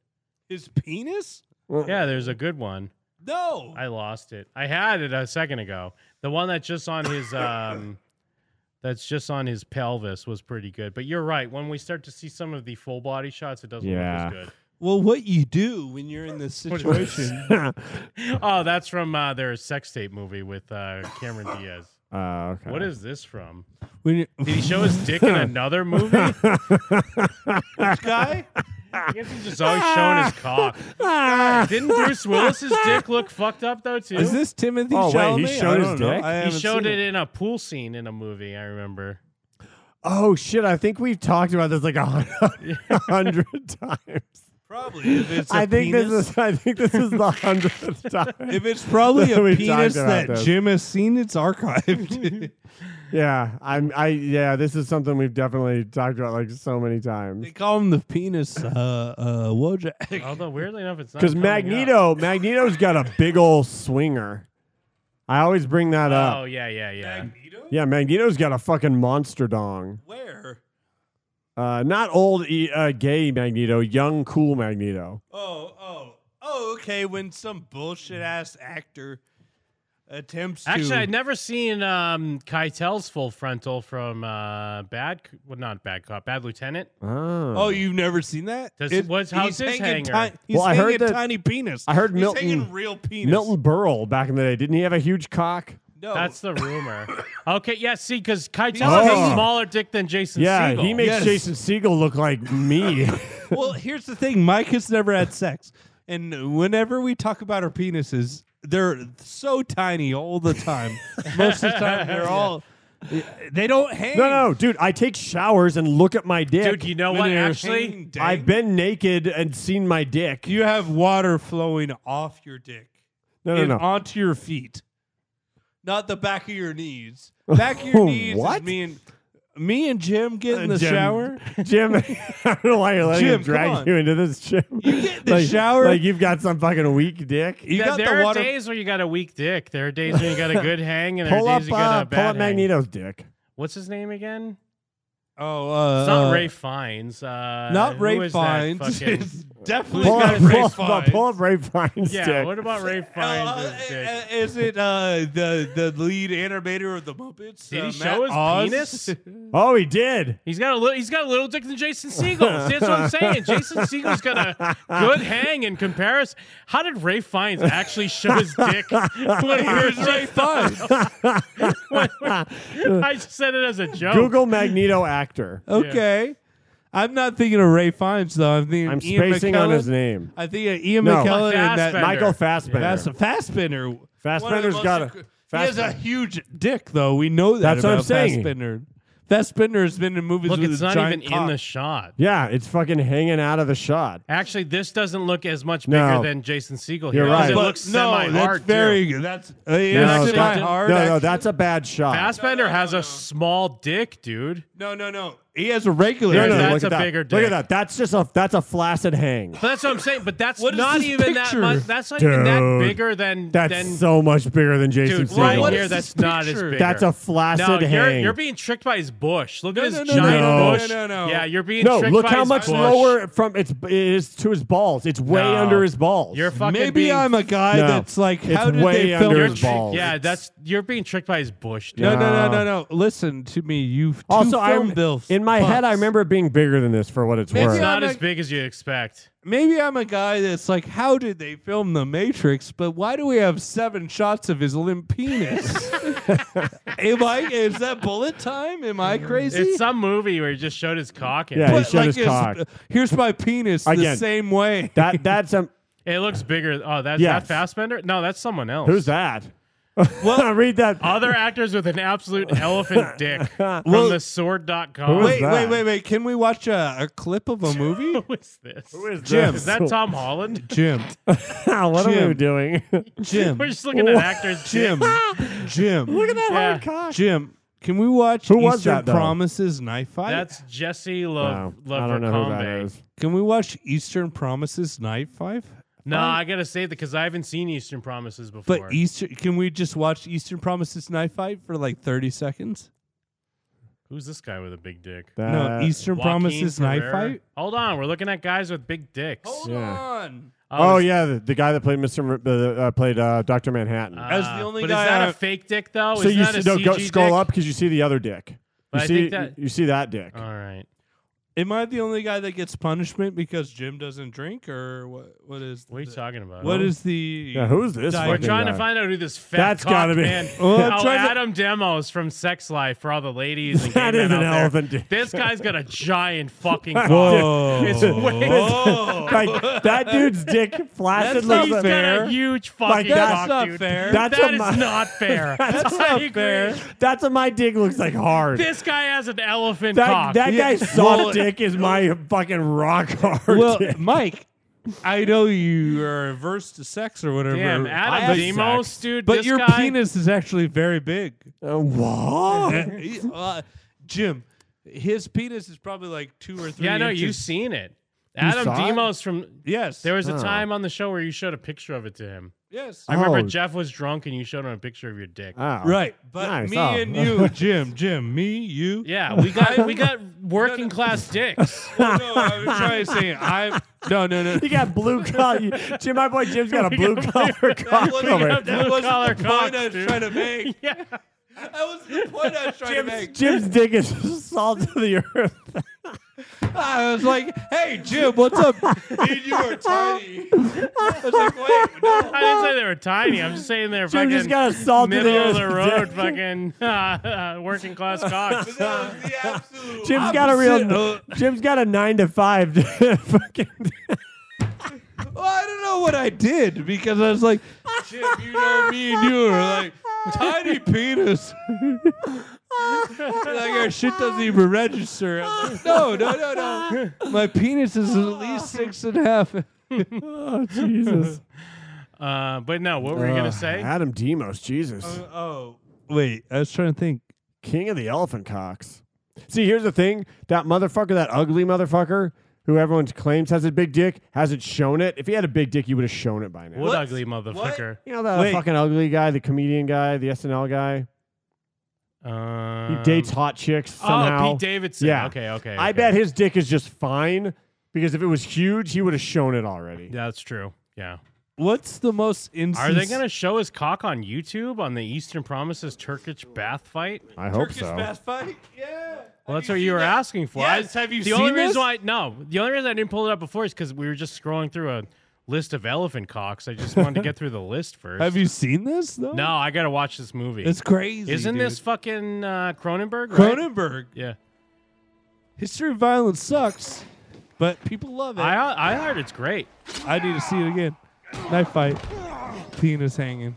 Speaker 5: His penis?
Speaker 2: Yeah, there's a good one.
Speaker 5: No,
Speaker 2: I lost it. I had it a second ago. The one that's just on his um, that's just on his pelvis was pretty good. But you're right. When we start to see some of the full body shots, it doesn't look as good.
Speaker 5: Well, what you do when you're in this
Speaker 2: What is
Speaker 5: situation?
Speaker 2: this? oh, that's from uh, their sex tape movie with uh, Cameron Diaz.
Speaker 4: Uh, okay.
Speaker 2: What is this from?
Speaker 5: When you-
Speaker 2: Did he show his dick in another movie?
Speaker 5: This guy?
Speaker 2: I guess he's just always showing his cock.
Speaker 4: Ah!
Speaker 2: Didn't Bruce Willis's dick look fucked up though too?
Speaker 5: Is this Timothy Oh, wait, he Chalamet? showed I his don't know. dick? I
Speaker 2: He
Speaker 5: haven't
Speaker 2: showed
Speaker 5: seen
Speaker 2: it in a pool scene in a movie. I remember.
Speaker 4: Oh shit! I think we've talked about this like a hun- a hundred times.
Speaker 5: Probably. If it's a
Speaker 4: I think
Speaker 5: penis.
Speaker 4: this is. I think this is the hundredth time.
Speaker 5: If it's probably a
Speaker 4: we've
Speaker 5: penis
Speaker 4: talked about
Speaker 5: that
Speaker 4: this.
Speaker 5: Jim has seen, it's archived.
Speaker 4: Yeah, I'm. I yeah. This is something we've definitely talked about like so many times.
Speaker 5: they call him the penis uh, uh, Wojak.
Speaker 2: Although weirdly enough, it's not
Speaker 4: Because
Speaker 2: coming up.
Speaker 4: Magneto, Magneto's got a big old swinger. I always bring that
Speaker 2: Oh
Speaker 4: up.
Speaker 2: yeah, yeah, yeah.
Speaker 4: Yeah, Magneto's got a fucking monster dong.
Speaker 5: Where?
Speaker 4: Uh, not old e- uh, gay Magneto, young cool Magneto.
Speaker 5: Oh, oh, oh. Okay, when some bullshit ass actor attempts
Speaker 2: Actually,
Speaker 5: to.
Speaker 2: I'd never seen um, Keitel's full frontal from uh, Bad, C- well, not Bad Cop, Bad Lieutenant.
Speaker 4: Oh.
Speaker 5: Oh, you've never seen that?
Speaker 2: Does-
Speaker 5: It-
Speaker 2: what's-
Speaker 5: he's
Speaker 2: how's his
Speaker 5: hanging
Speaker 2: hanger?
Speaker 5: ti- he's
Speaker 4: Well, I heard
Speaker 5: hanging
Speaker 4: that-
Speaker 5: tiny penis.
Speaker 4: I heard
Speaker 5: he's
Speaker 4: Milton
Speaker 5: hanging real penis.
Speaker 4: Milton Burl back in the day. Didn't he have a huge cock?
Speaker 5: No.
Speaker 2: That's the rumor. okay, yeah, see, because Keitel
Speaker 4: Oh.
Speaker 2: has a smaller dick than Jason
Speaker 4: yeah,
Speaker 2: Segel.
Speaker 4: he makes Jason Siegel look like me.
Speaker 5: well, here's the thing: Mike has never had sex, and whenever we talk about our penises, they're so tiny all the time. Most of the time, they're all they don't hang.
Speaker 4: No, no, dude. I take showers and look at my dick.
Speaker 2: Dude, you know When what, they're actually? hanging dang.
Speaker 4: I've been naked and seen my dick.
Speaker 5: You have water flowing off your dick
Speaker 4: No, no,
Speaker 5: and
Speaker 4: no.
Speaker 5: onto your feet, not the back of your knees. Back of your knees
Speaker 4: What?
Speaker 5: is me and me and Jim get in
Speaker 4: Uh,
Speaker 5: the
Speaker 4: Jim-
Speaker 5: shower.
Speaker 4: Jim. I don't know why you're letting
Speaker 5: Jim,
Speaker 4: him
Speaker 5: come
Speaker 4: drag
Speaker 5: on.
Speaker 4: you into this, Jim. You get
Speaker 5: the
Speaker 4: like,
Speaker 5: shower-
Speaker 4: like you've got some fucking weak dick.
Speaker 5: You
Speaker 2: Yeah,
Speaker 5: got the
Speaker 2: there are
Speaker 5: water-
Speaker 2: days where you got a weak dick. There are days when you got a good hang, and there
Speaker 4: pull
Speaker 2: are
Speaker 4: up,
Speaker 2: days you got
Speaker 4: uh,
Speaker 2: a
Speaker 4: pull up
Speaker 2: bad hang.
Speaker 4: Magneto's dick.
Speaker 2: What's his name again?
Speaker 5: Oh, uh,
Speaker 2: It's not
Speaker 5: uh,
Speaker 2: Ray Fiennes. Uh,
Speaker 5: not
Speaker 2: who
Speaker 5: Ray
Speaker 2: is that
Speaker 5: Fiennes.
Speaker 2: fucking-
Speaker 5: It's definitely
Speaker 4: Pull
Speaker 5: not
Speaker 4: up,
Speaker 5: Ray
Speaker 4: pull, up,
Speaker 5: Fiennes.
Speaker 4: pull up Ray Fine's
Speaker 2: yeah,
Speaker 4: dick.
Speaker 2: what about Ray Fiennes' dick?
Speaker 5: Uh, Is it uh, the the lead animator of the Muppets?
Speaker 2: Did he
Speaker 5: uh,
Speaker 2: show
Speaker 5: Matt
Speaker 2: his
Speaker 5: Oz?
Speaker 2: penis?
Speaker 4: oh, he did.
Speaker 2: He's got a little. He's got a little dick than Jason Segel. See, that's what I'm saying. Jason Segel's got a good hang in comparison. How did Ray Fiennes actually show his dick? When he was
Speaker 5: Here's Ray
Speaker 2: just-
Speaker 5: Fiennes.
Speaker 2: I just said it as a
Speaker 5: Oh.
Speaker 2: joke.
Speaker 4: Google Magneto actor.
Speaker 5: Okay. I'm not thinking of Ray Fiennes though. I'm thinking
Speaker 4: I'm
Speaker 5: of Ian
Speaker 4: spacing on
Speaker 5: McKellen.
Speaker 4: his name.
Speaker 5: I think of Ian
Speaker 4: No.
Speaker 5: McKellen and that
Speaker 4: Fassbender. Michael Fassbender.
Speaker 5: Fass, Fassbender.
Speaker 4: Fassbender's
Speaker 5: One of the most
Speaker 4: got a-
Speaker 5: inc- He has a
Speaker 4: Fassbender.
Speaker 5: huge dick though. We know that.
Speaker 4: That's what I'm
Speaker 5: about
Speaker 4: saying.
Speaker 5: Fassbender. Fassbender has been in movies
Speaker 2: Look,
Speaker 5: with
Speaker 2: it's
Speaker 5: a
Speaker 2: not
Speaker 5: giant
Speaker 2: even in the shot.
Speaker 4: Yeah, it's fucking hanging out of the shot.
Speaker 2: Actually, this doesn't look as much bigger
Speaker 4: No.
Speaker 2: than Jason Segel.
Speaker 4: You're
Speaker 2: here, 'cause
Speaker 4: right.
Speaker 2: It
Speaker 4: But
Speaker 2: looks
Speaker 5: no,
Speaker 2: semi
Speaker 5: that's
Speaker 2: hard.
Speaker 5: very good. That's uh,
Speaker 4: no,
Speaker 5: it's
Speaker 4: that-
Speaker 5: semi-hard,
Speaker 4: no, no,
Speaker 5: actually.
Speaker 4: that's a bad shot.
Speaker 2: Fassbender has a small dick, dude.
Speaker 5: No, no, no. He has a regular.
Speaker 4: no, no,
Speaker 2: that's
Speaker 4: look
Speaker 2: a
Speaker 4: at that.
Speaker 2: bigger
Speaker 4: Look
Speaker 2: dick.
Speaker 4: at that. That's just a that's a flaccid hang.
Speaker 2: But that's what I'm saying. But that's
Speaker 5: What is
Speaker 2: not
Speaker 5: this
Speaker 2: even that
Speaker 5: picture?
Speaker 2: much. That's not even that
Speaker 4: Dude,
Speaker 2: bigger than
Speaker 4: That's
Speaker 2: than
Speaker 4: so much bigger than Jason
Speaker 2: Dude,
Speaker 4: Segel.
Speaker 2: right
Speaker 5: What
Speaker 2: here,
Speaker 5: is
Speaker 2: that's
Speaker 5: this
Speaker 2: not as
Speaker 5: picture?
Speaker 2: big.
Speaker 4: That's a flaccid
Speaker 2: no, you're,
Speaker 4: hang.
Speaker 2: you're being tricked by his bush. Look at
Speaker 5: no,
Speaker 2: his
Speaker 5: no,
Speaker 2: giant
Speaker 4: no, no,
Speaker 2: bush.
Speaker 5: no, no.
Speaker 2: Yeah, you're being
Speaker 4: no,
Speaker 2: tricked
Speaker 4: look
Speaker 2: by
Speaker 4: how
Speaker 2: his
Speaker 4: much
Speaker 2: bush.
Speaker 4: lower from it's it is to his balls. It's way
Speaker 2: No.
Speaker 4: under his balls.
Speaker 2: You're fucking
Speaker 5: Maybe
Speaker 2: being,
Speaker 5: I'm a guy
Speaker 4: No.
Speaker 5: that's like,
Speaker 4: It's
Speaker 5: how did
Speaker 4: way
Speaker 5: they film
Speaker 4: under
Speaker 5: it?
Speaker 4: his balls.
Speaker 2: Yeah, that's you're being tricked by his bush. Dude.
Speaker 5: No, no, no, no, no. Listen to me. You've
Speaker 4: also,
Speaker 5: two
Speaker 4: I
Speaker 5: film bills.
Speaker 4: in my head I
Speaker 5: bucks.
Speaker 4: remember it being bigger than this for what it's
Speaker 5: Maybe
Speaker 4: worth.
Speaker 2: It's not
Speaker 5: I'm
Speaker 2: as
Speaker 5: a-
Speaker 2: big as you expect.
Speaker 5: Maybe I'm a guy that's like, how did they film The Matrix? But why do we have seven shots of his limp penis? Am I? Is that bullet time? Am I crazy?
Speaker 2: It's some movie where he just showed his cock. And
Speaker 4: Yeah, he
Speaker 5: But,
Speaker 4: showed his
Speaker 5: it's-
Speaker 4: cock.
Speaker 5: Here's my penis. the
Speaker 4: Again.
Speaker 5: same way.
Speaker 4: that that's um
Speaker 2: it looks bigger. Oh, that's
Speaker 4: Yes.
Speaker 2: that Fassbender. No, that's someone else.
Speaker 4: who's that?
Speaker 2: Well, uh, read that. Other actors with an absolute elephant dick from
Speaker 5: Well-
Speaker 2: the sword.com.
Speaker 5: wait, wait, wait, wait. Can we watch a, a clip of a movie? Who
Speaker 2: is this?
Speaker 5: Who
Speaker 2: is
Speaker 5: Jim.
Speaker 2: this? Is that Tom Holland?
Speaker 5: Jim.
Speaker 4: what are we
Speaker 5: Jim.
Speaker 4: doing?
Speaker 5: Jim.
Speaker 2: We're just looking at
Speaker 5: What?
Speaker 2: actors'
Speaker 5: Jim. Jim.
Speaker 2: Look at that Yeah. hard cock.
Speaker 5: Jim, can we watch
Speaker 4: Who was
Speaker 5: Eastern
Speaker 4: that, though?
Speaker 5: Promises Knife Fight?
Speaker 2: That's Jesse Love
Speaker 5: No,
Speaker 2: Love
Speaker 5: Can we watch Eastern Promises Knife Fight?
Speaker 2: No, I gotta save that because I haven't seen Eastern Promises before.
Speaker 5: But E- Eastern, can we just watch Eastern Promises Knife Fight for like 30 seconds?
Speaker 2: Who's this guy with a big dick?
Speaker 5: No, Eastern
Speaker 2: Joaquin
Speaker 5: Promises Knife
Speaker 2: Ferrer?
Speaker 5: Fight?
Speaker 2: Hold on, we're looking at guys with big dicks. Um, Hold
Speaker 4: Yeah.
Speaker 5: on.
Speaker 4: Oh yeah, the, the guy that played Mr. Mar- uh, uh, played uh, Doctor Manhattan.
Speaker 2: As the only but
Speaker 5: guy
Speaker 2: is that
Speaker 5: I-
Speaker 2: a fake dick though?
Speaker 4: so
Speaker 2: oh, is
Speaker 4: you
Speaker 2: that
Speaker 4: see,
Speaker 2: a
Speaker 4: no,
Speaker 2: CG
Speaker 4: go, scroll
Speaker 2: dick?
Speaker 4: up because you see the other dick.
Speaker 2: But
Speaker 4: you
Speaker 2: I
Speaker 4: see,
Speaker 2: think that- Uh,
Speaker 4: you see that dick.
Speaker 2: All right.
Speaker 5: Am I the only guy that gets punishment because Jim doesn't drink, or what? What is? What are you
Speaker 2: talking about?
Speaker 5: What is the?
Speaker 4: Yeah, who's this
Speaker 2: We're
Speaker 4: fucking
Speaker 2: trying
Speaker 4: guy?
Speaker 2: to find out who this fat
Speaker 4: That's
Speaker 2: cock
Speaker 4: gotta be-
Speaker 2: man.
Speaker 4: Well, I'm
Speaker 2: oh,
Speaker 4: trying to-
Speaker 2: Adam Demos from Sex Life for all the ladies and
Speaker 4: That
Speaker 2: gay
Speaker 4: is
Speaker 2: men
Speaker 4: an
Speaker 2: out there.
Speaker 4: elephant dick.
Speaker 2: This guy's got a giant fucking cock.
Speaker 4: Whoa.
Speaker 2: It's way-
Speaker 4: like that dude's dick flaccid.
Speaker 2: That's not fair. He's got a huge fucking cock, dude.
Speaker 4: That's
Speaker 2: That
Speaker 4: a
Speaker 2: is
Speaker 4: my-
Speaker 2: not fair.
Speaker 4: that's
Speaker 2: I
Speaker 4: not
Speaker 2: agree.
Speaker 4: fair. That's what my dick looks like hard.
Speaker 2: This guy has an elephant
Speaker 4: that
Speaker 2: cock.
Speaker 4: that guy's soft
Speaker 2: Well,
Speaker 4: dick is my fucking rock hard
Speaker 5: Well,
Speaker 4: dick.
Speaker 5: Mike, I know you are averse to sex or whatever.
Speaker 2: Damn, Adam
Speaker 5: I have
Speaker 2: Demos,
Speaker 5: sex,
Speaker 2: dude,
Speaker 5: But
Speaker 2: this
Speaker 5: your
Speaker 2: guy-
Speaker 5: penis is actually very big.
Speaker 4: what?
Speaker 2: Uh-huh.
Speaker 5: Uh, Jim, his penis is probably like two or three.
Speaker 2: Yeah, no,
Speaker 5: inches.
Speaker 2: you've seen it.
Speaker 5: You
Speaker 2: Adam
Speaker 5: saw it?
Speaker 2: Demos from
Speaker 5: Yes.
Speaker 2: There was a
Speaker 5: Oh.
Speaker 2: time on the show where you showed a picture of it to him.
Speaker 5: Yes.
Speaker 2: I remember
Speaker 5: Oh.
Speaker 2: Jeff was drunk and you showed him a picture of your dick.
Speaker 4: Uh,
Speaker 5: Right, but me
Speaker 2: Oh.
Speaker 5: and you, Jim, Jim, me, you.
Speaker 2: Yeah, we got we got working class dicks.
Speaker 5: Well, no, I was trying to say I. No, no, no.
Speaker 4: You got blue collar. you- Jim, my boy Jim's got a blue collar cock.
Speaker 5: wasn't-
Speaker 4: over
Speaker 5: that
Speaker 4: here.
Speaker 5: wasn't the point I was trying to make.
Speaker 2: Yeah.
Speaker 5: That was the point I was trying to make.
Speaker 4: Jim's dick is salt to the earth.
Speaker 5: I was like, hey, Jim, what's up? Me and you are tiny. I was like, wait, no.
Speaker 2: I didn't say they were tiny. I'm just saying they're
Speaker 4: Jim
Speaker 2: fucking
Speaker 4: just got assaulted in
Speaker 2: middle of
Speaker 4: his
Speaker 2: the road,
Speaker 4: dick.
Speaker 2: fucking uh, uh, working class cocks.
Speaker 4: Jim's got a real. Jim's got a nine to five. fucking.
Speaker 5: Well, I don't know what I did because I was like, Jim, you know me and you are like tiny penis. like our shit doesn't even register. I'm like, no, no, no, no. My penis is at least six and a half.
Speaker 4: oh Jesus.
Speaker 2: Uh, but no, what were you
Speaker 4: Uh,
Speaker 2: gonna say? Uh,
Speaker 4: Adam Demos, Jesus.
Speaker 5: oh, wait. I was trying to think.
Speaker 4: King of the elephant cocks. See, here's the thing: that motherfucker, that ugly motherfucker, who everyone claims has a big dick, hasn't shown it. If he had a big dick, you would have shown it by now.
Speaker 2: What, ugly motherfucker?
Speaker 4: You know that fucking ugly guy, the comedian guy, the SNL guy.
Speaker 2: Um,
Speaker 4: He dates hot chicks
Speaker 2: oh,
Speaker 4: somehow.
Speaker 2: Pete Davidson. Okay, okay,
Speaker 4: I
Speaker 2: okay.
Speaker 4: bet his dick is just fine because if it was huge, he would have shown it already.
Speaker 2: Yeah, that's true. Yeah.
Speaker 5: What's the most
Speaker 2: Are they
Speaker 5: instance-
Speaker 2: gonna show his cock on YouTube on the Eastern Promises Turkish bath fight?
Speaker 4: I hope Turkish so.
Speaker 5: bath fight?
Speaker 2: Well, that's what you were asking for.
Speaker 5: Yes,
Speaker 2: I-
Speaker 5: have you
Speaker 2: the only
Speaker 5: seen this?
Speaker 2: reason why no, the only reason I didn't pull it up before is because we were just scrolling through a list of elephant cocks. I just wanted to get through the list first.
Speaker 5: Have you seen this though?
Speaker 2: No, I gotta watch this movie.
Speaker 5: It's crazy,
Speaker 2: Isn't this
Speaker 5: dude.
Speaker 2: fucking uh, Cronenberg? right?
Speaker 5: Cronenberg.
Speaker 2: Yeah.
Speaker 5: History of violence sucks, but people love it.
Speaker 2: I I heard it's great.
Speaker 5: I need to see it again. Knife fight. Penis hanging.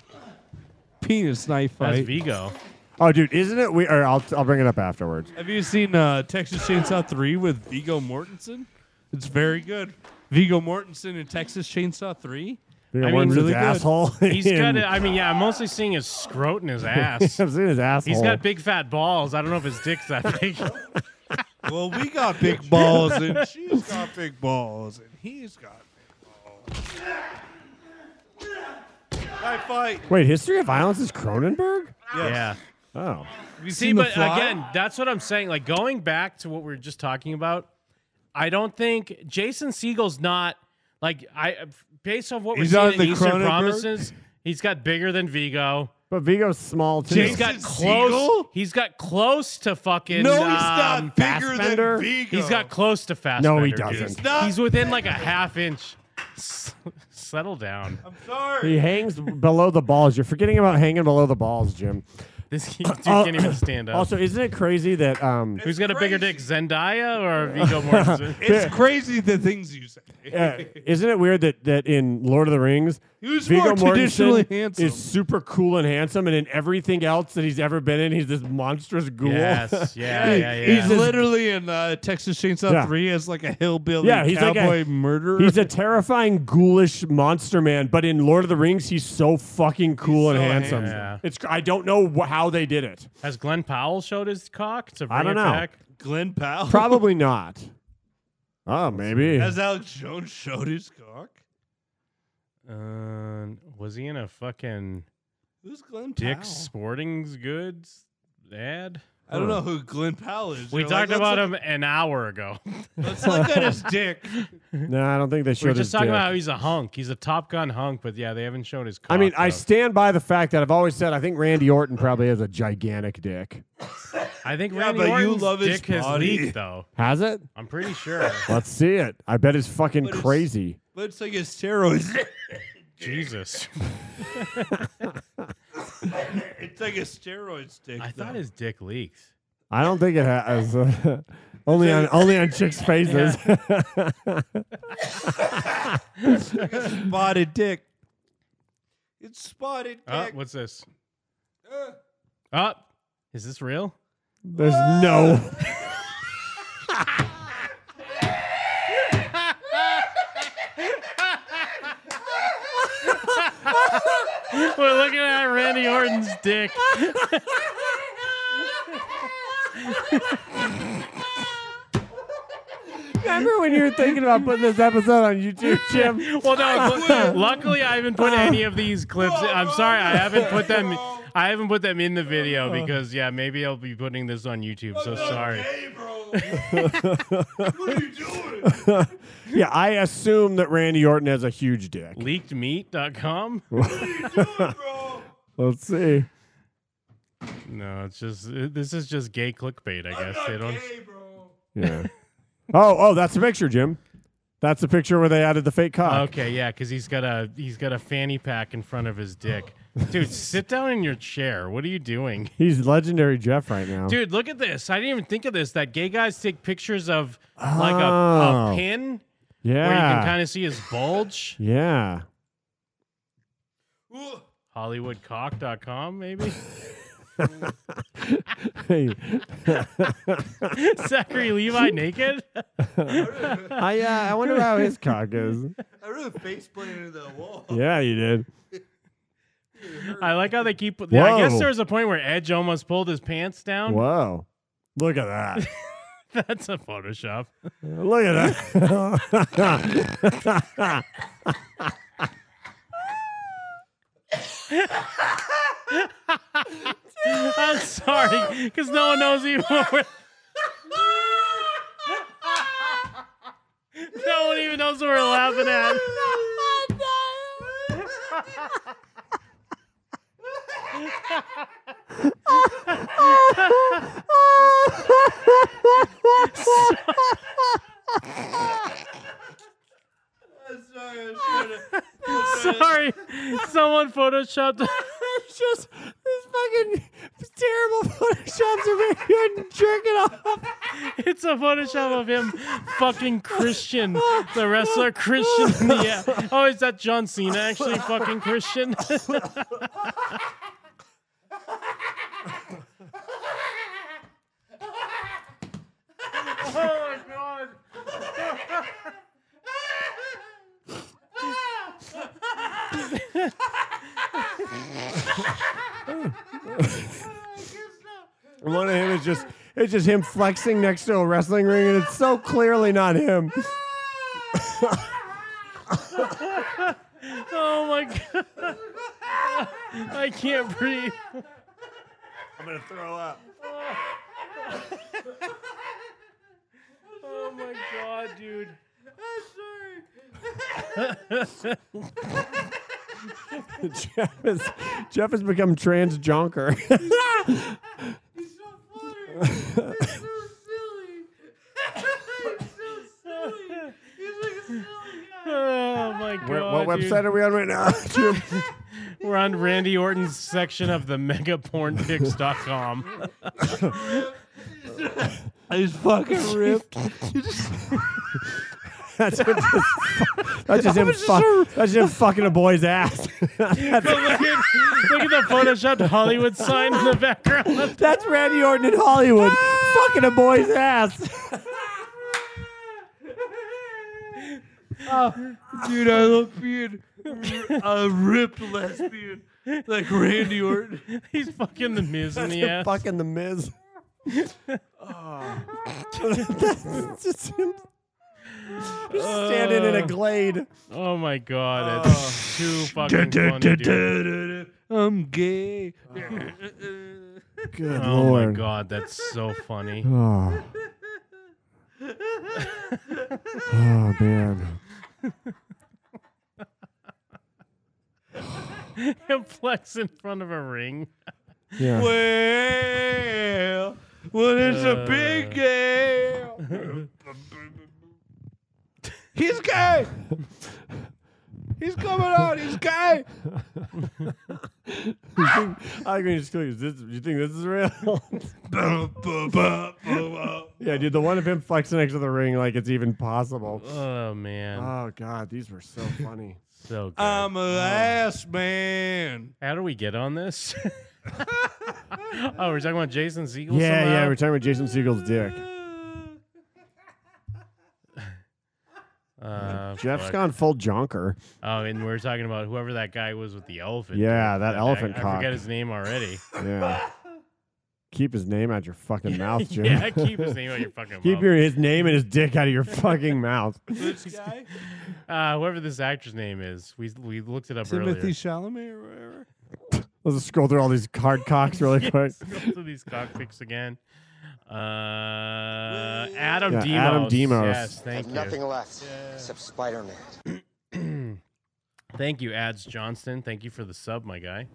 Speaker 5: Penis knife
Speaker 4: That's
Speaker 5: fight.
Speaker 2: Vigo.
Speaker 4: Oh, dude, isn't it? We or I'll I'll bring it up afterwards.
Speaker 5: Have you seen uh, Texas Chainsaw 3 with Vigo Mortensen? It's very good. Vigo Mortensen in Texas Chainsaw 3.
Speaker 4: Viggo Mortensen's asshole
Speaker 2: He's got.
Speaker 4: in-
Speaker 2: A, I mean, yeah. I'm mostly seeing his scrot and his ass.
Speaker 4: I've seen his asshole.
Speaker 2: He's got big fat balls. I don't know if his dick's that big.
Speaker 5: well, we got big balls, and she's got big balls, and he's got big balls. Knife fight.
Speaker 4: Wait, history of violence is Cronenberg?
Speaker 2: Yeah.
Speaker 4: Oh.
Speaker 5: you
Speaker 2: See,
Speaker 5: seen The
Speaker 2: but
Speaker 5: Fly?
Speaker 2: again, that's what I'm saying. Like going back to what we were just talking about, I don't think Jason Siegel's not like I based off what
Speaker 4: He's
Speaker 2: we're
Speaker 4: on
Speaker 2: seeing
Speaker 4: the
Speaker 2: in Eastern
Speaker 4: Cronenberg?
Speaker 2: Promises. He's got bigger than Vigo.
Speaker 4: But Vigo's small too.
Speaker 2: He's got close. He's got close to fucking.
Speaker 4: No, he's not
Speaker 2: um,
Speaker 4: bigger than
Speaker 2: Fassbender.
Speaker 4: Viggo.
Speaker 2: He's got close to Fastbender.
Speaker 4: No, he
Speaker 2: He's,
Speaker 4: doesn't.
Speaker 2: within like a half inch. S- settle down. I'm
Speaker 5: sorry.
Speaker 4: He hangs below the balls. You're forgetting about hanging below the balls, Jim.
Speaker 2: This dude
Speaker 4: Uh,
Speaker 2: can't even stand up.
Speaker 4: Also, isn't it crazy that um
Speaker 2: Who's got a bigger dick, Zendaya or Vigo Mortensen?
Speaker 4: It's
Speaker 5: crazy the things you say.
Speaker 4: uh, isn't it weird that that in Lord of the Rings
Speaker 5: Who's
Speaker 4: Viggo
Speaker 5: more traditionally
Speaker 4: Mortensen
Speaker 5: handsome?
Speaker 4: is super cool and handsome, and in everything else that he's ever been in, he's this monstrous ghoul.
Speaker 2: Yes, yeah,
Speaker 4: He-
Speaker 2: yeah, yeah.
Speaker 4: he's
Speaker 5: He's
Speaker 4: this-
Speaker 5: literally in uh, Texas Chainsaw
Speaker 4: Yeah.
Speaker 5: 3 as like a hillbilly
Speaker 4: yeah, he's
Speaker 5: cowboy
Speaker 4: like a
Speaker 5: murderer.
Speaker 4: He's a terrifying, ghoulish monster man. But in Lord of the Rings, he's so fucking cool and
Speaker 2: so
Speaker 4: handsome.
Speaker 2: handsome. Yeah.
Speaker 4: It's I don't know wh- how they did it.
Speaker 2: Has Glenn Powell showed his cock to bring
Speaker 4: I don't
Speaker 2: it
Speaker 4: know.
Speaker 2: back?
Speaker 5: Glenn Powell?
Speaker 4: Probably not. Oh, maybe.
Speaker 5: Has Alex Jones showed his cock?
Speaker 2: Uh, was he in a fucking
Speaker 5: Who's Glenn
Speaker 2: Dick's
Speaker 5: Powell?
Speaker 2: Sporting Goods ad?
Speaker 5: I don't know who Glenn Powell is.
Speaker 2: We
Speaker 5: They're like,
Speaker 2: talked
Speaker 5: "Let's
Speaker 2: about
Speaker 5: look-
Speaker 2: him an hour ago.
Speaker 5: Let's look at his dick.
Speaker 4: No, I don't think they
Speaker 2: We were
Speaker 4: showed
Speaker 2: just
Speaker 4: his
Speaker 2: talking
Speaker 4: dick.
Speaker 2: about how he's a hunk. He's a Top Gun hunk, but yeah, they haven't shown his. Cock,
Speaker 4: I mean, I
Speaker 2: though.
Speaker 4: stand by the fact that I've always said I think Randy Orton probably has a gigantic dick.
Speaker 2: I think
Speaker 5: Yeah,
Speaker 2: Randy
Speaker 5: but you
Speaker 2: Orton's
Speaker 5: love his
Speaker 2: dick has
Speaker 5: body.
Speaker 2: leaked though.
Speaker 4: Has it?
Speaker 2: I'm pretty sure.
Speaker 4: Let's see it. I bet it's fucking crazy.
Speaker 5: But it's like his steroids.
Speaker 2: Jesus.
Speaker 5: it's like a steroid stick.
Speaker 2: I thought his dick leaked.
Speaker 4: I don't think it has. only on only on chicks' faces.
Speaker 5: like a spotted dick. It's spotted dick. Uh.
Speaker 2: Oh, what's this? Up. is this real?
Speaker 4: There's no.
Speaker 2: We're looking at Randy Orton's dick.
Speaker 4: Remember when you were thinking about putting this episode on YouTube, Jim?
Speaker 2: well, no. but Luckily, I haven't put any of these clips. I'm sorry, I haven't put them. I haven't put them in the video
Speaker 4: Oh.
Speaker 2: because yeah, maybe I'll be putting this on YouTube. So sorry.
Speaker 4: yeah, I assume that Randy Orton has a huge dick.
Speaker 2: Leakedmeat.com.
Speaker 4: Let's see.
Speaker 2: No, it's just it- this is just gay clickbait. I guess they don't.
Speaker 4: Yeah. oh, oh, that's a picture, Jim. That's the picture where they added the fake cock.
Speaker 2: Okay, yeah, because he's got a he's got a fanny pack in front of his dick. Dude, sit down in your chair. What are you doing?
Speaker 4: He's legendary Jeff right now.
Speaker 2: Dude, look at this. I didn't even think of this. That gay guys take pictures of like a,
Speaker 4: Oh.
Speaker 2: a pin
Speaker 4: yeah.
Speaker 2: where you can kind of see his bulge.
Speaker 4: yeah.
Speaker 2: HollywoodCock.com, maybe?
Speaker 4: Hey.
Speaker 2: Zachary Levi naked?
Speaker 4: I uh, I wonder how his cock is.
Speaker 5: I really face planted into the wall.
Speaker 4: Yeah, you did.
Speaker 2: I like how they keep. Yeah, I guess
Speaker 4: Whoa.
Speaker 2: there was a point where Edge almost pulled his pants down.
Speaker 4: Wow. Look at that.
Speaker 2: That's a Photoshop.
Speaker 4: Look at that.
Speaker 2: I'm sorry, because no one knows even what we're. no one even knows what we're laughing at. Sorry, someone photoshopped.
Speaker 4: it's just this fucking terrible photoshops of Randy Orton jerking off.
Speaker 2: It's a photoshop of him fucking Christian, the wrestler Christian. Yeah. Oh, is that John Cena actually fucking Christian?
Speaker 13: Oh my god.
Speaker 4: One of him is just it's just him flexing next to a wrestling ring, and it's so clearly not him.
Speaker 2: oh my god. I can't breathe.
Speaker 4: I'm gonna throw up.
Speaker 2: Oh my god, dude.
Speaker 4: Jeff is Jeff has become trans jonker.
Speaker 2: Oh my god.
Speaker 4: Where- what
Speaker 2: dude.
Speaker 4: website are we on right now, Jim?
Speaker 2: We're on Randy Orton's section of the megapornpics.com.
Speaker 5: He's fucking ripped.
Speaker 4: That's just, that's just
Speaker 2: I
Speaker 4: him.
Speaker 2: was just
Speaker 4: fuck-
Speaker 2: so-
Speaker 4: that's just him fucking a boy's ass.
Speaker 2: But look, at, look at the photoshopped Hollywood sign in the background.
Speaker 4: That's Randy Orton in Hollywood fucking a boy's ass.
Speaker 5: Dude, I love being a ripped lesbian like Randy Orton.
Speaker 2: He's fucking the Miz in the ass.
Speaker 4: Fucking the Miz. That's just him. Just standing in a
Speaker 2: Uh,
Speaker 4: glade.
Speaker 2: Oh my god,
Speaker 4: Oh.
Speaker 2: it's too fucking funny, dude.
Speaker 5: I'm gay.
Speaker 4: Good
Speaker 2: oh my
Speaker 4: lord.
Speaker 2: god, that's so funny.
Speaker 4: Oh. oh man.
Speaker 2: and flex in front of a ring.
Speaker 4: Yeah.
Speaker 5: Well, well, it's a big gay. He's gay. He's coming out. He's gay.
Speaker 4: You think- I think we just click, is this, you think this is real? yeah, dude, the one of him flexing next to the ring, like it's even possible.
Speaker 2: Oh man.
Speaker 4: Oh god, these were so funny.
Speaker 2: so good.
Speaker 4: uh,
Speaker 5: I'm a ass man.
Speaker 2: How do we get on this? oh, we're talking about Jason Siegel.
Speaker 4: yeah,
Speaker 2: somehow?
Speaker 4: yeah, we're talking about Jason Siegel's dick.
Speaker 2: Uh,
Speaker 4: Jeff's
Speaker 2: fuck.
Speaker 4: gone full jonker.
Speaker 2: Oh, and we are talking about whoever that guy was with the elephant.
Speaker 4: Yeah,
Speaker 2: dude.
Speaker 4: that
Speaker 2: I-
Speaker 4: elephant
Speaker 2: I,
Speaker 4: cock.
Speaker 2: forget his name already.
Speaker 4: Yeah. Keep his name out your fucking mouth, Jim.
Speaker 2: yeah, keep his name out your fucking
Speaker 4: Keep
Speaker 2: mouth.
Speaker 4: your his name and his dick out of your fucking mouth.
Speaker 5: This guy,
Speaker 2: Uh, whoever this actor's name is, we we looked it up
Speaker 5: Timothy
Speaker 2: earlier.
Speaker 5: Chalamet or whatever.
Speaker 4: Let's just scroll through all these card cocks really
Speaker 2: Yes,
Speaker 4: quick.
Speaker 2: go through these cockpicks again. Uh, Adam
Speaker 4: Yeah,
Speaker 2: Demos.
Speaker 4: Adam Demos.
Speaker 2: Yes,
Speaker 19: Have
Speaker 2: thank you.
Speaker 19: nothing left except Spider-Man.
Speaker 2: Thank you, Ads Johnston. Thank you for the sub, my guy.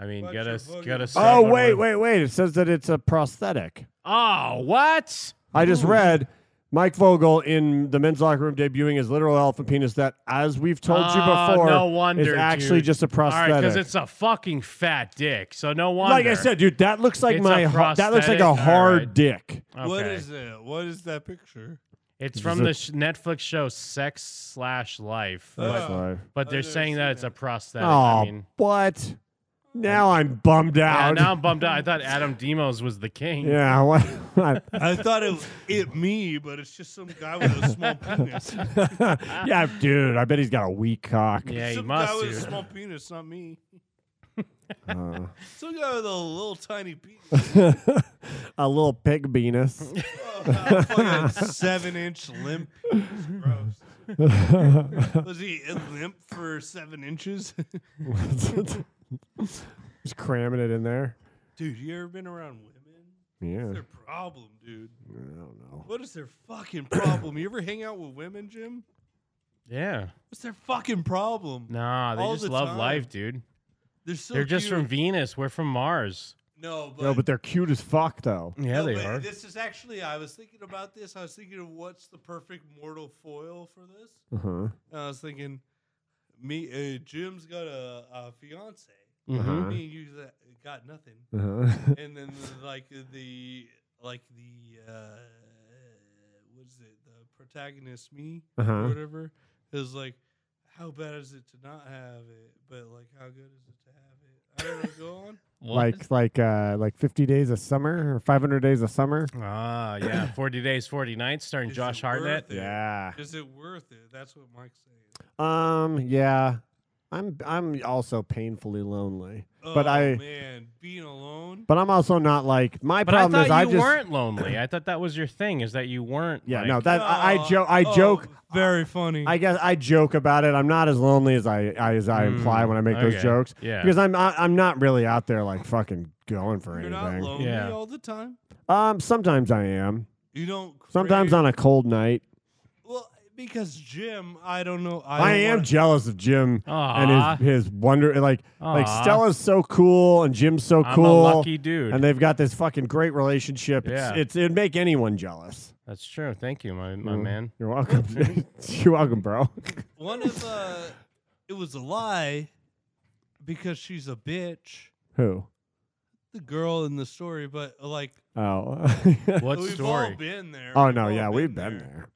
Speaker 2: I mean, get us, get us.
Speaker 4: Oh wait, wait, wait! It says that it's a prosthetic.
Speaker 2: Oh, what?
Speaker 4: I just read Mike Vogel in the men's locker room debuting his literal elephant penis that, as we've told you
Speaker 2: Oh,
Speaker 4: before,
Speaker 2: no wonder,
Speaker 4: is actually
Speaker 2: dude.
Speaker 4: just a prosthetic.
Speaker 2: All right, because it's a fucking fat dick. So no wonder.
Speaker 4: like I said, dude, that looks like
Speaker 2: It's
Speaker 4: my
Speaker 2: a
Speaker 4: ho- that looks like
Speaker 2: prosthetic?
Speaker 4: a
Speaker 2: All
Speaker 4: hard
Speaker 2: right.
Speaker 4: dick.
Speaker 5: What
Speaker 2: Okay.
Speaker 5: is that? What is that picture?
Speaker 2: It's
Speaker 4: This
Speaker 2: from
Speaker 4: is
Speaker 2: the
Speaker 4: a-
Speaker 2: sh- Netflix show Sex Slash Life,
Speaker 5: Oh,
Speaker 4: Slash
Speaker 2: but,
Speaker 4: Life.
Speaker 2: but they're saying that it's a prosthetic.
Speaker 4: Oh,
Speaker 2: I mean,
Speaker 4: what? Now I'm bummed
Speaker 2: yeah,
Speaker 4: out.
Speaker 2: now I'm bummed out. I thought Adam Demos was the king.
Speaker 4: Yeah, what?
Speaker 5: I thought it was it me, but it's just some guy with a small penis.
Speaker 4: yeah, dude, I bet he's got a weak cock.
Speaker 2: Yeah, he
Speaker 5: some
Speaker 2: must.
Speaker 5: guy with a
Speaker 2: dude.
Speaker 5: small penis, not me.
Speaker 4: Uh,
Speaker 5: Some guy with a little tiny penis.
Speaker 4: a little pig penis.
Speaker 5: Oh, fucking seven inch limp. Gross. Was he limp for seven inches?
Speaker 4: Just cramming it in there.
Speaker 5: Dude, you ever been around women?
Speaker 4: Yeah.
Speaker 5: What's their problem, dude?
Speaker 4: I don't know.
Speaker 5: What is their fucking problem? You ever hang out with women, Jim?
Speaker 2: Yeah.
Speaker 5: What's their fucking problem?
Speaker 2: Nah, they
Speaker 5: All
Speaker 2: just
Speaker 5: the
Speaker 2: love
Speaker 5: time.
Speaker 2: life, dude.
Speaker 5: They're so
Speaker 2: they're just
Speaker 5: cute.
Speaker 2: from Venus. We're from Mars.
Speaker 5: No, but
Speaker 4: no, but they're cute as fuck, though.
Speaker 2: Yeah,
Speaker 5: No,
Speaker 2: they
Speaker 5: but
Speaker 2: are.
Speaker 5: This is actually. I was thinking about this. I was thinking of what's the perfect mortal foil for this.
Speaker 4: Uh-huh.
Speaker 5: And I was thinking, me, uh, Jim's got a, a fiance.
Speaker 2: Mm-hmm.
Speaker 4: Mhm.
Speaker 5: Me and you got- got nothing.
Speaker 4: Uh-huh.
Speaker 5: and then like the like the uh, what is it? The protagonist, me
Speaker 4: Uh-huh.
Speaker 5: or whatever, is like, how bad is it to not have it? But like, how good is it to have it? I don't know. Go on.
Speaker 4: Like like uh like fifty days of summer or five hundred days of summer.
Speaker 2: Ah, yeah. 40 Days, 40 Nights, starring Josh Hartnett.
Speaker 5: Worth it?
Speaker 4: Yeah.
Speaker 5: Is it worth it? That's what Mike's saying.
Speaker 4: Um, yeah. I'm I'm also painfully lonely. but
Speaker 5: Oh,
Speaker 4: I
Speaker 5: man, being alone.
Speaker 4: but I'm also not like my
Speaker 2: But I
Speaker 4: problem
Speaker 2: thought
Speaker 4: is
Speaker 2: you
Speaker 4: I just
Speaker 2: weren't lonely. I thought that was your thing, is that you weren't.
Speaker 4: Yeah,
Speaker 2: like-
Speaker 4: no, that I, I joke I
Speaker 5: Oh,
Speaker 4: joke
Speaker 5: Very funny.
Speaker 4: I guess I joke about it. I'm not as lonely as I, I as I imply when I make
Speaker 2: Mm, okay.
Speaker 4: those jokes.
Speaker 2: Yeah.
Speaker 4: Because I'm I, I'm not really out there like fucking going for
Speaker 5: You're not
Speaker 4: anything.
Speaker 5: lonely all the time.
Speaker 4: Um sometimes I am.
Speaker 5: You don't.
Speaker 4: Sometimes on a cold night.
Speaker 5: Well, because Jim, I don't know. I,
Speaker 4: I,
Speaker 5: don't
Speaker 4: am
Speaker 5: wanna-
Speaker 4: jealous of Jim
Speaker 2: Aw.
Speaker 4: and his his wonder like like
Speaker 2: Aw.
Speaker 4: Stella's so cool and Jim's so
Speaker 2: I'm a
Speaker 4: cool.
Speaker 2: lucky dude.
Speaker 4: And they've got this fucking great relationship.
Speaker 2: Yeah.
Speaker 4: It's, it's it'd make anyone jealous.
Speaker 2: That's true. Thank you, my, my
Speaker 4: Mm.
Speaker 2: man.
Speaker 4: You're welcome.
Speaker 5: Mm-hmm.
Speaker 4: You're welcome, bro.
Speaker 5: One of uh, it was a lie, because she's a bitch.
Speaker 4: Who?
Speaker 5: The girl in the story, but uh, like
Speaker 4: Oh.
Speaker 2: What
Speaker 5: we've all
Speaker 2: story?
Speaker 5: been there.
Speaker 4: Oh
Speaker 5: We've
Speaker 4: no,
Speaker 5: all
Speaker 4: yeah,
Speaker 5: been
Speaker 4: we've been
Speaker 5: there.
Speaker 4: there.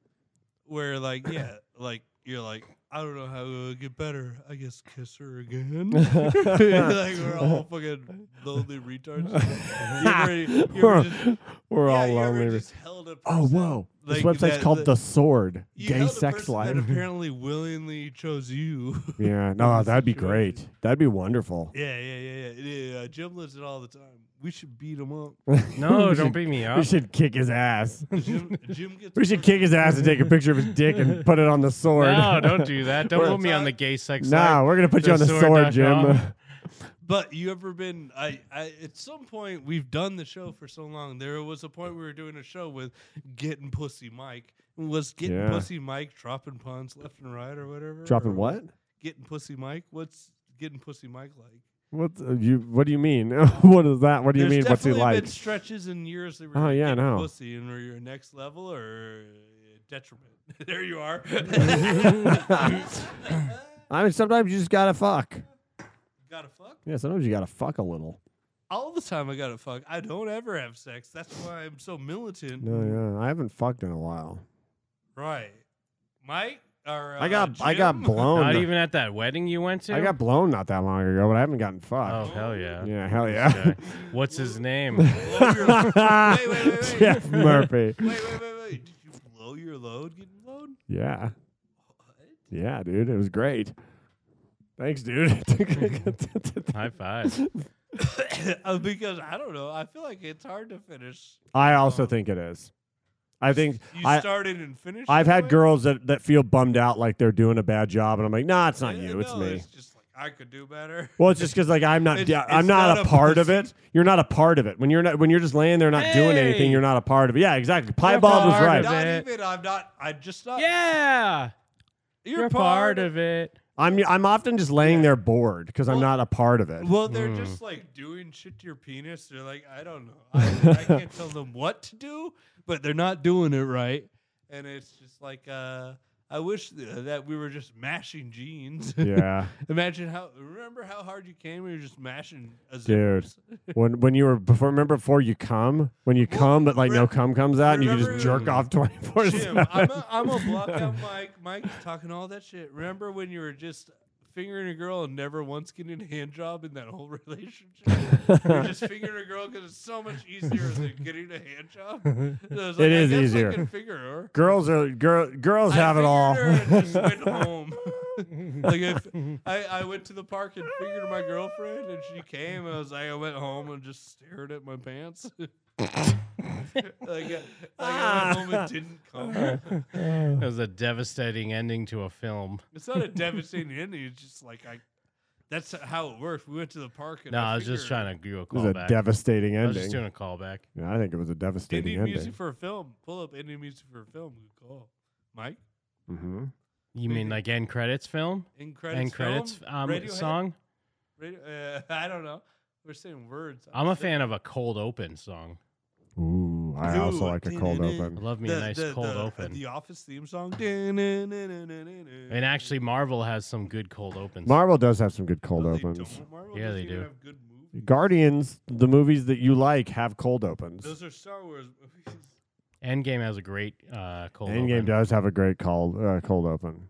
Speaker 5: where like yeah, like you're like I don't know how it would get better. I guess kiss her again. like we're all fucking lonely retards. You ever- you ever
Speaker 4: we're,
Speaker 5: just-
Speaker 4: we're all
Speaker 5: yeah, you ever
Speaker 4: lonely.
Speaker 5: just held a
Speaker 4: Oh, whoa. this
Speaker 5: like,
Speaker 4: website's
Speaker 5: that-
Speaker 4: called
Speaker 5: that-
Speaker 4: The Sword
Speaker 5: you
Speaker 4: Gay
Speaker 5: held a
Speaker 4: Sex
Speaker 5: person that
Speaker 4: Life.
Speaker 5: apparently willingly chose you.
Speaker 4: yeah, no, that'd be great. That'd be wonderful.
Speaker 5: Yeah, yeah, yeah, yeah. yeah. Jim lives it all the time. We should beat him up.
Speaker 4: We should- We should kick his ass.
Speaker 5: Jim- Jim gets
Speaker 4: we should kick his ass and take a picture of his dick and put it on the sword.
Speaker 2: No, don't do that. Don't
Speaker 4: We're-
Speaker 2: put me on the gay sex.
Speaker 4: No,
Speaker 2: side.
Speaker 4: we're gonna put you on the sword,
Speaker 2: sword.com.
Speaker 4: Jim.
Speaker 5: But you ever been? I, I at some point we've done the show for so long. There was a point we were doing a show with getting pussy Mike. Was getting
Speaker 4: Yeah.
Speaker 5: pussy Mike dropping puns left and right or whatever?
Speaker 4: Dropping
Speaker 5: or
Speaker 4: what?
Speaker 5: Getting pussy Mike. What's getting pussy Mike like?
Speaker 4: What the- you? What do you mean? what is that? What do you
Speaker 5: There's
Speaker 4: mean? What's he
Speaker 5: definitely
Speaker 4: like?
Speaker 5: Been stretches and years that were
Speaker 4: Oh, yeah,
Speaker 5: getting
Speaker 4: no.
Speaker 5: pussy and were your next level or uh, detriment. there you are.
Speaker 4: I mean, sometimes you just gotta fuck.
Speaker 5: Gotta fuck.
Speaker 4: Yeah, sometimes you gotta fuck a little.
Speaker 5: All the time I gotta fuck. I don't ever have sex. That's why I'm so militant.
Speaker 4: No, yeah, I haven't fucked in a while.
Speaker 5: Right. Mike or
Speaker 4: I got-
Speaker 5: uh,
Speaker 4: I got
Speaker 5: Jim?
Speaker 4: blown.
Speaker 2: Not even at that wedding you went to.
Speaker 4: I got blown not that long ago, but I haven't gotten fucked.
Speaker 2: Oh hell yeah!
Speaker 4: Yeah, hell
Speaker 2: This
Speaker 4: yeah.
Speaker 2: guy. What's his name?
Speaker 5: wait, wait, wait, wait.
Speaker 4: Jeff Murphy.
Speaker 5: Wait, wait, wait, wait. Did you blow your load getting blown?
Speaker 4: Yeah. Yeah, dude, it was great. Thanks, dude.
Speaker 2: High five.
Speaker 5: Uh, because I don't know. I feel like it's hard to finish.
Speaker 4: I
Speaker 2: Um,
Speaker 4: also think it is. I think
Speaker 5: You
Speaker 4: I,
Speaker 5: started and finished.
Speaker 4: I've
Speaker 5: that
Speaker 4: had
Speaker 5: way?
Speaker 4: girls that, that feel bummed out like they're doing a bad job, and I'm like, nah, it's not you, it's
Speaker 5: no,
Speaker 4: me.
Speaker 5: It's just like I could do better.
Speaker 4: well, it's just because like I'm not
Speaker 5: It's-
Speaker 4: da- I'm
Speaker 5: it's
Speaker 4: not,
Speaker 5: not
Speaker 4: a
Speaker 5: a
Speaker 4: part of it. You're not a part of it when you're not when you're just laying there not doing anything.
Speaker 5: Hey!
Speaker 4: You're not a part of it. Yeah, exactly. Piebald
Speaker 2: part
Speaker 4: was
Speaker 2: of
Speaker 4: right.
Speaker 5: Not
Speaker 2: it.
Speaker 5: even. I'm not. I just not.
Speaker 2: Yeah.
Speaker 5: You're,
Speaker 2: You're
Speaker 5: part,
Speaker 2: part of it.
Speaker 4: I'm I'm often just laying there bored because I'm not a part of it.
Speaker 5: Well, they're just like doing shit to your penis. They're like, I don't know. I, I can't tell them what to do, but they're not doing it right. And it's just like, uh, I wish th- that we were just mashing jeans.
Speaker 4: Yeah.
Speaker 5: Imagine how, remember how hard you came when you were just mashing a
Speaker 4: dude.
Speaker 5: zippers?
Speaker 4: when when you were before, remember before you come when you come, but like no cum comes out, and you can just
Speaker 5: remember-
Speaker 4: jerk off twenty four
Speaker 5: Jim, I'm a, I'm a block out
Speaker 4: seven.
Speaker 5: Mike. Mike's talking all that shit. Remember when you were just fingering a girl and never once getting a hand job in that whole relationship? you were just fingering a girl because it's so much easier than getting a hand job. And I was like,
Speaker 4: It
Speaker 5: I
Speaker 4: is
Speaker 5: guess I
Speaker 4: easier.
Speaker 5: can figure her.
Speaker 4: Girls are girl, girls
Speaker 5: I
Speaker 4: have it
Speaker 5: fingered
Speaker 4: all.
Speaker 5: her and just went home. like if I, I went to the park and fingered my girlfriend and she came, I was like, I went home and just stared at my pants. like, I- like I went home and didn't come.
Speaker 2: That was a devastating ending to a film.
Speaker 5: It's not a devastating ending. It's just like I. That's how it works. We went to the park and
Speaker 2: No,
Speaker 5: I,
Speaker 2: I was just
Speaker 5: figured-
Speaker 2: trying to do a
Speaker 4: It was a
Speaker 2: callback.
Speaker 4: devastating
Speaker 2: I
Speaker 4: ending.
Speaker 2: was just doing a callback.
Speaker 4: Yeah, I think it was a devastating
Speaker 5: Indian
Speaker 4: ending.
Speaker 5: music for a film. Pull up Indian music for a film. Good call, Mike.
Speaker 4: hmm
Speaker 2: Mm-hmm. You mean like end credits film?
Speaker 5: In credits.
Speaker 2: End credits
Speaker 5: film,
Speaker 2: um,
Speaker 5: Radiohead?
Speaker 2: song?
Speaker 5: Radio, uh, I don't know. We're saying words.
Speaker 2: I'm a fan of a cold open song.
Speaker 4: Ooh, I also like a cold open.
Speaker 2: Love me a nice cold
Speaker 5: the,
Speaker 2: open.
Speaker 5: The Office theme song.
Speaker 2: And actually, Marvel has some good cold opens.
Speaker 4: Marvel does have some good cold opens.
Speaker 2: yeah, they do.
Speaker 4: Guardians, the movies that you like, have cold opens.
Speaker 5: Those are Star Wars movies.
Speaker 2: Endgame has a great uh, cold
Speaker 4: Endgame
Speaker 2: open.
Speaker 4: does have a great cold uh, cold open.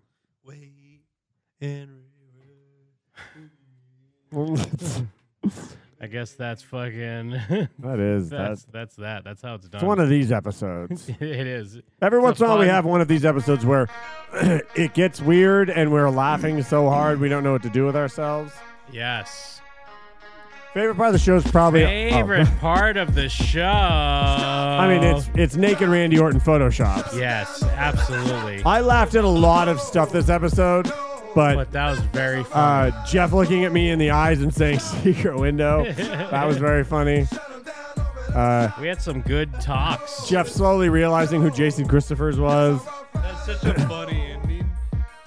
Speaker 2: I guess that's fucking.
Speaker 4: That is-
Speaker 2: that's that's that. That's how it's done.
Speaker 4: It's one of these episodes.
Speaker 2: it is.
Speaker 4: Every
Speaker 2: It's
Speaker 4: once in a while, we
Speaker 2: fun-
Speaker 4: have one of these episodes where it gets weird and we're laughing so hard we don't know what to do with ourselves.
Speaker 2: Yes.
Speaker 4: Favorite part of the show is probably oh.
Speaker 2: Favorite Oh. part of the show. I
Speaker 4: I mean, it's it's naked Randy Orton photoshops.
Speaker 2: yes, absolutely.
Speaker 4: I laughed at a lot of stuff this episode, but,
Speaker 2: but that was very
Speaker 4: uh,
Speaker 2: fun.
Speaker 4: Jeff looking at me in the eyes and saying "secret window," that was very funny. Uh,
Speaker 2: we had some good talks.
Speaker 4: Jeff slowly realizing who Jason Christopher's was.
Speaker 5: That's such a funny ending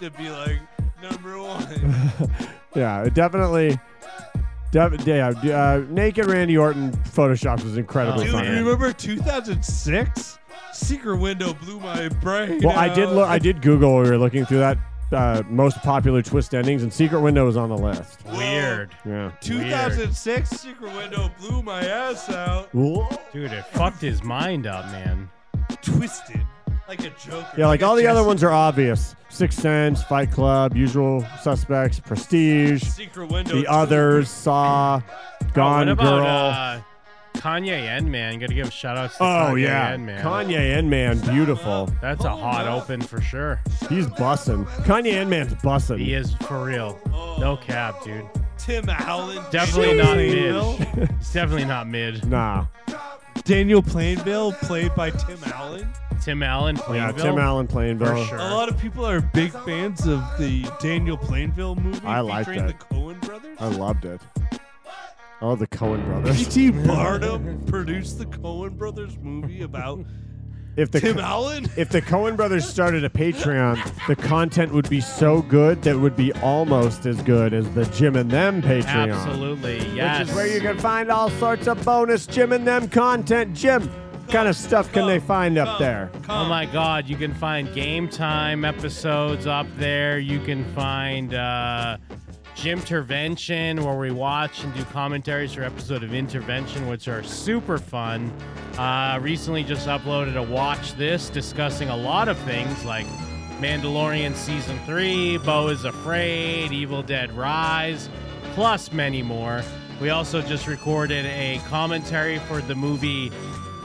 Speaker 5: to be like number one.
Speaker 4: yeah, it definitely. De- yeah, uh, naked Randy Orton photoshops was incredibly
Speaker 5: Oh, Dude,
Speaker 4: funny.
Speaker 5: remember 2006? Secret Window blew my brain.
Speaker 4: Well, I did
Speaker 5: out.
Speaker 4: look. I did Google. while We were looking through that uh, most popular twist endings, and Secret Window was on the list.
Speaker 2: Weird.
Speaker 4: Yeah.
Speaker 5: 2006 Secret Window blew my ass out.
Speaker 4: Whoa.
Speaker 2: Dude, it fucked his mind up, man.
Speaker 5: Twisted. Like like a joker.
Speaker 4: Yeah, like all the other
Speaker 5: Jesse-
Speaker 4: ones are obvious. Sixth Sense, Fight Club, Usual Suspects, Prestige,
Speaker 5: Secret Window
Speaker 4: The
Speaker 5: two.
Speaker 4: Others, Saw,
Speaker 2: Oh,
Speaker 4: Gone
Speaker 2: what about
Speaker 4: Girl.
Speaker 2: uh, Kanye and Man? Got to give shout outs to
Speaker 4: oh
Speaker 2: Kanye
Speaker 4: yeah,
Speaker 2: and Man.
Speaker 4: Kanye and Man, beautiful.
Speaker 2: That's a hot open for sure.
Speaker 4: He's bussing. Kanye and Man's bussing.
Speaker 2: He is for real. No cap, dude.
Speaker 5: Tim Allen.
Speaker 2: Definitely
Speaker 5: Daniel
Speaker 2: not mid.
Speaker 5: Plainville.
Speaker 2: He's definitely not mid.
Speaker 4: Nah.
Speaker 5: Daniel Plainville, played by Tim Allen.
Speaker 2: Tim Allen
Speaker 4: Yeah,
Speaker 2: Plainville.
Speaker 4: Tim Allen Plainville.
Speaker 2: For sure.
Speaker 5: A lot of people are big fans of the Daniel Plainville movie
Speaker 4: I like
Speaker 5: featuring
Speaker 4: that.
Speaker 5: the Coen brothers.
Speaker 4: I loved it. Oh, the Cohen brothers.
Speaker 5: P.T. Barnum produced the Coen brothers movie about
Speaker 4: If the
Speaker 5: Tim Allen?
Speaker 4: If the Cohen brothers started a Patreon, the content would be so good that it would be almost as good as the Jim and Them Patreon.
Speaker 2: Absolutely, yes.
Speaker 4: Which is where you can find all sorts of bonus Jim and Them content. Jim, what kind of stuff can they find up there?
Speaker 2: Oh my God! You can find game time episodes up there. You can find uh, Jim Intervention, where we watch and do commentaries for episode of Intervention, which are super fun. Uh, recently, just uploaded a watch this discussing a lot of things like Mandalorian season three, Bo is Afraid, Evil Dead Rise, plus many more. We also just recorded a commentary for the movie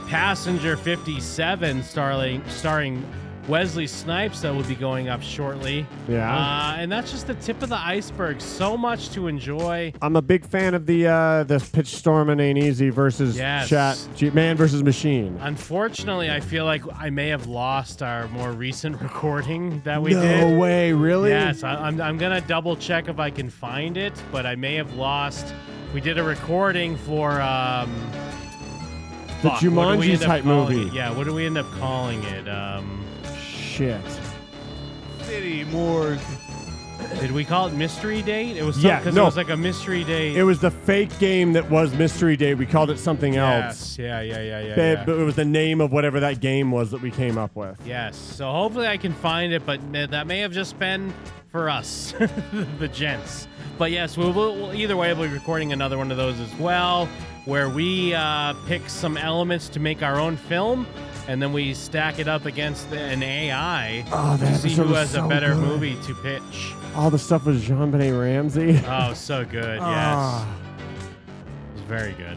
Speaker 2: Passenger 57 starring starring Wesley Snipes that will be going up shortly.
Speaker 4: Yeah.
Speaker 2: Uh, and that's just the tip of the iceberg. So much to enjoy.
Speaker 4: I'm a big fan of the uh, the pitch storm and ain't easy versus
Speaker 2: Yes. Uh,
Speaker 4: chat G- man versus machine.
Speaker 2: Unfortunately, I feel like I may have lost our more recent recording that we
Speaker 4: no
Speaker 2: did.
Speaker 4: way, really?
Speaker 2: Yes, I, I'm, I'm gonna double check if I can find it, but I may have lost. We did a recording for um,
Speaker 4: The
Speaker 2: fuck, what do we
Speaker 4: Jumanji
Speaker 2: end up
Speaker 4: type
Speaker 2: calling
Speaker 4: movie.
Speaker 2: It? Yeah, what do we end up calling it? Um,
Speaker 4: Shit.
Speaker 5: City Morgue.
Speaker 2: Did we call it Mystery Date? It was some-
Speaker 4: Yeah, no.
Speaker 2: it was like a mystery date.
Speaker 4: It was the fake game that was Mystery Day. We called it something else.
Speaker 2: Yes, yeah, yeah, yeah, yeah.
Speaker 4: But-
Speaker 2: yeah.
Speaker 4: But it was the name of whatever that game was that we came up with.
Speaker 2: Yes. So hopefully I can find it, but ma- that may have just been for us, the gents. But yes, we will. we'll- Either way, we'll be recording another one of those as well, where we uh, pick some elements to make our own film, and then we stack it up against the, an AI
Speaker 4: Oh, that
Speaker 2: to see
Speaker 4: episode
Speaker 2: who
Speaker 4: was
Speaker 2: has
Speaker 4: so
Speaker 2: a better
Speaker 4: good.
Speaker 2: movie to pitch.
Speaker 4: All the stuff was Jean Benet Ramsey.
Speaker 2: Oh, so good. Yes.
Speaker 4: Ah.
Speaker 2: It was very good.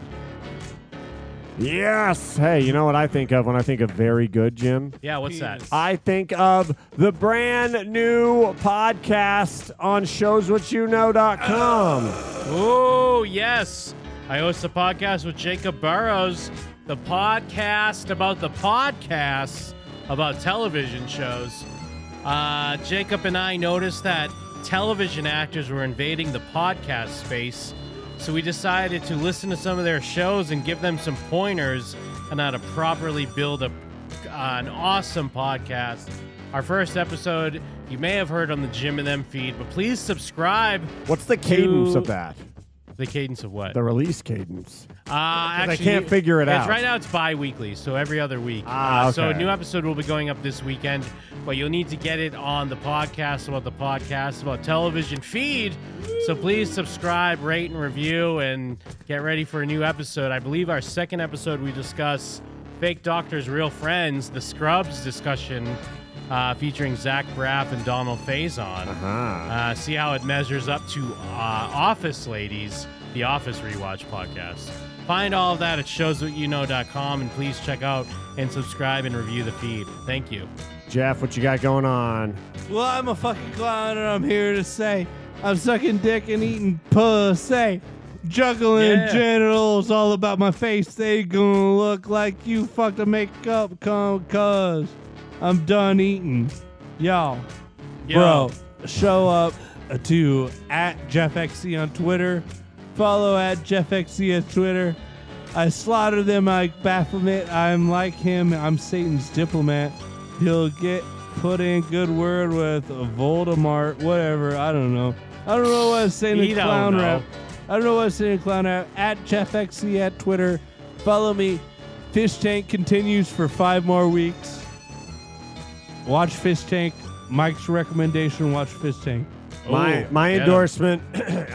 Speaker 4: Yes. Hey, you know what I think of when I think of very good, Jim?
Speaker 2: Yeah, what's that?
Speaker 4: I think of the brand new podcast on showswhatyouknow.com.
Speaker 2: Oh, yes. I host a podcast with Jacob Burrows, the podcast about the podcasts about television shows. Uh, Jacob and I noticed that television actors were invading the podcast space, so we decided to listen to some of their shows and give them some pointers on how to properly build a, an awesome podcast. Our first episode, you may have heard on the Jim and Them feed, but please subscribe.
Speaker 4: What's the cadence of that?
Speaker 2: The cadence of what?
Speaker 4: The release cadence.
Speaker 2: Uh, actually,
Speaker 4: can't figure it
Speaker 2: it's-
Speaker 4: out.
Speaker 2: Right now, it's bi-weekly, so every other week.
Speaker 4: Ah,
Speaker 2: Uh, So a
Speaker 4: okay.
Speaker 2: new episode will be going up this weekend, but you'll need to get it on the podcast about the podcast about television feed. So please subscribe, rate, and review, and get ready for a new episode. I believe our second episode we discuss fake doctors, real friends, the Scrubs discussion. Uh, featuring Zach Braff and Donald Faison. Uh-huh. see how it measures up to uh, Office Ladies, the Office Rewatch podcast. Find all of that at showswhatyouknow.com and please check out and subscribe and review the feed. Thank you.
Speaker 4: Jeff, what you got going on?
Speaker 10: Well, I'm a fucking clown, and I'm here to say I'm sucking dick and eating pussy, juggling
Speaker 5: Yeah.
Speaker 10: genitals all about my face. They gonna look like you fucked a makeup come cause I'm done eating, y'all.
Speaker 5: Yo.
Speaker 10: Bro, show up to at JeffXC on Twitter. Follow at JeffXC at Twitter. I slaughter them like Baphomet. I'm like him. I'm Satan's diplomat. He'll get put in good word with Voldemart, whatever. I don't know. I don't know what Satan
Speaker 5: He don't
Speaker 10: clown
Speaker 5: know.
Speaker 10: rap. I don't know what Satan clown rap. At JeffXC at Twitter. Follow me. Fish Tank continues for five more weeks. Watch Fish Tank. Mike's recommendation: Watch Fish Tank.
Speaker 4: my my endorsement.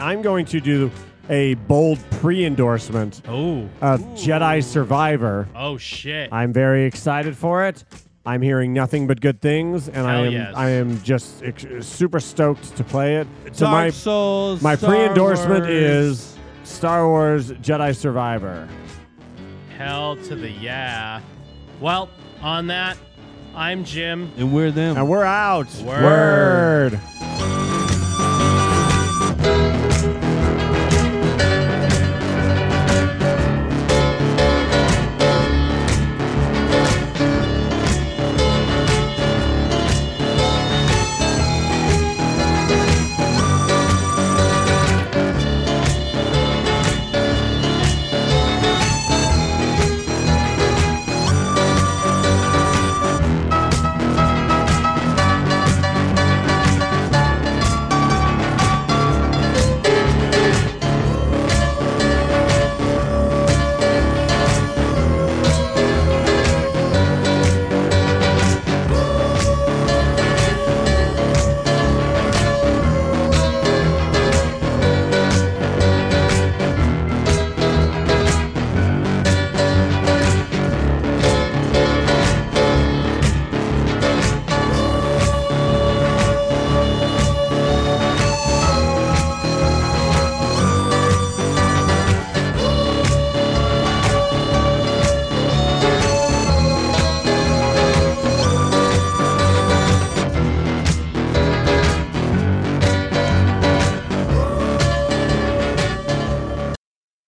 Speaker 4: I'm going to do a bold pre-endorsement
Speaker 2: oh.
Speaker 4: of Jedi Survivor.
Speaker 2: Oh, shit.
Speaker 4: I'm very excited for it. I'm hearing nothing but good things, and I
Speaker 5: Hell
Speaker 4: am
Speaker 5: yes.
Speaker 4: I am just ex- super stoked to play it.
Speaker 5: Dark
Speaker 4: my
Speaker 5: Souls,
Speaker 4: my
Speaker 5: Star
Speaker 4: pre-endorsement
Speaker 5: Wars.
Speaker 4: is Star Wars Jedi Survivor.
Speaker 2: Hell to the yeah. Well, on that, I'm Jim.
Speaker 4: And we're them. And we're out.
Speaker 2: Word.
Speaker 4: Word.